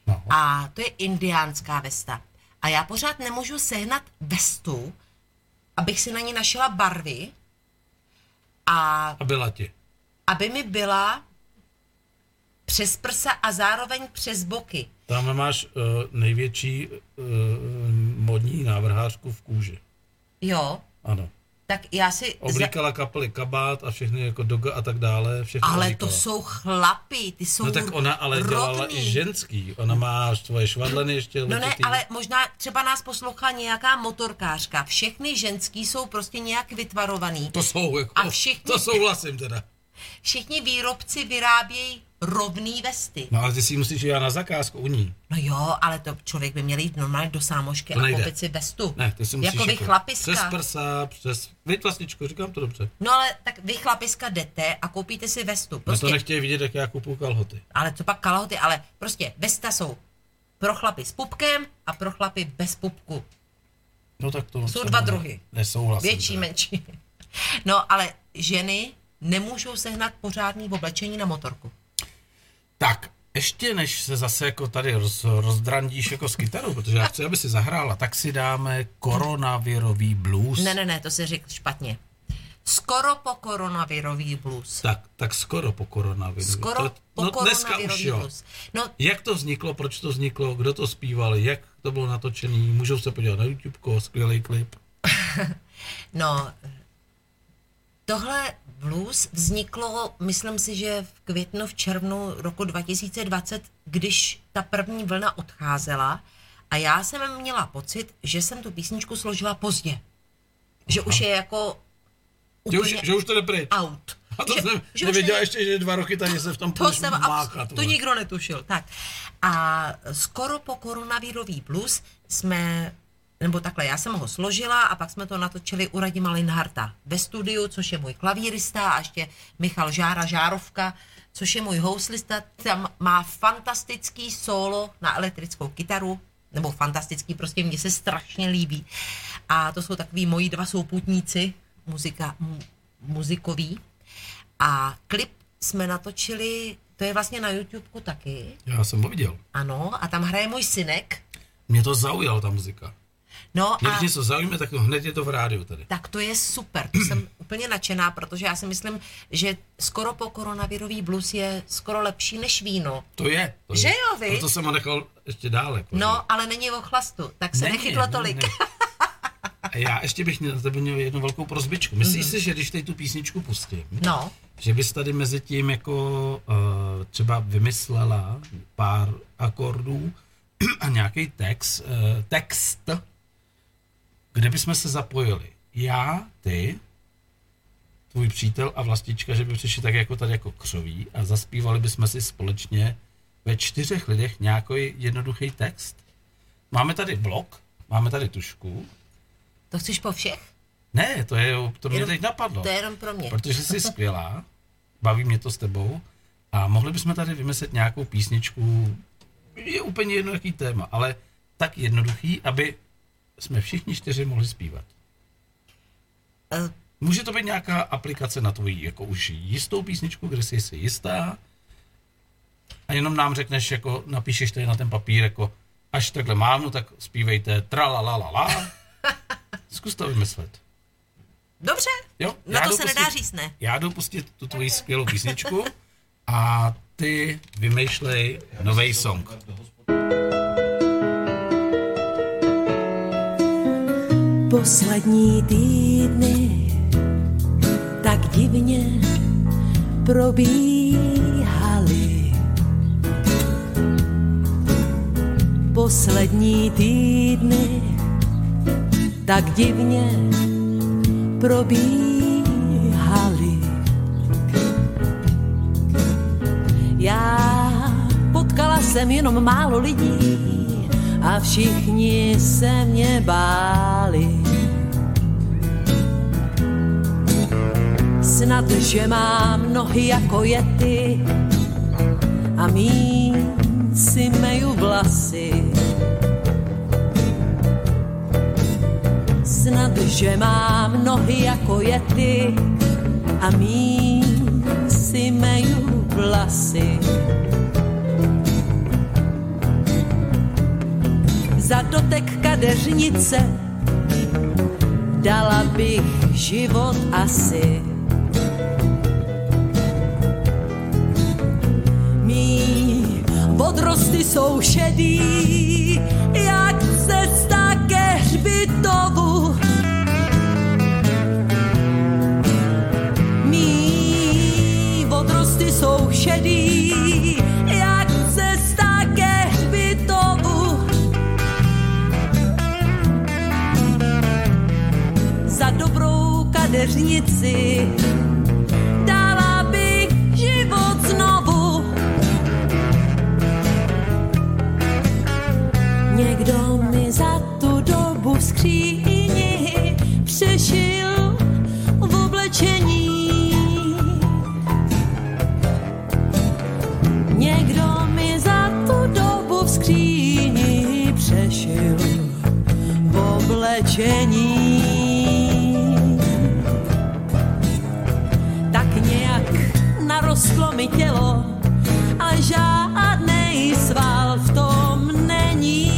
S3: No. A to je indiánská vesta. A já pořád nemůžu sehnat vestu, abych si na ní našla barvy a
S2: A byla ti.
S3: aby mi byla přes prsa a zároveň přes boky.
S2: Tam máš uh, největší uh, modní návrhářku v kůži.
S3: Jo,
S2: Ano.
S3: tak já si... za-
S2: Oblíkala kapely kabát a všechny jako doga a tak dále. Všechno
S3: Ale to
S2: oblíkala.
S3: jsou chlapy, ty jsou
S2: No tak ona ale
S3: rovný.
S2: dělala i ženský. Ona má svoje švadleny ještě
S3: No ne,
S2: letitý.
S3: ale možná třeba nás poslouchá nějaká motorkářka. Všechny ženský jsou prostě nějak vytvarovaný.
S2: To jsou jako,
S3: A všichni-
S2: to souhlasím teda.
S3: Všichni výrobci vyrábějí rovný vesty.
S2: No ale ty si ji musíš já na zakázku u ní.
S3: No jo, ale to člověk by měl jít normálně do sámošky
S2: To
S3: a
S2: nejde.
S3: koupit si vestu.
S2: Ne, ty si musíš
S3: jako vy chlapiska.
S2: přes prsa, přes vytlasničku, říkám to dobře.
S3: No ale tak vy chlapiska jdete a koupíte si vestu.
S2: Prostě...
S3: Prostě,
S2: No to nechtějí vidět, jak já kupuju kalhoty.
S3: Ale co pak kalhoty, ale prostě vesta jsou pro chlapy s pupkem a pro chlapy bez pupku.
S2: No tak to...
S3: Jsou
S2: se
S3: dva
S2: mnou
S3: druhy.
S2: Nesouhlasím.
S3: Větší,
S2: teda.
S3: menší. No ale ženy nemůžou sehnat pořádný oblečení na motorku.
S2: Tak, ještě než se zase jako tady roz, rozdrandíš jako s kytarou, protože já chci, aby si zahrála, tak si dáme koronavirový blues.
S3: Ne, ne, ne, to si řekl špatně. Skoro po koronavirový blues.
S2: Tak, tak skoro po koronaviru.
S3: Skoro
S2: to,
S3: po
S2: no, dneska už
S3: koronavirový
S2: jo.
S3: blues. No
S2: Jak to vzniklo, proč to vzniklo, kdo to zpíval, jak to bylo natočený, můžou se podívat na YouTube, skvělý klip.
S3: No, tohle blues vzniklo, myslím si, že v květnu, v červnu roku 2020, když ta první vlna odcházela a já jsem měla pocit, že jsem tu písničku složila pozdě. Že už je jako
S2: Že
S3: úplně
S2: už, že už to jde pryč.
S3: out.
S2: A to
S3: Že-
S2: jsem
S3: že už
S2: nevěděla
S3: ne-
S2: ještě, že dva roky tady se v tom
S3: to
S2: půjdeš
S3: jsem
S2: mákat.
S3: abs- to
S2: vole.
S3: nikdo netušil. Tak. A skoro po koronavirový plus jsme, nebo takhle, já jsem ho složila a pak jsme to natočili u Radima Linharta ve studiu, což je můj klavírista a ještě Michal Žára Žárovka, což je můj houslista, tam má fantastický solo na elektrickou kytaru, nebo fantastický, prostě mně se strašně líbí. A to jsou takový moji dva souputníci, muzika, mu, muzikoví. A klip jsme natočili, to je vlastně na YouTubeku taky,
S2: Já jsem ho viděl.
S3: ano, a tam hraje můj synek.
S2: Mě to zaujalo, ta muzika.
S3: No
S2: Mě
S3: a
S2: když něco zaujme, tak to hned je to v rádiu tady.
S3: tak to je super, to jsem úplně nadšená, protože já si myslím, že skoro po koronavirový blues je skoro lepší než víno.
S2: To je. To
S3: Že
S2: je.
S3: jo, viď?
S2: Proto jsem ho nechal ještě dále. jako, že-
S3: No, ale není o chlastu, tak se
S2: Není,
S3: nechytlo
S2: ne,
S3: tolik.
S2: ne. A já ještě bych na tebe měl jednu velkou prozbičku. Myslíš
S3: Mhm.
S2: si, že když teď tu písničku pustím,
S3: No,
S2: že bys tady mezi tím jako uh, třeba vymyslela pár akordů a nějaký text, uh, text, kde bychom se zapojili. Já, ty, tvůj přítel a vlastička, že by přišli tak jako tady jako křoví a zaspívali bychom si společně ve čtyřech lidech nějaký jednoduchý text. Máme tady blok, máme tady tušku.
S3: to chceš po všech?
S2: Ne, to je, to mě
S3: Jenom-
S2: teď napadlo.
S3: To je jenom pro mě.
S2: Protože jsi skvělá, baví mě to s tebou a mohli bychom tady vymyslet nějakou písničku, je úplně jednoduchý téma, ale tak jednoduchý, aby jsme všichni čtyři mohli zpívat.
S3: Eh.
S2: Může to být nějaká aplikace na tvoji jako už jistou písničku, kde jsi si jistá a jenom nám řekneš, jako napíšeš tady na ten papír, jako až takhle mám, tak zpívejte tra la la la la. Zkus to vymyslet.
S3: Dobře,
S2: Jo,
S3: no
S2: já
S3: to
S2: jdu
S3: se
S2: pustit-
S3: nedá říct ne.
S2: Já jdu pustit tu tvoji skvělou písničku a ty vymýšlej nový song.
S4: Poslední týdny tak divně probíhaly. Poslední týdny tak divně probíhaly. Já potkala jsem jenom málo lidí a a všichni se mě báli. Snad, že mám nohy jako jety a mý si meju vlasy. Snad, že mám nohy jako jety a mý si meju vlasy. Za dotek kadeřnice dala bych život asi. Mí odrosty jsou šedý, jak cesta ke hřbitovu. Mí odrosty jsou šedý, jak cesta ke hřbitovu. Za dobrou kadeřnici dala bych život znovu. Někdo mi za tu dobu v skříni přešil v oblečení. Někdo mi za tu dobu v skříni přešil v oblečení. Tak nějak narostlo mi tělo a žádnej sval v tom není.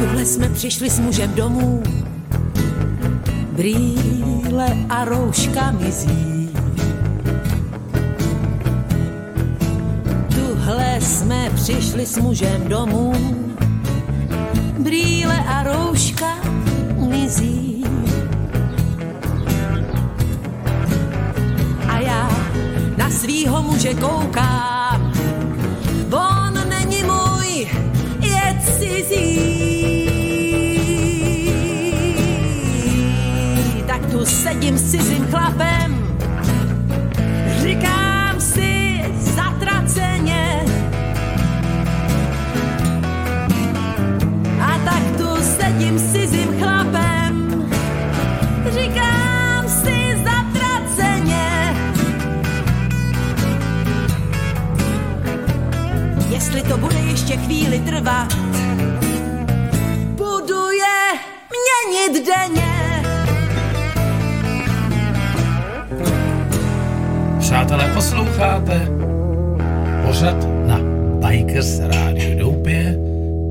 S4: Tuhle jsme přišli s mužem domů, brýle a rouška mizí. Tuhle jsme přišli s mužem domů, brýle a rouška mizí. A já na svýho muže koukám, on není můj, je cizí. Tak tu sedím s cizím chlapem, říkám si zatraceně. A tak tu sedím s cizím chlapem, říkám si zatraceně. Jestli to bude ještě chvíli trvat, budu je měnit denně.
S2: Přátelé, posloucháte pořad na Bikers Radio Doupě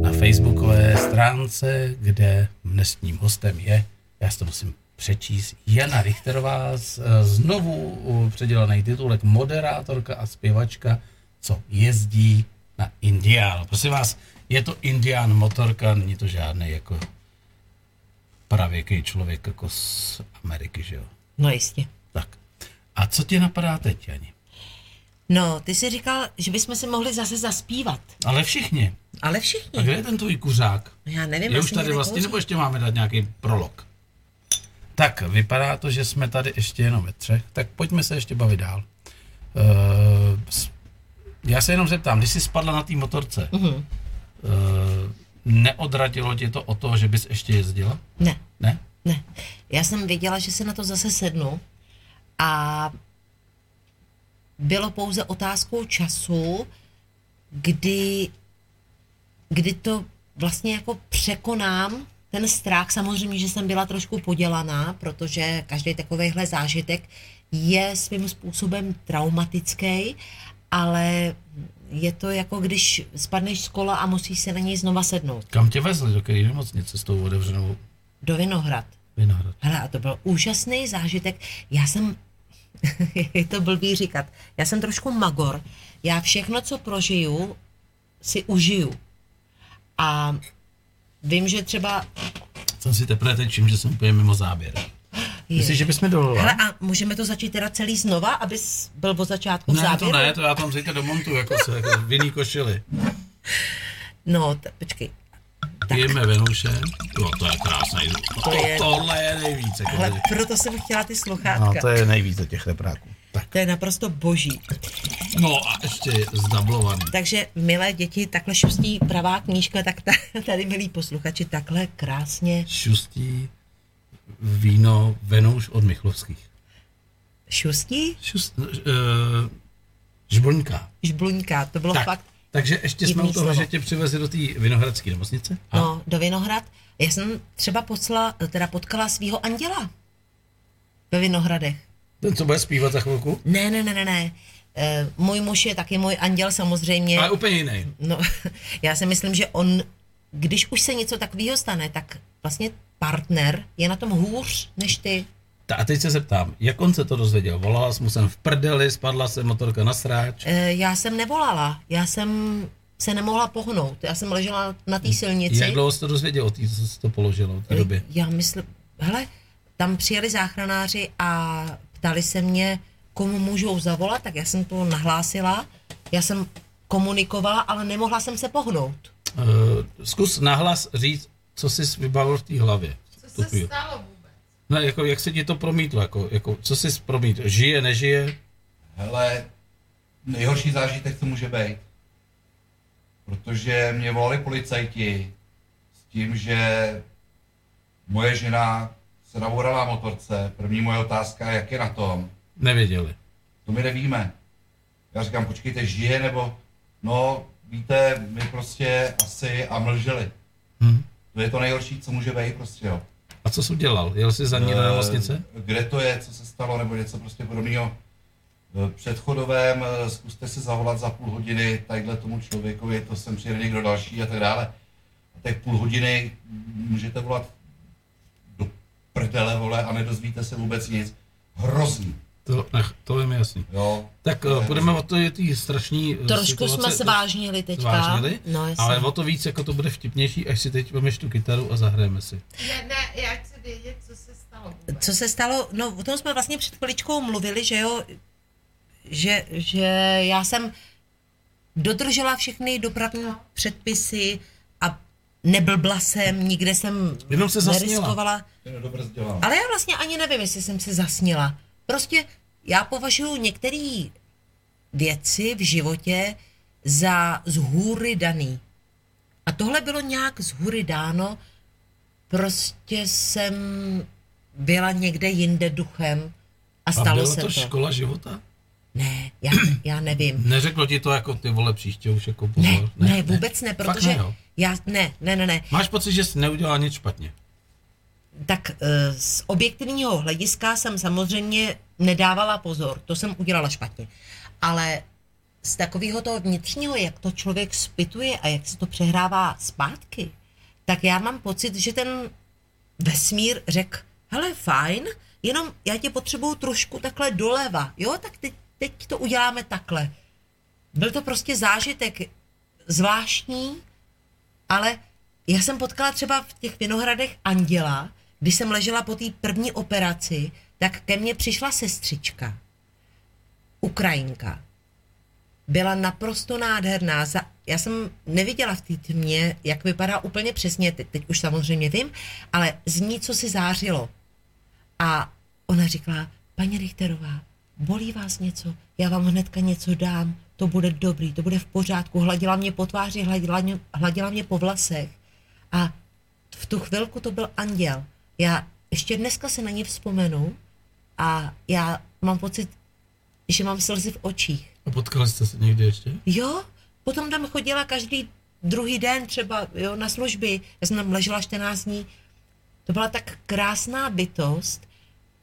S2: na facebookové stránce, kde dnesním hostem je, já si to musím přečíst, Jana Richterová, z- eh, znovu uh, předělaný titulek moderátorka a zpěvačka, co jezdí na Indián. Prosím vás, je to Indián motorka, není to žádný jako pravěký člověk jako z Ameriky, že jo?
S3: No jistě.
S2: Tak. A co tě napadá teď, Jani?
S3: No, ty jsi říkal, že bychom si mohli zase zaspívat.
S2: Ale všichni.
S3: Ale všichni.
S2: A kde je ten tvůj kuřák?
S3: Já nevím,
S2: je
S3: asi
S2: už tady
S3: někde
S2: vlastně,
S3: kouří.
S2: nebo ještě máme dát nějaký prolog? Tak, vypadá to, že jsme tady ještě jenom ve třech, tak pojďme se ještě bavit dál. Uh, já se jenom zeptám, když jsi spadla na té motorce, uh-huh.
S3: Mhm.
S2: uh, neodradilo tě to o to, že bys ještě jezdila?
S3: Ne.
S2: Ne?
S3: Ne. Já jsem věděla, že se na to zase sednu a bylo pouze otázkou času, kdy, kdy to vlastně jako překonám ten strach. Samozřejmě, že jsem byla trošku podělaná, protože každý takovýhle zážitek je svým způsobem traumatický, ale je to jako když spadneš z kola a musíš se na něj znova sednout.
S2: Kam tě vezli, do které nemocnice s tou otevřenou
S3: Do Vinohrad.
S2: Vinohrad?
S3: Hele, a to byl úžasný zážitek. Já jsem, je to blbý říkat. Já jsem trošku magor. Já všechno, co prožiju, si užiju. A vím, že třeba...
S2: Jsem si teprve teď čím, že jsem úplně mimo záběr. Myslíš, že bychom dovolili?
S3: Hele, a můžeme to začít teda celý znova, abys byl od začátku v
S2: Ne,
S3: záběru?
S2: to ne, to já tam zítra domontuju, jako se, jako v jiný košili.
S3: No, t- počkej.
S2: Pijeme Venuše. Jo, to je krásný. To,
S3: To je-
S2: tohle je jako nejvíce.
S3: Hele, proto jsem chtěla ty sluchátka.
S2: No, to je
S1: é
S2: nejvíce těch repráků.
S3: to je naprosto boží.
S2: No a ještě zdablovaný.
S3: Takže, milé děti, takhle šustí pravá knížka, tak ta- tady, milí posluchači, takhle krásně
S2: Šustí víno Venouš od Michlovských.
S3: šustí,
S2: Šust, uh, žblňka.
S3: žbluňká. To bylo
S2: Tak,
S3: fakt
S2: takže ještě jsme
S3: divný
S2: u toho,
S3: slovo.
S2: že tě přivezli do té vinohradské nemocnice?
S3: No, do Vinohrad. Já jsem třeba poslala, teda potkala svého anděla ve Vinohradech.
S2: Ten, co bude zpívat za chvilku?
S3: Ne, ne, ne, ne, ne. E, můj muž je taky můj anděl samozřejmě.
S2: Ale úplně jiný.
S3: No, já si myslím, že on, když už se něco takového stane, tak vlastně partner je na tom hůř než ty.
S2: Ta, a teď se zeptám, jak on se to dozvěděl? Volala jsem mu sem v prdeli, spadla se motorka na sráč.
S3: E, já jsem nevolala, já jsem se nemohla pohnout. Já jsem ležela na té silnici.
S2: Jak dlouho jsi to dozvěděl o té, co se to položilo v té
S3: Eh,
S2: době?
S3: Já myslím, hele, tam přijeli záchranáři a ptali se mě, komu můžou zavolat, tak já jsem to nahlásila, já jsem komunikovala, ale nemohla jsem se pohnout.
S2: Uh, zkus nahlas říct, co jsi vybavil v té hlavě. Co se
S11: stalo
S2: vůbec? Ne, jako, jak se ti to promítlo? Jako, jako, co jsi promítl? Žije, nežije?
S6: Hele, nejhorší zážitek, co může být. Protože mě volali policajti s tím, že moje žena se nabourala na motorce. První moje otázka, jak je na tom.
S2: Nevěděli.
S6: To my nevíme. Já říkám, počkejte, žije nebo... No, víte, my prostě asi a mlželi.
S2: Hm.
S6: To je to nejhorší, co může být prostě, jo.
S2: A co jsi udělal? Jel jsi za ní
S6: Eh,
S2: na nemocnice?
S6: Kde to je, co se stalo, nebo něco prostě podobného. V předchodovém eh, zkuste si zavolat za půl hodiny tadyhle tomu člověkovi, to sem přijede někdo další a tak dále. A tak půl hodiny můžete volat do prdele, vole, a nedozvíte se vůbec nic. Hrozný.
S2: To, ach, to je mi jasný.
S6: Jo.
S2: Tak
S6: To je
S2: uh, půjdeme
S6: hrozný.
S2: o to je tý strašný eh,
S3: Trošku
S2: situace,
S3: jsme zvážnili teďka.
S2: Zvážnili,
S3: No, jasně.
S2: ale o to víc jako to bude vtipnější, až si teď vemeš tu kytaru a zahrajeme si.
S11: Ne, ne, já chci vědět, co se stalo.
S3: Co se stalo, no o tom jsme vlastně před chviličkou mluvili, že jo, že, že já jsem dodržela všechny dopravní předpisy a neblbla jsem, nikde jsem
S2: Jenom se zasněla.
S3: neriskovala.
S6: Jen dobře dělám.
S3: Ale já vlastně ani nevím, jestli jsem se zasnila. Prostě já považuji některé věci v životě za zhůry daný. A tohle bylo nějak zhůry dáno. Prostě jsem byla někde jinde duchem a
S2: a
S3: stalo
S2: byla
S3: se
S2: to
S3: to.
S2: škola života?
S3: Ne, já, já nevím.
S2: Neřeklo ti to jako ty vole příště už jako pozor?
S3: No, Ne, ne, ne vůbec ne,
S2: Fakt
S3: protože
S2: ne, jo.
S3: já, ne, ne, ne, ne.
S2: Máš pocit, že jsi neudělala nic špatně?
S3: Tak eh, z objektivního hlediska jsem samozřejmě nedávala pozor, to jsem udělala špatně. Ale z takového toho vnitřního, jak to člověk spituje a jak se to přehrává zpátky, tak já mám pocit, že ten vesmír řekl, hele, fajn, jenom já tě potřebuju trošku takhle doleva, jo, tak teď, teď to uděláme takhle. Byl to prostě zážitek zvláštní, ale já jsem potkala třeba v těch Vinohradech Anděla, když jsem ležela po té první operaci, tak ke mně přišla sestřička, Ukrajinka. Byla naprosto nádherná. Za, já jsem neviděla v té tmě, jak vypadá úplně přesně, teď, teď už samozřejmě vím, ale z ní, co si zářilo. A ona říkala, paní Richterová, bolí vás něco, já vám hnedka něco dám, to bude dobrý, to bude v pořádku. Hladila mě po tváři, hladila, mě- hladila mě po vlasech. A v tu chvilku to byl anděl. Já ještě dneska se na ně vzpomenu a já mám pocit, že mám slzy v očích.
S2: A potkali jste se někdy ještě?
S3: Jo, potom tam chodila každý druhý den třeba jo, na služby. Já jsem tam ležela 14 dní. To byla tak krásná bytost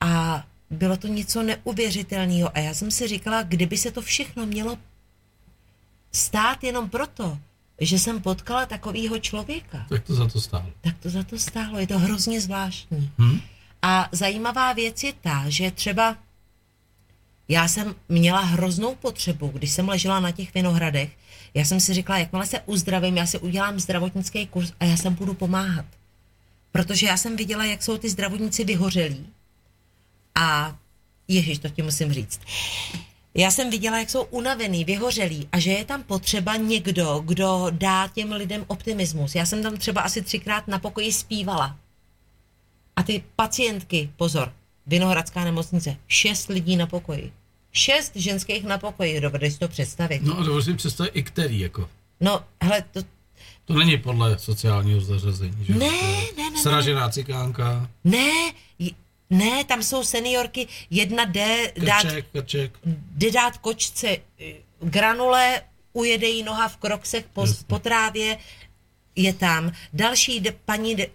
S3: a bylo to něco neuvěřitelného. A já jsem si říkala, kdyby se to všechno mělo stát jenom proto, že jsem potkala takového člověka,
S2: Tak to za to stálo.
S3: tak to za to stálo. Je to hrozně zvláštní.
S2: Hm?
S3: A zajímavá věc je ta, že třeba já jsem měla hroznou potřebu, když jsem ležela na těch vinohradech, já jsem si říkala, jakmile se uzdravím, já si udělám zdravotnický kurz a já sem budu pomáhat. Protože já jsem viděla, jak jsou ty zdravotníci vyhořelí. A ježiš, to ti musím říct. Já jsem viděla, jak jsou unavený, vyhořelí a že je tam potřeba někdo, kdo dá těm lidem optimismus. Já jsem tam třeba asi třikrát na pokoji zpívala. A ty pacientky, pozor, Vinohradská nemocnice, šest lidí na pokoji. Šest ženských na pokoji, dovedeš si to představit.
S2: No a dovol si představit i který, jako.
S3: No, hele, to,
S2: To není podle sociálního zařazení, že?
S3: Ne, ne, ne.
S2: Sražená cikánka,
S3: ne, j- ne, tam jsou seniorky, jedna jde dát,
S2: krček, krček.
S3: jde dát kočce eh, granule, ujede jí noha v kroksech po, po trávě, je tam. Další jde, paní jde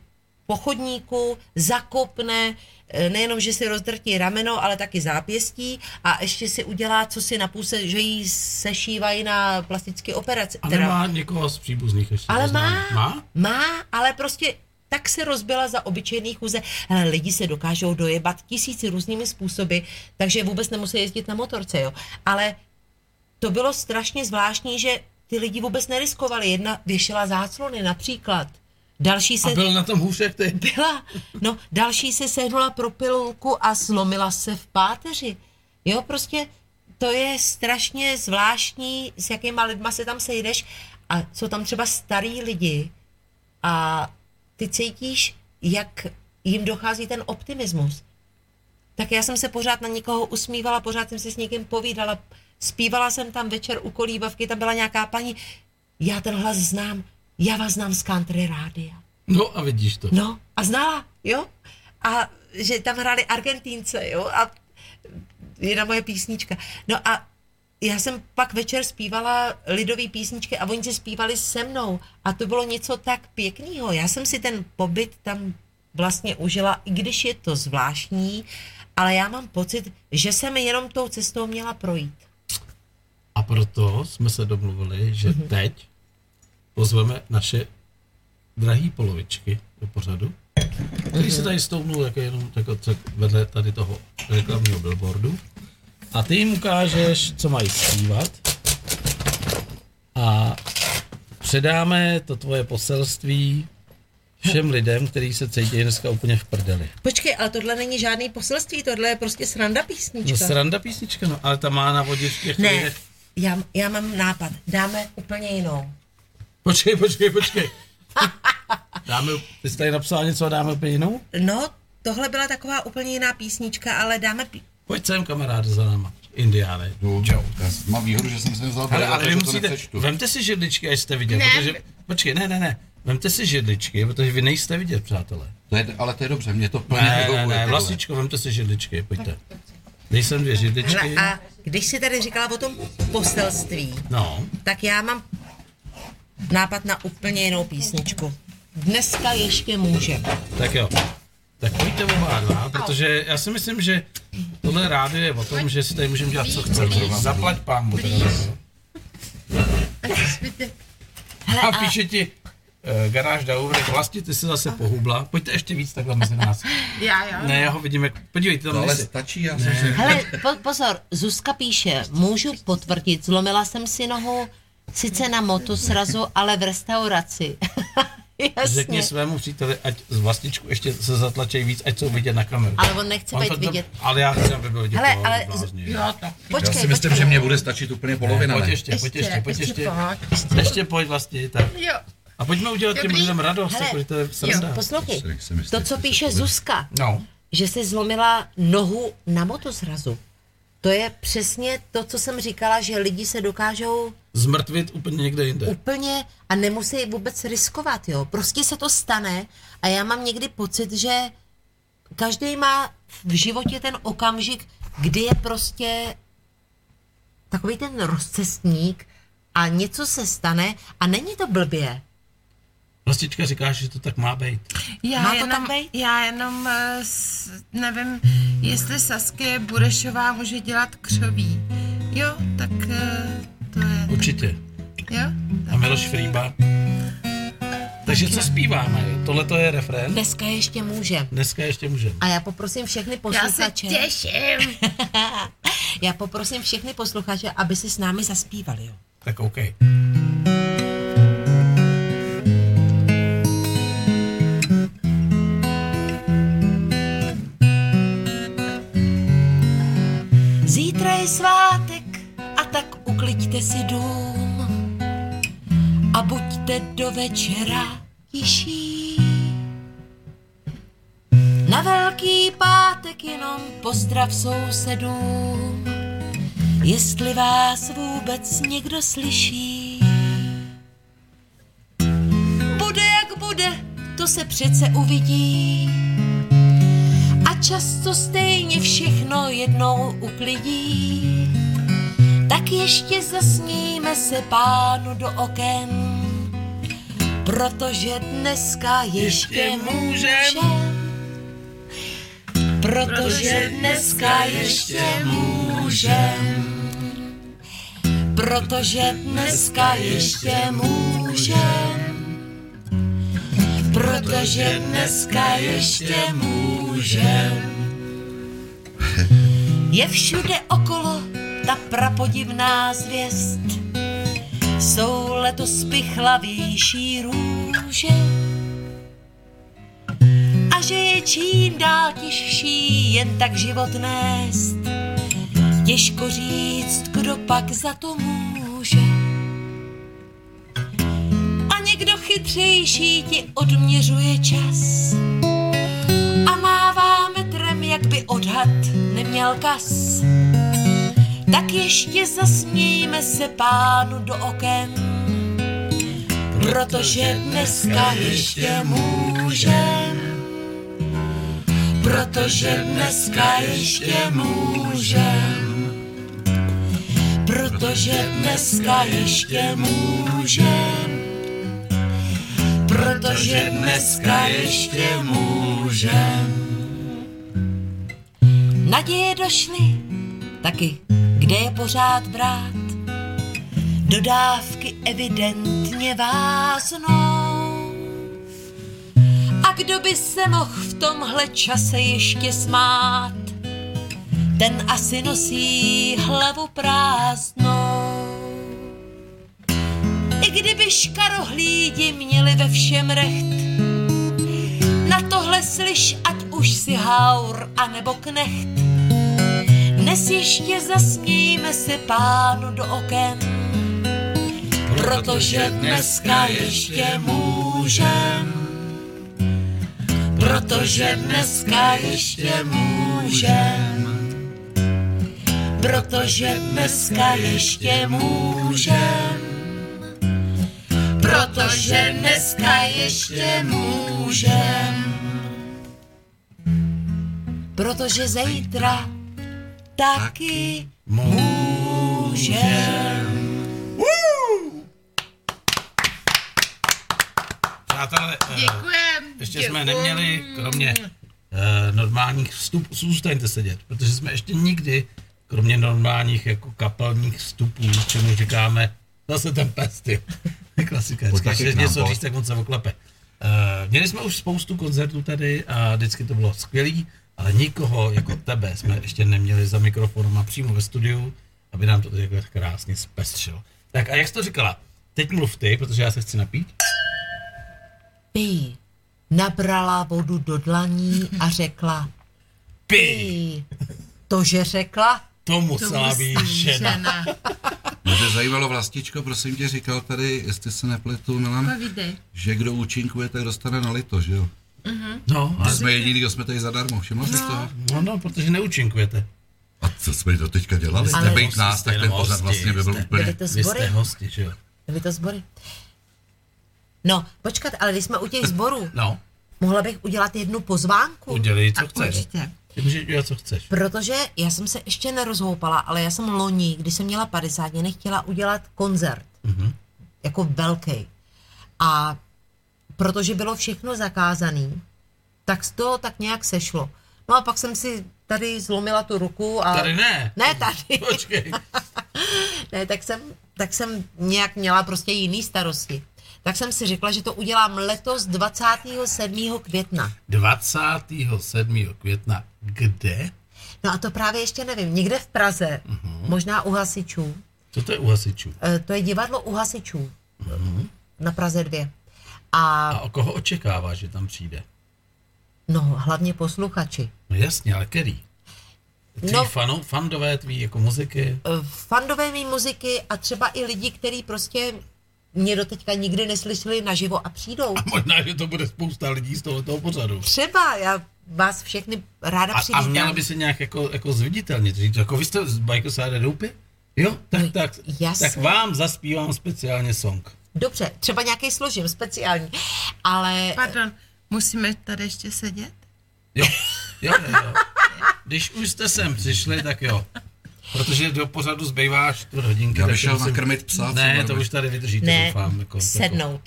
S3: po chodníku, zakopne, eh, nejenom, že si rozdrtí rameno, ale taky zápěstí a ještě si udělá, co si na půse, že jí sešívají na plastické operaci.
S2: A
S3: teda-
S2: nemá někoho z příbuzných ještě.
S3: ale
S2: neznámý.
S3: má,
S2: Prostě Má?
S3: má, ale prostě tak se rozbila za obyčejný chůze. Hele, lidi se dokážou dojebat tisíci různými způsoby, takže vůbec nemusí jezdit na motorce, jo. Ale to bylo strašně zvláštní, že ty lidi vůbec neriskovali. Jedna věšela záclony například. Další se...
S2: A byl na tom hůř jak ty.
S3: Byla. No, další se sehnula pro pilulku a slomila se v páteři. Jo, prostě to je strašně zvláštní, s jakýma lidma se tam sejdeš a jsou tam třeba starý lidi a ty cítíš, jak jim dochází ten optimismus. Tak já jsem se pořád na někoho usmívala, pořád jsem si s někým povídala, zpívala jsem tam večer u kolíbavky, tam byla nějaká paní, já ten hlas znám, já vás znám z country rádia.
S2: No a vidíš to.
S3: No a znala, jo? A že tam hráli Argentínce, jo? A jedna moje písnička. No a já jsem pak večer zpívala lidové písničky a oni si zpívali se mnou. A to bylo něco tak pěkného. Já jsem si ten pobyt tam vlastně užila, i když je to zvláštní, ale já mám pocit, že jsem jenom tou cestou měla projít.
S2: A proto jsme se domluvili, že mm-hmm. teď pozveme naše drahý polovičky do pořadu, který mm-hmm. se tady stounul jako jenom jako co- vedle tady toho reklamního billboardu. A ty jim ukážeš, co mají zpívat. A předáme to tvoje poselství všem lidem, kteří se cítí dneska úplně v prdeli.
S3: Počkej, ale tohle není žádný poselství, tohle je prostě sranda písnička.
S2: No sranda písnička, no, ale ta má navodit těch
S3: Ne,
S2: lidech-
S3: já, já mám nápad. Dáme úplně jinou.
S2: Počkej, počkej, počkej. Dáme, ty jsi tady napsal něco a dáme úplně jinou?
S3: No, tohle byla taková úplně jiná písnička, ale dáme... Pí...
S2: Pojď sem, kamaráde, za náma. Indiáne.
S6: Čau. Já s- mám výhodu, že jsem si nevzal
S2: No,
S6: brýle,
S2: Ale, ale vy
S6: takže to
S2: musíte,
S6: nepřečtu.
S2: vemte si židličky, až jste vidět,
S11: Ne.
S2: protože, počkej, ne, ne, ne, vemte si židličky, protože vy nejste vidět, přátelé.
S6: To je, ale to je dobře, mě to plně
S2: Ne, ne,
S6: vyhovuje,
S2: ne,
S6: tohle.
S2: vlastičko, vemte si židličky, pojďte. Dej sem dvě židličky.
S3: Hele, a když jsi tady říkala o tom poselství,
S2: No,
S3: tak já mám nápad na úplně jinou písničku. Dneska ještě můžem.
S2: tak jo. Tak pojďte oba dva, protože já si myslím, že tohle rádio je o tom, že si tady můžeme dělat, co chceme. Zaplať pámu teda. no. A píše ti eh, garáž Daurek, vlastně ty se zase pohubla. Pojďte ještě víc takhle mezi nás.
S11: Já, já.
S2: Ne, já ho vidím, jak... Podívejte, tam
S6: No, ale
S2: nejsi.
S6: stačí, já jsem
S2: Ne.
S6: si...
S3: Hele, po, pozor, Zuzka píše, můžu potvrdit, zlomila jsem si nohu sice na motosrazu, ale v restauraci.
S2: Řekni
S3: Jasně.
S2: svému příteli, ať z vlastičku ještě se zatlačí víc, ať jsou vidět na kameru.
S3: Ale on nechce být
S2: to tam-
S3: vidět.
S2: Ale já chci, aby byl vidět.
S3: Hele,
S2: jo,
S3: ale
S2: blázni.
S3: z-
S2: Já tak.
S6: Já si
S3: Počkej,
S6: myslím,
S3: počkej.
S6: že mě bude stačit úplně polovina,
S2: Pojď
S6: ne?
S2: ještě, pojď ještě, pojď ještě.
S11: pojď, ještě.
S2: Ještě pojď vlastně, tak.
S11: Jo.
S2: A pojďme udělat těm
S11: Dobrý.
S2: lidem radost,
S3: Hele,
S2: jako, že to je sranda.
S3: Poslouchej,
S6: Jak jsem jistý,
S3: to, co
S6: že se
S3: píše
S6: to-
S3: Zuzka,
S2: No.
S3: že si zlomila nohu na motosrazu. To je přesně to, co jsem říkala, že lidi se dokážou
S2: Zmrtvit úplně někde jinde.
S3: úplně a nemusí vůbec riskovat, jo. Prostě se to stane a já mám někdy pocit, že každý má v životě ten okamžik, kdy je prostě takový ten rozcestník a něco se stane a není to blbě.
S2: Vlastička říká, že to tak má být.
S11: Já
S3: Má to
S11: jenom,
S3: tam být?
S11: já jenom eh, s, nevím, jestli Saskie Burešová může dělat křoví. Jo, tak eh, to je,
S2: Určitě.
S11: jo?
S2: A Miloš Frýba. Takže co zpíváme? Tohle to je refrén.
S3: Dneska ještě můžem.
S2: Dneska ještě můžeme.
S3: A já poprosím všechny
S11: Já se
S3: posluchače.
S11: těším.
S3: Já poprosím všechny posluchače, aby si s námi zaspívali, jo.
S2: Tak OK.
S5: Zítra je svátek a tak ukliďte si dům a buďte do večera tiší. Na velký pátek jenom pozdrav sousedům, jestli vás vůbec někdo slyší. Bude jak bude, to se přece uvidí. A často stejně všechno jednou uklidí. Tak ještě zasníme se pánu do oken, protože dneska ještě, ještě můžem. Protože dneska ještě můžem. Protože dneska ještě můžem. Protože dneska ještě můžem. Je všude okolo ta prapodivná zvěst. Jsou letos pichlavější růže. A že je čím dál těžší jen tak život nést. Těžko říct, kdo pak za to může. A někdo chytřejší ti odměřuje čas. A mává metrem, jak by odhad neměl kas. Tak ještě zasmějme se pánu do oken, protože dneska ještě můžem. Protože dneska ještě můžem. Protože dneska ještě můžem. Protože dneska ještě můžem. Naděje došly taky kde je pořád brát. Dodávky evidentně váznou. A kdo by se mohl v tomhle čase ještě smát, ten asi nosí hlavu prázdnou. I kdyby škarohlídi měli ve všem recht, na tohle slyš, ať už si haur anebo knecht. Dnes ještě zasmějme se pánu do oken, protože dneska ještě můžem. Protože dneska ještě můžem. Protože dneska ještě můžem. Protože dneska ještě můžem. Protože zítra taky můžem.
S2: Přátelé, eh,
S11: Děkujem.
S2: ještě jsme neměli, kromě eh, normálních vstupů, zůstaňte sedět, protože jsme ještě nikdy, kromě normálních jako kapelních vstupů, čemu říkáme, zase ten pes, ty. Klasika,
S6: Pojď
S2: vždycky,
S6: taky
S2: když
S6: k nám,
S2: něco
S6: pojď.
S2: říct, tak on se oklepe. Eh, Měli jsme už spoustu koncertů tady a vždycky to bylo skvělý, ale nikoho jako tebe jsme ještě neměli za mikrofonem a přímo ve studiu, aby nám to tady jako krásně zpestřilo. Tak a jak jsi to říkala? Teď mluv ty, protože já se chci napít.
S3: Pij. Nabrala vodu do dlaní a řekla. Pij. To, že řekla.
S2: To
S6: musela být žena.
S11: Žena,
S6: Mě to zajímalo vlastičko, prosím tě, říkal tady, jestli se nepletu, Milan,
S11: povídej.
S6: že kdo účinkuje, tak dostane na lito, že jo?
S11: Mhm.
S2: No,
S6: My jsme jediný, kdo jsme tady zadarmo, všiml jsi
S11: No.
S6: toho?
S2: No, no, protože neučinkujete.
S6: A co jsme to teďka dělali?
S2: Ale-
S6: Ale Nebejt
S2: Hosti,
S6: nás, tak
S2: jste
S6: ten
S2: jenom
S6: pořad
S2: hosti,
S6: vlastně by byl
S2: jste-
S6: úplně...
S3: Byli to
S2: Vy jste
S3: sbory.
S2: hosti, že jo?
S3: Byly to sbory. No, počkat, ale když jsme u těch sborů,
S2: No,
S3: mohla bych udělat jednu pozvánku.
S2: udělej, co
S3: A
S2: chceš.
S3: Určitě.
S2: Ty můžeš dělat, co chceš.
S3: Protože já jsem se ještě nerozhoupala, ale já jsem loni, když jsem měla 50, mě nechtěla udělat koncert.
S2: Mhm.
S3: Jako velký. A protože bylo všechno zakázaný, tak z toho tak nějak sešlo. No a pak jsem si tady zlomila tu ruku a...
S2: Tady ne.
S3: Ne, tady.
S2: Počkej.
S3: ne, tak jsem, tak jsem nějak měla prostě jiný starosti. Tak jsem si řekla, že to udělám letos 27. května.
S2: 27. května. Kde?
S3: No a to právě ještě nevím. Někde v Praze, uh-huh.
S2: Mhm.
S3: možná u hasičů.
S2: Co to je u hasičů?
S3: E, to je divadlo u hasičů uh-huh. na Praze 2. A,
S2: A o koho očekává, že tam přijde?
S3: no, hlavně posluchači.
S2: No jasně, ale který? Tví no.
S3: No.
S2: fanou, fandové tvý jako muziky?
S3: E, Fandové mý muziky a třeba i lidi, kteří prostě mě doteďka nikdy neslyšeli naživo a přijdou.
S2: Možná, že to bude spousta lidí z tohoto pořadu.
S3: Třeba, já vás všechny ráda
S2: A, a
S3: přivítám.
S2: měla by se nějak jako, jako zviditelnit, říct, jako vy jste z Bajkosáde Doupy? Jo, tak, tak,
S3: jasně.
S2: tak vám zaspívám speciálně song.
S3: Dobře, třeba nějaký složím speciální, ale...
S11: Pardon, musíme tady ještě sedět?
S2: Jo, jo, jo. jo. Když už jste sem přišli, tak jo. Protože do pořadu zbývá čtvrt hodinky.
S6: Já
S2: tak
S6: bych šel
S2: musím-
S6: nakrmit psa, co
S2: Ne,
S6: budeme.
S2: to už tady vydržíte,
S3: ne,
S2: doufám. Jako,
S3: sednout.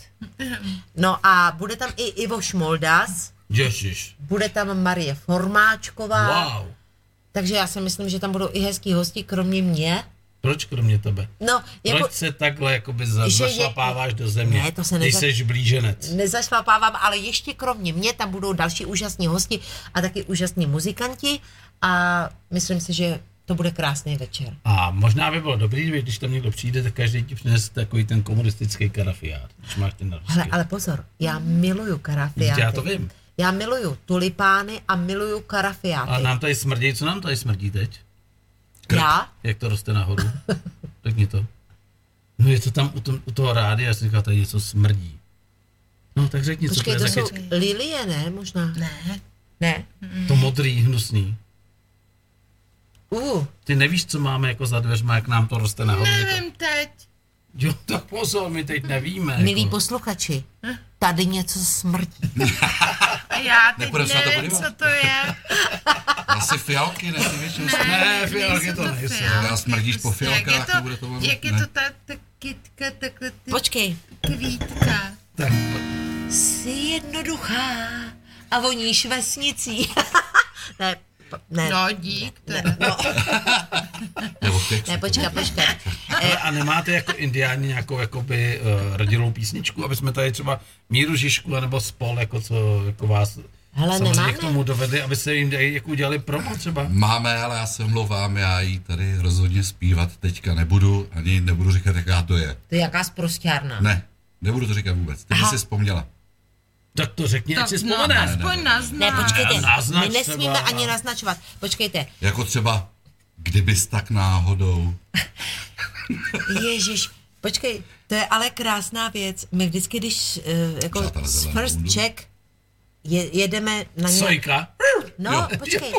S3: No a bude tam i Ivo Šmoldas,
S2: Jako, Ježiš.
S3: bude tam Marie Formáčková,
S2: Wow.
S3: takže já si myslím, že tam budou i hezký hosti, kromě mě.
S2: Proč kromě tebe?
S3: No,
S2: Jako,
S3: jako
S2: Proč se takhle jakoby za,
S3: Že je-
S2: zašlapáváš do země?
S3: Ne, to se
S2: Ty
S3: neza-
S2: jsi blíženec.
S3: nezašlapávám, ale ještě kromě mě tam budou další úžasní hosti a taky úžasní muzikanti a myslím si, že to bude krásný večer.
S2: A možná by bylo dobrý, kdyby, když tam někdo přijde, tak každý ti přinese takový ten komunistický karafiát. Když máš ten na ruce.
S3: Hele, ale pozor, já miluju karafiáty.
S2: Mm. Já to vím.
S3: Já miluju tulipány a miluju karafiáty.
S2: A nám tady smrdí, co nám tady smrdí teď?
S3: Já?
S2: Jak to roste nahoru? tak mě to. No je to tam u, tom, u toho rádia, já jsem říkal, tady něco smrdí. No tak řekni, co to
S3: Počkej,
S2: je za
S3: to jsou
S2: kytky?
S3: lilie, ne? Možná.
S11: Ne.
S3: Ne?
S2: To modrý, hnusný.
S3: Uh,
S2: Ty nevíš, co máme jako za dveřma, jak nám to roste nahoru. že to-
S11: Nevím teď.
S2: Jo, tak pozor, my teď nevíme. jako.
S3: milí posluchači,
S2: Hm?
S3: tady něco smrdí.
S11: Já teď
S2: Nepůjdem se na to
S11: nevím,
S2: podívat?
S11: co to je.
S6: Asi fialky, ne? Ty většinou
S11: Ne,
S6: ne,
S11: fialky nejsou to to nejsou. fialky,
S6: Já smrdíš po
S11: Prostě jak je
S6: fialkách,
S11: to,
S6: nebude to ono.
S11: jak je
S6: Ne.
S11: to ta, ta kytka, takhle ty
S3: Počkej.
S11: kvítka.
S2: Tak,
S3: Jsi jednoduchá a voníš vesnicí. ne, po- ne, no,
S11: No dík, teda.
S3: ne, počkej, počkej.
S2: Ale a nemáte jako indiáni nějakou jakoby uh, rodilou písničku, aby jsme tady třeba Míru Žižku nebo spol, jako co jako vás
S3: Hele,
S2: samozřejmě
S3: nemáme.
S2: k tomu dovedli, aby se jim dej- jako udělali promo třeba.
S6: Máme, ale já se omlouvám, já jí tady rozhodně zpívat teďka nebudu, ani nebudu říkat, jaká to je.
S3: To je jaká sprostěrna.
S6: Ne, nebudu to říkat vůbec, ty jsi si vzpomněla.
S2: Tak to řekni, ať si
S11: no,
S2: vzpomene.
S11: aspoň
S3: Ne,
S11: naznám.
S3: počkejte,
S2: Naznač
S3: my nesmíme
S2: třeba.
S3: ani naznačovat. Počkejte,
S6: Jako třeba, kdybys tak náhodou.
S3: Ježíš, počkej, to je ale krásná věc. My vždycky, když uh, jako
S6: Přátelé,
S3: z
S6: zelenou
S3: first
S6: bundu.
S3: check je, jedeme na nějaký...
S2: Sojka.
S3: No,
S2: Jo.
S3: počkej.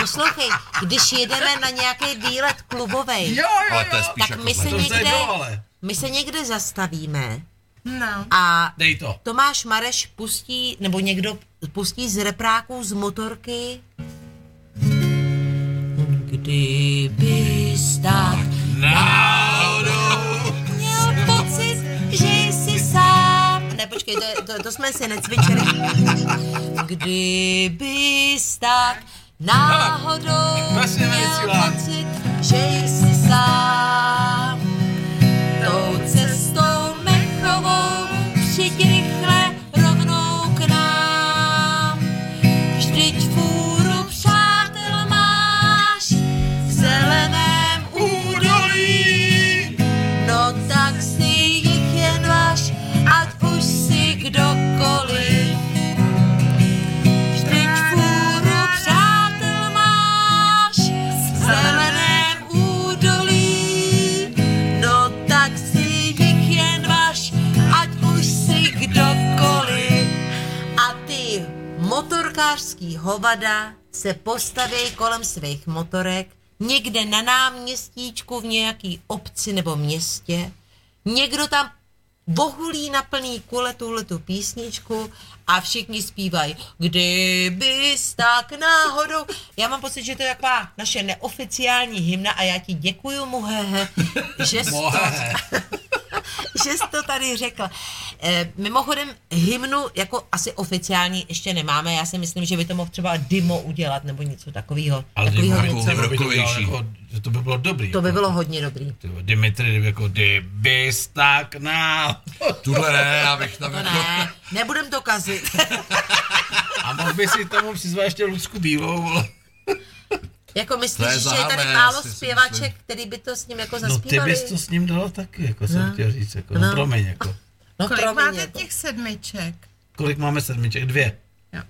S3: Poslouchej, když jedeme na nějaký výlet klubovej,
S6: Ale to je spíš
S3: tak
S6: jako
S3: my se,
S6: zle.
S2: To je
S3: někde,
S2: do, ale.
S3: my se někde zastavíme
S11: No.
S3: a
S2: Dej to.
S3: Tomáš Mareš pustí, nebo někdo pustí z repráků z motorky. Kdybys tak
S2: Náhodou.
S3: měl pocit, že jsi sám. Ne, počkej, to, je- to, to jsme si necvičili. Kdybys tak náhodou
S2: Vlastně
S3: měl
S2: nevysílá.
S3: pocit, že jsi sám. Tou cestou mechovou přijď rychle rovnou k nám. Vždyť fůru přátel máš v zeleném údolí. No tak si jich jen váš, ať už si kdokoliv. Vždyť fůru přátel máš v zeleném údolí. No tak si jich jen váš, ať už si kdokoliv. A ty, motorkářský hovada, se postaví kolem svých motorek, někde na náměstíčku v nějaký obci nebo městě. Někdo tam bohulí na plný kule tuhle tu písničku a všichni zpívají, kdybys tak náhodou. Já mám pocit, že to je taková naše neoficiální hymna a já ti děkuju, Muhehe, že jsi to,
S2: Mohe.
S3: že jsi to tady řekla. E, mimochodem, hymnu jako asi oficiální ještě nemáme. Já si myslím, že by to mohl třeba Dimo udělat nebo něco takového.
S2: Ale jako
S3: Takovýho
S2: kdyby-
S3: něco.
S2: kdyby to
S6: rokovější.
S2: dělal jako- že to by bylo dobrý.
S3: To by bylo hodně dobrý.
S2: Ty vole, Dimitri, kdyby jako kdybys tak na...
S6: Tuhle ne, já bych tam
S3: To
S6: jako...
S3: No ne, nebudem to kazit.
S2: A mohl by si tomu přizvat ještě Lucku Bílou, vole.
S5: Jako myslíš,
S2: To je
S5: že je tady
S2: záhadné,
S5: málo
S2: asi si
S5: zpěvaček,
S2: myslím.
S5: který by to s ním jako
S2: No ty
S5: zaspívali?
S2: bys to s ním dala taky, jako jsem
S5: No.
S2: chtěl říct. Jako, no,
S5: No.
S2: promiň, jako.
S5: No,
S11: Kolik
S5: promiň,
S11: máte
S5: jako.
S11: těch sedmiček?
S2: Kolik máme sedmiček? Dvě.
S11: Jo.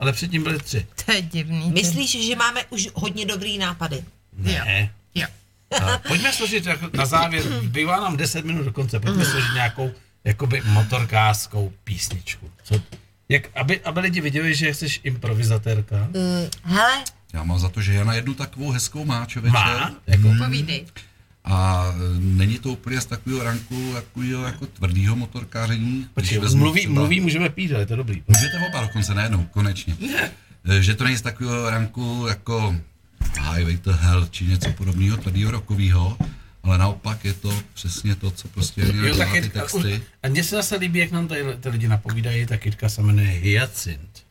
S2: Ale předtím byly tři.
S11: To je divný.
S5: Myslíš, že máme už hodně dobrý nápady?
S2: Ne.
S11: Jo.
S2: A pojďme složit jako na závěr, bývá nám 10 minut do konce, pojďme složit nějakou jakoby motorkářskou písničku. Co, jak, aby, aby lidi viděli, že jsi improvizatérka.
S5: Mm, hele,
S6: Já mám za to, že Jana jednu takovou hezkou má, člověče.
S2: Má? Jako?
S6: Mhm.
S11: Povídej.
S6: A e, není to úplně z takového ranku, takového jako tvrdého motorkáření.
S2: Počkej,
S6: Když vezmu
S2: mluví- mluví, můžeme pít, ale to je dobrý.
S6: Můžete oba dokonce najednou, konečně. Eh, že to není z takového ranku jako Highway to Hell či něco podobného tvrdého rokového, ale naopak je to přesně to, co prostě
S2: Jo, tak
S6: dělá ty
S2: Jitka,
S6: texty.
S2: a mně se zase líbí, jak nám tady ty lidi napovídají, tak Jitka se jmenuje Hyacint.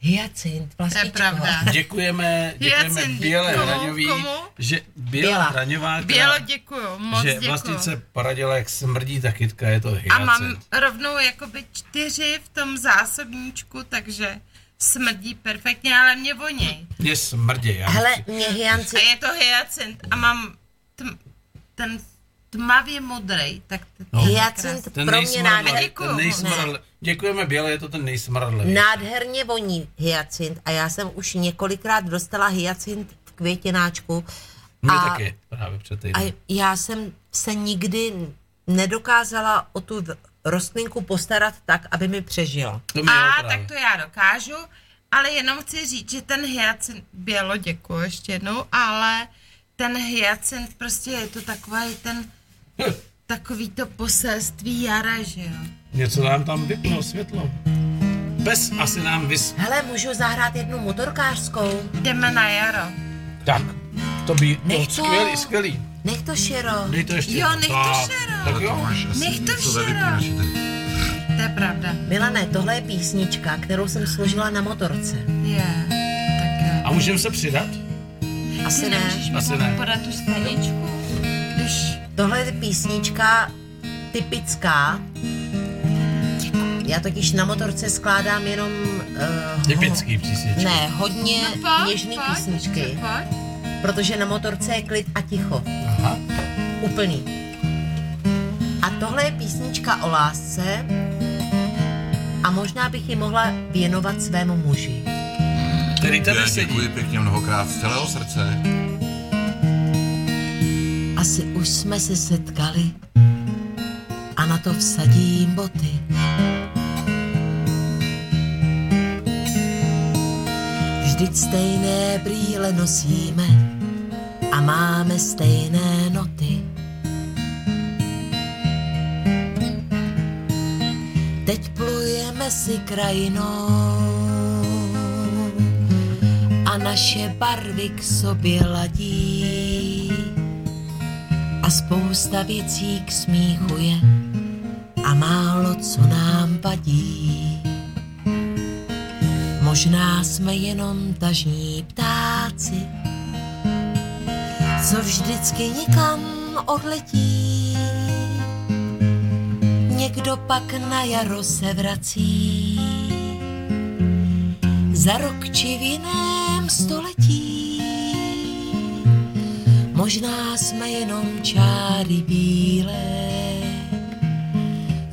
S5: Hyacint, vlastně.
S11: To je pravda.
S2: Děkujeme, děkujeme
S11: Hyacint,
S2: Běle
S11: komu,
S2: Hraňový,
S11: komu?
S2: že Běla
S11: Běla.
S2: Hraňová,
S11: Bělo,
S2: která,
S11: děkuju, moc
S2: že
S11: děkuju.
S2: vlastnice poradila, jak smrdí, tak Jitka je to
S11: A
S2: Hyacint.
S11: mám rovnou jakoby čtyři v tom zásobníčku, takže smrdí perfektně, ale mě voní.
S2: Mě smrdí, já
S11: Hele,
S5: mě hyancint.
S11: A je to hyacint a mám tm, ten tmavě modrý, tak t-
S2: No.
S11: ten je
S5: Hyacint
S11: krásný.
S2: ten nejsmradlej,
S11: Děkuju
S2: ten
S11: moc.
S2: nejsmradlej. Děkujeme Běle, je to ten nejsmradlej.
S5: Nádherně voní hyacint a já jsem už několikrát dostala hyacint v květináčku.
S2: Mě
S5: a,
S2: taky, právě před týdnem.
S5: a já jsem se nikdy nedokázala o tu v- rostlinku postarat tak, aby mi přežila.
S11: A tak to já dokážu, ale jenom chci říct, že ten hyacint, bělo děkuji ještě jednou, ale ten hyacint prostě je to takový ten, takový to poselství jara, že jo.
S2: Něco nám tam vyplo světlo. Pes asi nám vys...
S5: Hele, můžu zahrát jednu motorkářskou?
S11: Jdeme na jaro.
S2: Tak, to by to
S5: Nech to.
S2: skvělý, skvělý.
S5: Nech to šero.
S2: Dej to ještě.
S11: Jo, nech to
S2: Tak,
S11: šero.
S2: Tak jo.
S11: Nech to šero. To je pravda.
S5: Milané, tohle je písnička, kterou jsem složila na motorce.
S11: Je. eh,
S2: A můžeme se přidat?
S5: Asi ne.
S2: Asi ne.
S11: Podat tu staničku, když...
S5: Tohle je písnička typická. Já totiž na motorce skládám jenom... Uh,
S2: Typický přísničky.
S5: Ne, hodně
S11: No, pojď,
S5: něžný
S11: pojď,
S5: písničky.
S11: pojď.
S5: Protože na motorce je klid a ticho.
S2: Aha.
S5: Úplný. A tohle je písnička o lásce a možná bych ji mohla věnovat svému muži.
S2: Který tady
S6: Já děkuji pěkně mnohokrát z celého srdce.
S5: Asi už jsme se setkali a na to vsadím boty. Vždyť stejné brýle nosíme a máme stejné noty. Teď plujeme si krajinou a naše barvy k sobě ladí a spousta věcí k smíchu je a málo co nám vadí. Možná jsme jenom tažní ptáci, co vždycky nikam odletí. Někdo pak na jaro se vrací, za rok či v jiném století. Možná jsme jenom čáry bílé,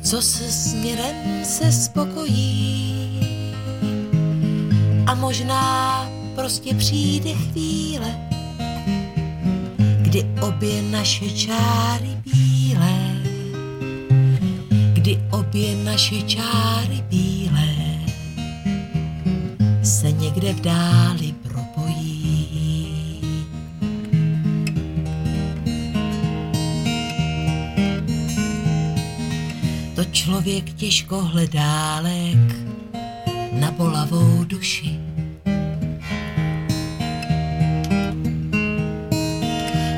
S5: co se směrem se spokojí. A možná prostě přijde chvíle, kdy obě naše čáry bílé, kdy obě naše čáry bílé se někde v dáli propojí. To člověk těžko hledá lék na bolavou duši.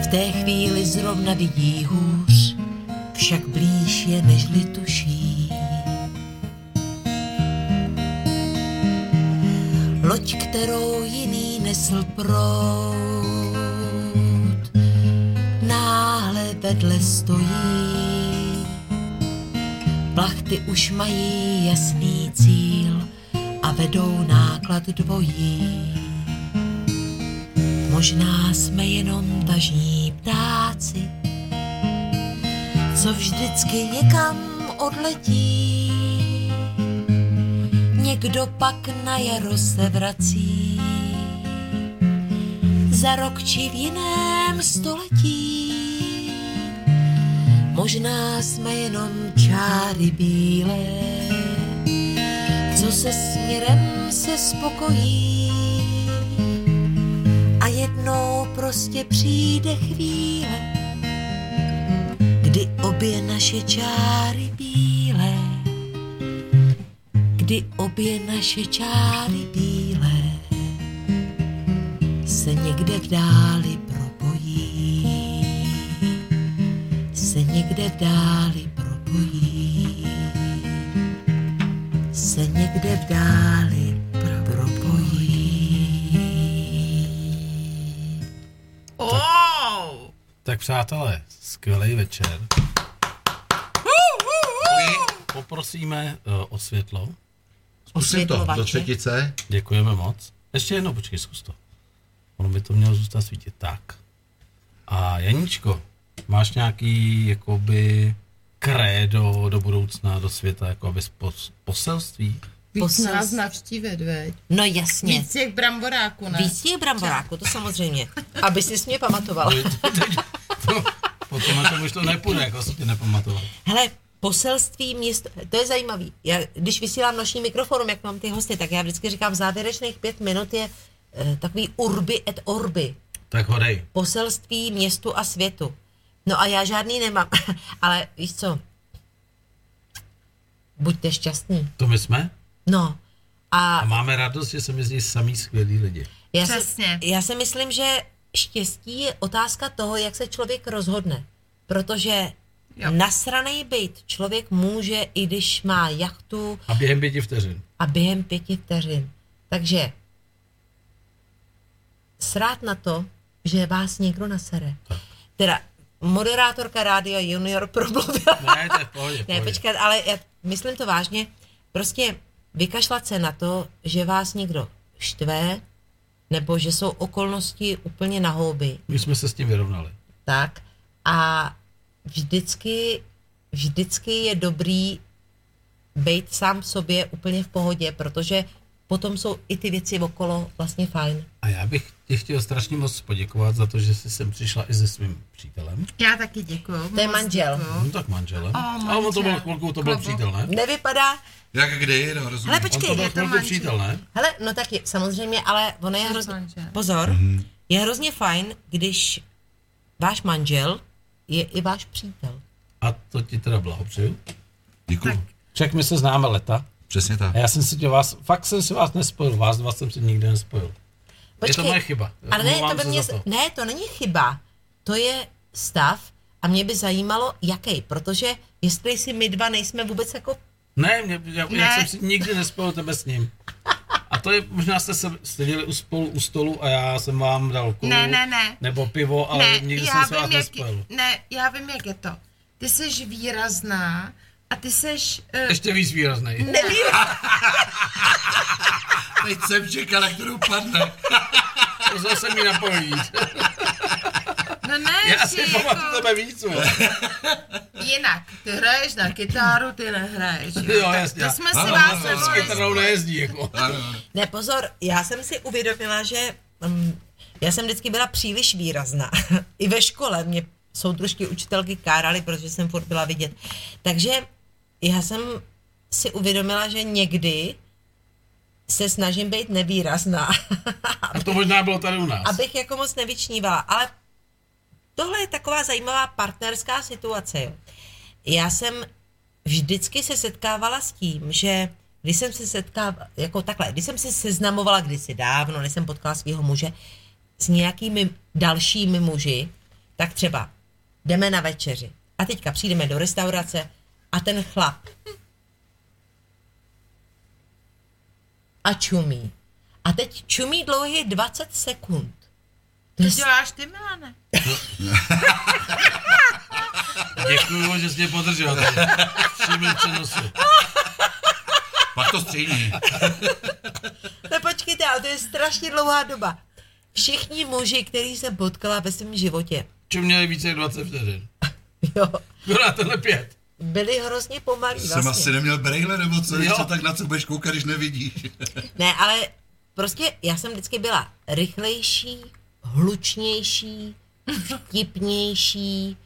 S5: V té chvíli zrovna vidí hůř, však blíž je nežli tuší. Loď, kterou jiný nesl prout, náhle vedle stojí. Plachty už mají jasný cíl a vedou náklad dvojí. Možná jsme jenom tažní ptáci, co vždycky někam odletí. Někdo pak na jaro se vrací, za rok či v jiném století. Možná jsme jenom čáry bílé, co se směrem se spokojí. A jednou prostě přijde chvíle, kdy obě naše čáry bílé, kdy obě naše čáry bílé se někde v dáli propojí, se někde v dáli propojí, se někde v dáli propojí.
S11: Oh!
S2: Tak přátelé, skvělý večer. Poprosíme eh, o světlo.
S6: Zkusím to do třetice.
S2: Děkujeme moc. Ještě jednou, počkej, zkus to. Ono by to mělo zůstat svítit. Tak. A Janíčko, máš nějaký jakoby krédo do budoucna, do světa, jako aby pos- poselství?
S11: Víc
S3: Poslal
S11: nás
S3: jsi-
S11: navštívit, veď.
S3: No jasně.
S11: Víc těch bramboráků, ne?
S3: Víc těch bramboráků, to samozřejmě. Aby si mě pamatoval.
S2: Potom na to už to nepůjde, jako se tě nepamatoval.
S3: Hele, poselství město, to je zajímavý. Já, když vysílám noční mikroforum, jak mám ty hosty, tak já vždycky říkám, závěrečných pět minut je eh, takový urby et orby.
S2: Tak hodej.
S3: Poselství městu a světu. No a já žádný nemám, ale víš co, buďte šťastní.
S2: To my jsme?
S3: No a,
S2: A máme radost, že se jezdí samý skvělí lidi.
S3: já Přesně. Si, já si myslím, že štěstí je otázka toho, jak se člověk rozhodne. Protože jo. nasranej být člověk může, i když má jachtu
S2: A během pěti vteřin.
S3: a během pěti vteřin. Takže srát na to, že vás někdo nasere. Teda moderátorka Rádia Junior promluvila.
S2: Ne, to je v pohodě,
S3: Ne,
S2: pohodě.
S3: počkat, ale já myslím to vážně. Prostě vykašlat se na to, že vás někdo štve, nebo že jsou okolnosti úplně na houby.
S2: My jsme se s tím vyrovnali.
S3: Tak. A vždycky, vždycky je dobrý být sám v sobě úplně v pohodě, protože potom jsou i ty věci okolo vlastně fajn.
S2: A já bych ti chtěl strašně moc poděkovat za to, že jsi sem přišla i se svým přítelem.
S11: Já taky děkuju.
S3: To je manžel.
S2: No tak manželem.
S11: O,
S2: A on to byl chvilku, to byl přítel, ne?
S3: Nevypadá.
S6: Jak kdy, no rozumím.
S3: Hele, počkej,
S2: on to byl
S3: je to
S2: chvilku
S3: manžel.
S2: přítel, ne?
S3: Hele, no tak je, samozřejmě, ale ono je hrozně... Pozor, je hrozně fajn, když váš manžel je i váš přítel.
S2: A to ti teda blahopřeju. Děkuji. Ček, my se známe leta.
S6: Přesně tak.
S2: A já jsem si tě vás, fakt jsem si vás nespojil, vás dva jsem si nikdy nespojil. je to moje chyba.
S3: Ale ne, to
S2: Omlouvám
S3: by
S2: se
S3: mě,
S2: za to.
S3: ne, to není chyba. To je stav a mě by zajímalo, jaký, protože jestli si my dva nejsme vůbec jako...
S2: Ne, mě, já, ne. já
S3: Ne.
S2: jsem si nikdy nespojil tebe s ním. A to je, možná jste se seděli u, spolu, u stolu a já jsem vám dal kolu,
S11: Ne, ne, ne.
S2: nebo pivo, ale ne, nikdy jsem se vás nespojil.
S11: ne, já vím, jak je to. Ty jsi výrazná a ty jsi... Uh,
S2: Ještě víc výraznej.
S11: Nevím.
S6: Teď jsem čekal, na kterou padne.
S2: to zase mi napojí.
S11: No ne,
S2: Já
S11: že jako-
S2: si pamatuju tebe víc, vole.
S11: jinak. Ty hraješ na kytaru, ty nehraješ.
S2: Jo,
S11: Tak
S2: jasně.
S11: To jsme si
S2: Ano,
S11: vás
S2: ano, S kytarou nejezdí, jako.
S3: Ne, pozor, já jsem si uvědomila, že um, já jsem vždycky byla příliš výrazná. I ve škole mě soudružky učitelky káraly, protože jsem furt byla vidět. Takže já jsem si uvědomila, že někdy se snažím být nevýrazná,
S2: A to možná bylo tady u nás.
S3: abych jako moc nevyčnívala. Ale tohle je taková zajímavá partnerská situace. Jo. Já jsem vždycky se setkávala s tím, že když jsem se setkávala, jako takhle, když jsem se seznamovala kdysi dávno, než jsem potkala svého muže, s nějakými dalšími muži, tak třeba jdeme na večeři a teďka přijdeme do restaurace a ten chlap a čumí. A teď čumí dlouhých 20 sekund.
S11: To děláš ty, Milane.
S2: Děkuju, že jsi mě podržel. tady. V přímém přenosu.
S6: Pak to stříní.
S3: No Ne, počkejte, ale to je strašně dlouhá doba. všichni muži, který jsem potkala ve svém životě,
S2: Čo měli více jak 20 vteřin.
S3: jo,
S2: Byla tenhle pět.
S3: byli hrozně pomalí
S6: Jsem
S3: vlastně.
S6: asi neměl brejle nebo co, když
S2: Jo.
S6: se tak na co budeš koukat, když nevidíš.
S3: Ne, ale prostě já jsem vždycky byla rychlejší, hlučnější, vtipnější,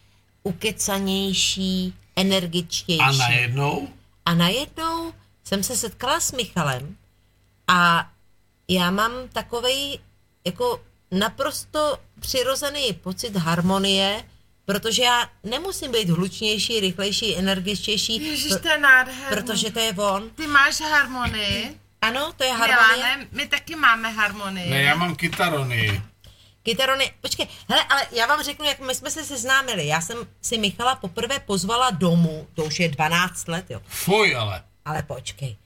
S3: ukecanější, energičtější.
S2: A najednou?
S3: A najednou jsem se setkala s Michalem a já mám takovej jako naprosto přirozený pocit harmonie, protože já nemusím být hlučnější, rychlejší, energičtější.
S11: Ježiš,
S3: pr-
S11: to je nádherný.
S3: Protože to je on.
S11: Ty máš harmonii.
S3: Ano, to je harmonie.
S11: Milane, my taky máme harmonii.
S2: Ne, já mám kytarony.
S3: Kytarony, počkej, hele, ale já vám řeknu, jak my jsme se seznámili. Já jsem si Michala poprvé pozvala domů, to už je 12 let, jo.
S2: Fuj, ale.
S3: Ale počkej,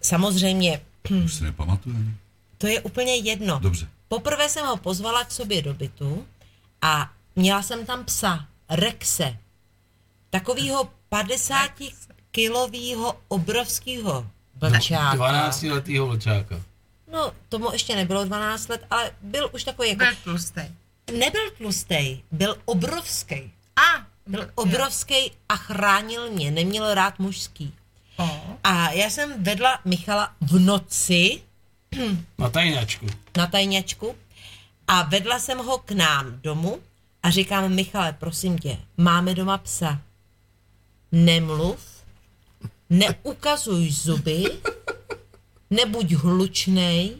S3: samozřejmě,
S6: Už si nepamatuju. ani.
S3: to je úplně jedno.
S6: Dobře.
S3: Poprvé jsem ho pozvala k sobě do bytu a měla jsem tam psa, Rexe. Takovýho 50 kilovýho obrovského vlčáka.
S2: 12 letýho vlčáka.
S3: No, tomu ještě nebylo 12 let, ale byl už takový jako...
S11: Byl tlustej.
S3: Nebyl tlustej, byl obrovský.
S11: A,
S3: byl obrovský a chránil mě, neměl rád mužský.
S11: O.
S3: A já jsem vedla Michala v noci
S2: Na tajňačku.
S3: na tajňačku a vedla jsem ho k nám domů a říkám, Michale, prosím tě, máme doma psa. Nemluv, neukazuj zuby, nebuď hlučnej,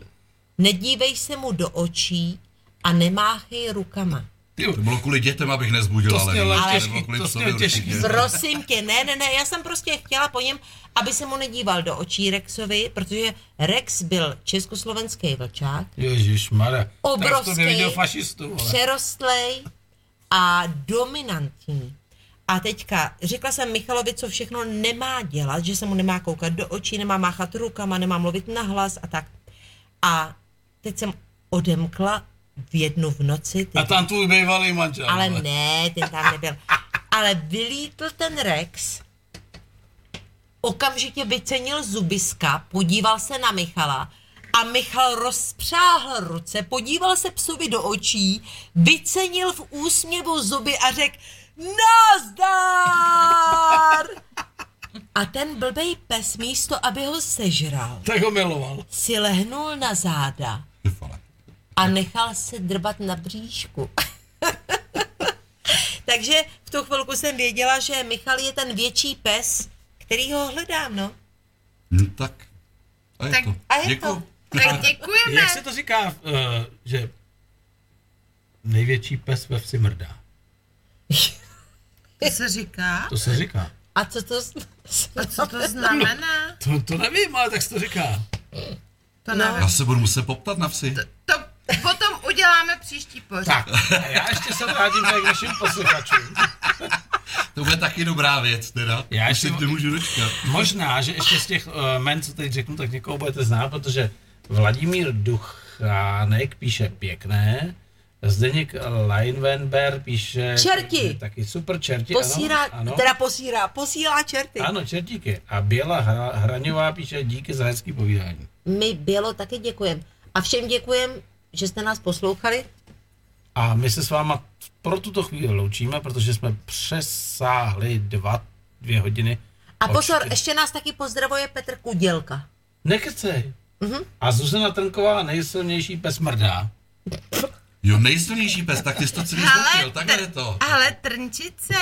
S3: nedívej se mu do očí a nemáchej rukama.
S6: Ty, to bylo kvůli dětem, abych nezbudil,
S2: To
S6: ale,
S2: snělo
S6: vím,
S2: těžký,
S6: nebo kvůli
S2: to
S6: psovi
S2: snělo těžký.
S6: určitě.
S3: Prosím tě, ne, ne, ne, já jsem prostě chtěla po něm, aby se mu nedíval do očí Rexovi, protože Rex byl československý vlčák,
S2: Ježíš, Mara. Tak to
S3: obrovský,
S2: neviděl fašistů. Ale.
S3: přerostlej a dominantní. A teďka řekla jsem Michalovi, co všechno nemá dělat, že se mu nemá koukat do očí, nemá máchat rukama, nemá mluvit nahlas a tak. A teď jsem odemkla v jednu v noci. ty
S2: A tam tvůj bývalý manžel.
S3: ale
S2: vole.
S3: ne, ten tam nebyl. Ale vylítl ten Rex, okamžitě vycenil zubiska, podíval se na Michala a Michal rozpřáhl ruce, podíval se psovi do očí, vycenil v úsměvu zuby a řekl Nazdar! A ten blbej pes místo, aby ho sežral,
S2: Tak ho miloval.
S3: si lehnul na záda a nechal se drbat na bříšku. Takže v tu chvilku jsem věděla, že Michal je ten větší pes, který ho hledám, no.
S2: Hm,
S6: No tak. A je
S11: Tak-
S6: to.
S3: a je
S6: Děkuju.
S11: to. Tak děkujeme.
S2: Jak se to říká, uh, že největší pes ve vsi mrdá.
S11: To se říká?
S2: To se říká.
S3: A co to,
S11: A co to znamená?
S2: To, to nevím, ale tak se to říká.
S11: To no.
S6: Já se budu muset poptat na vsi.
S11: To potom uděláme příští pořád.
S2: A já ještě se vrátím tady k našim posluchačům.
S6: To bude taky dobrá věc, teda.
S2: Já
S6: Já Už si
S2: ještě-
S6: nemůžu dočkat.
S2: Možná, že ještě z těch uh, men, co teď řeknu, tak někoho budete znát, protože Vladimír Duchánek píše pěkné, Zdeněk Leinwenber píše...
S3: Čerti.
S2: Taky super čerti,
S3: posírá,
S2: ano. ano.
S3: teda posírá, posílá čerty.
S2: Ano, čertíky. A Běla Hra, Hraňová píše díky za hezký povídání.
S3: My bylo taky děkujem. A všem děkujem, že jste nás poslouchali.
S2: A my se s váma pro tuto chvíli loučíme, protože jsme přesáhli dva, dvě hodiny.
S3: A pozor,
S2: Počkej.
S3: ještě nás taky pozdravuje Petr Kudělka.
S2: Nekecej.
S3: Mhm.
S2: A Zuzana Trnková nejsilnější pes mrdá.
S6: Jo, nejsilnější pes, tak ty jsi to celý zločil, takhle je to.
S11: Ale Trnčice,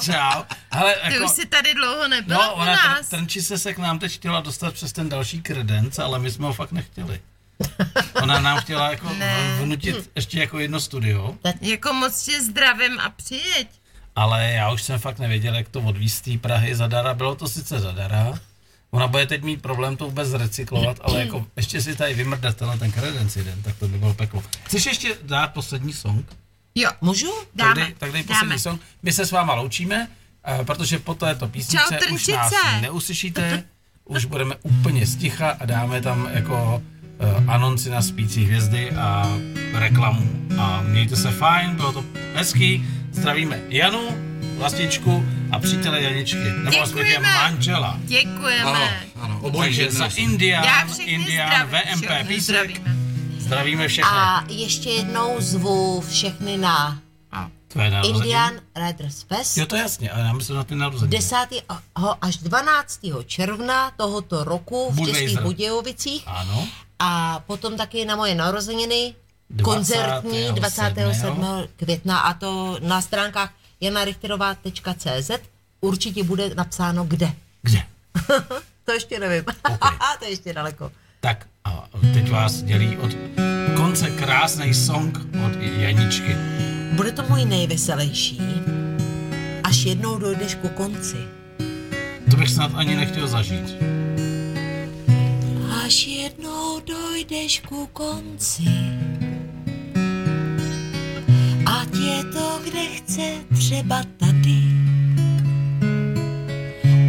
S2: Čau. Ale
S11: Ty
S2: jako,
S11: už jsi tady dlouho nebyla
S2: no,
S11: u
S2: ona tr-
S11: nás.
S2: trnčí se se k nám teď chtěla dostat přes ten další kredenc, ale my jsme ho fakt nechtěli. Ona nám chtěla jako
S11: Ne.
S2: vnutit ještě jako jedno studio,
S11: Jako moc tě zdravím a přijeď.
S2: ale já už jsem fakt nevěděl, jak to odvíz z té Prahy zadara. Bylo to sice zadara, Ona bude teď mít problém to vůbec recyklovat, ale jako ještě si tady vymrdat tenhle ten kredenc jeden, tak to by bylo peklo. Chceš ještě dát poslední song?
S11: Jo.
S3: Můžu?
S11: Dáme.
S2: Tak dej, tak dej poslední song. My se s váma loučíme, eh, protože po této písničce
S11: Čau,
S2: už nás
S11: Trnčice.
S2: neuslyšíte, už budeme úplně sticha a dáme tam jako eh, anonci na spící hvězdy a reklamu. A mějte se fajn, bylo to hezký. Zdravíme Janu, vlastičku a přítele Janičky. Nebo respektive
S11: Děkujeme.
S2: manžela.
S11: Děkujeme.
S6: Ano, ano, obojí
S2: Takže za
S6: jednou.
S2: Indian,
S11: Já všechny
S2: Indian,
S11: zdravím,
S2: VMP
S11: všechny
S2: Písek,
S11: zdravíme.
S2: Zdravíme všechny.
S5: A ještě jednou zvu všechny na
S2: Tvé narozeniny.
S5: Indian Riders Fest.
S2: Jo, to jasně, ale já myslím na ty narozeniny.
S5: 10. a- až 12. června tohoto roku v
S2: Budweiser.
S5: Českých Budějovicích
S2: Ano.
S5: a potom taky na moje narozeniny
S2: 20.
S5: koncertní 27. května No a to na stránkách janarichterová.cz určitě bude napsáno kde.
S2: Kde?
S5: to ještě nevím. to je ještě daleko.
S2: Tak a teď vás dělí od konce krásný song od Janičky.
S5: Bude to můj nejveselější, až jednou dojdeš ku konci.
S2: To bych snad ani nechtěl zažít.
S5: Až jednou dojdeš ku konci, ať je to kde chce, třeba tady.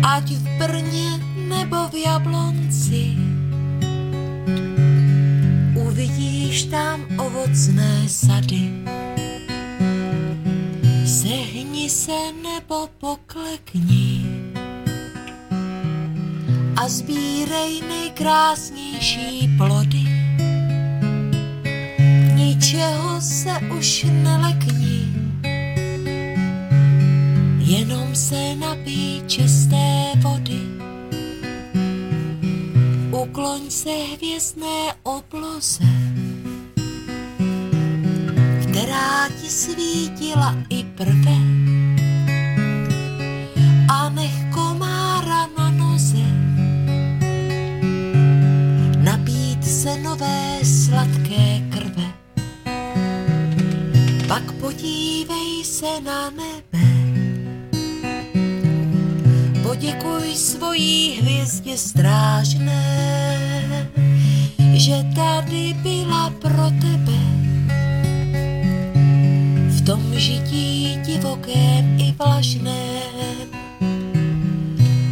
S5: Ať v Brně nebo v Jablonci, uvidíš tam ovocné sady. Sehni se nebo poklekni a sbírej nejkrásnější plody. Ničeho se už nelekni, jenom se napij čisté vody. Ukloň se hvězdné obloze, která ti svítila i prve. A nech komára na noze napít se nové sladké krve. Pak podívej se na nebe, poděkuj svojí hvězdě strážné, že tady byla pro tebe. V tom žití divokém i vlažném,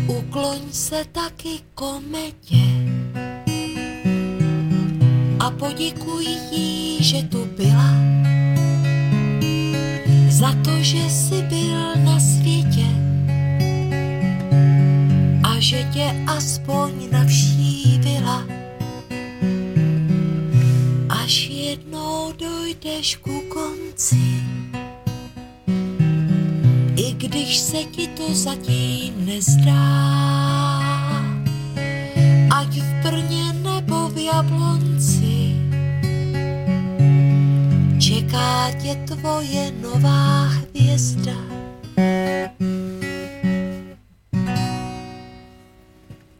S5: ukloň se taky kometě a poděkuj jí, že tu byla. Za to, že jsi byl na světě a že tě aspoň navštívila. Až jednou dojdeš ku konci, i když se ti to zatím nezdá ať v Brně nebo v Jablonci. Čeká tě tvoje nová hvězda.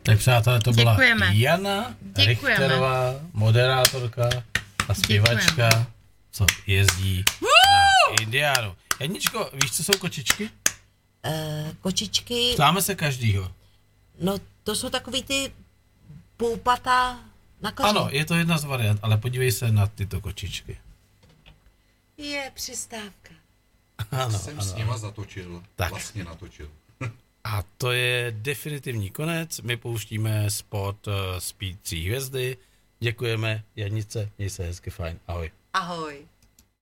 S2: Tak přátelé, to byla
S11: Děkujeme.
S2: Jana
S11: Děkujeme.
S2: Richterová, moderátorka a zpěvačka,
S11: Děkujeme.
S2: co jezdí na Indiánu. Janičko, víš, co jsou kočičky?
S5: Eh, kočičky,
S2: Ptáme se každýho.
S5: no to jsou takový ty poupata na koři.
S2: Ano, je to jedna z variant, ale podívej se na tyto kočičky.
S5: Je přistávka.
S2: Ano,
S6: jsem
S2: ano.
S6: s nima zatočil.
S2: Tak.
S6: Vlastně natočil.
S2: A to je definitivní konec. My pouštíme spot eh, spící hvězdy. Děkujeme Janice, měj se hezky fajn. Ahoj.
S5: Ahoj.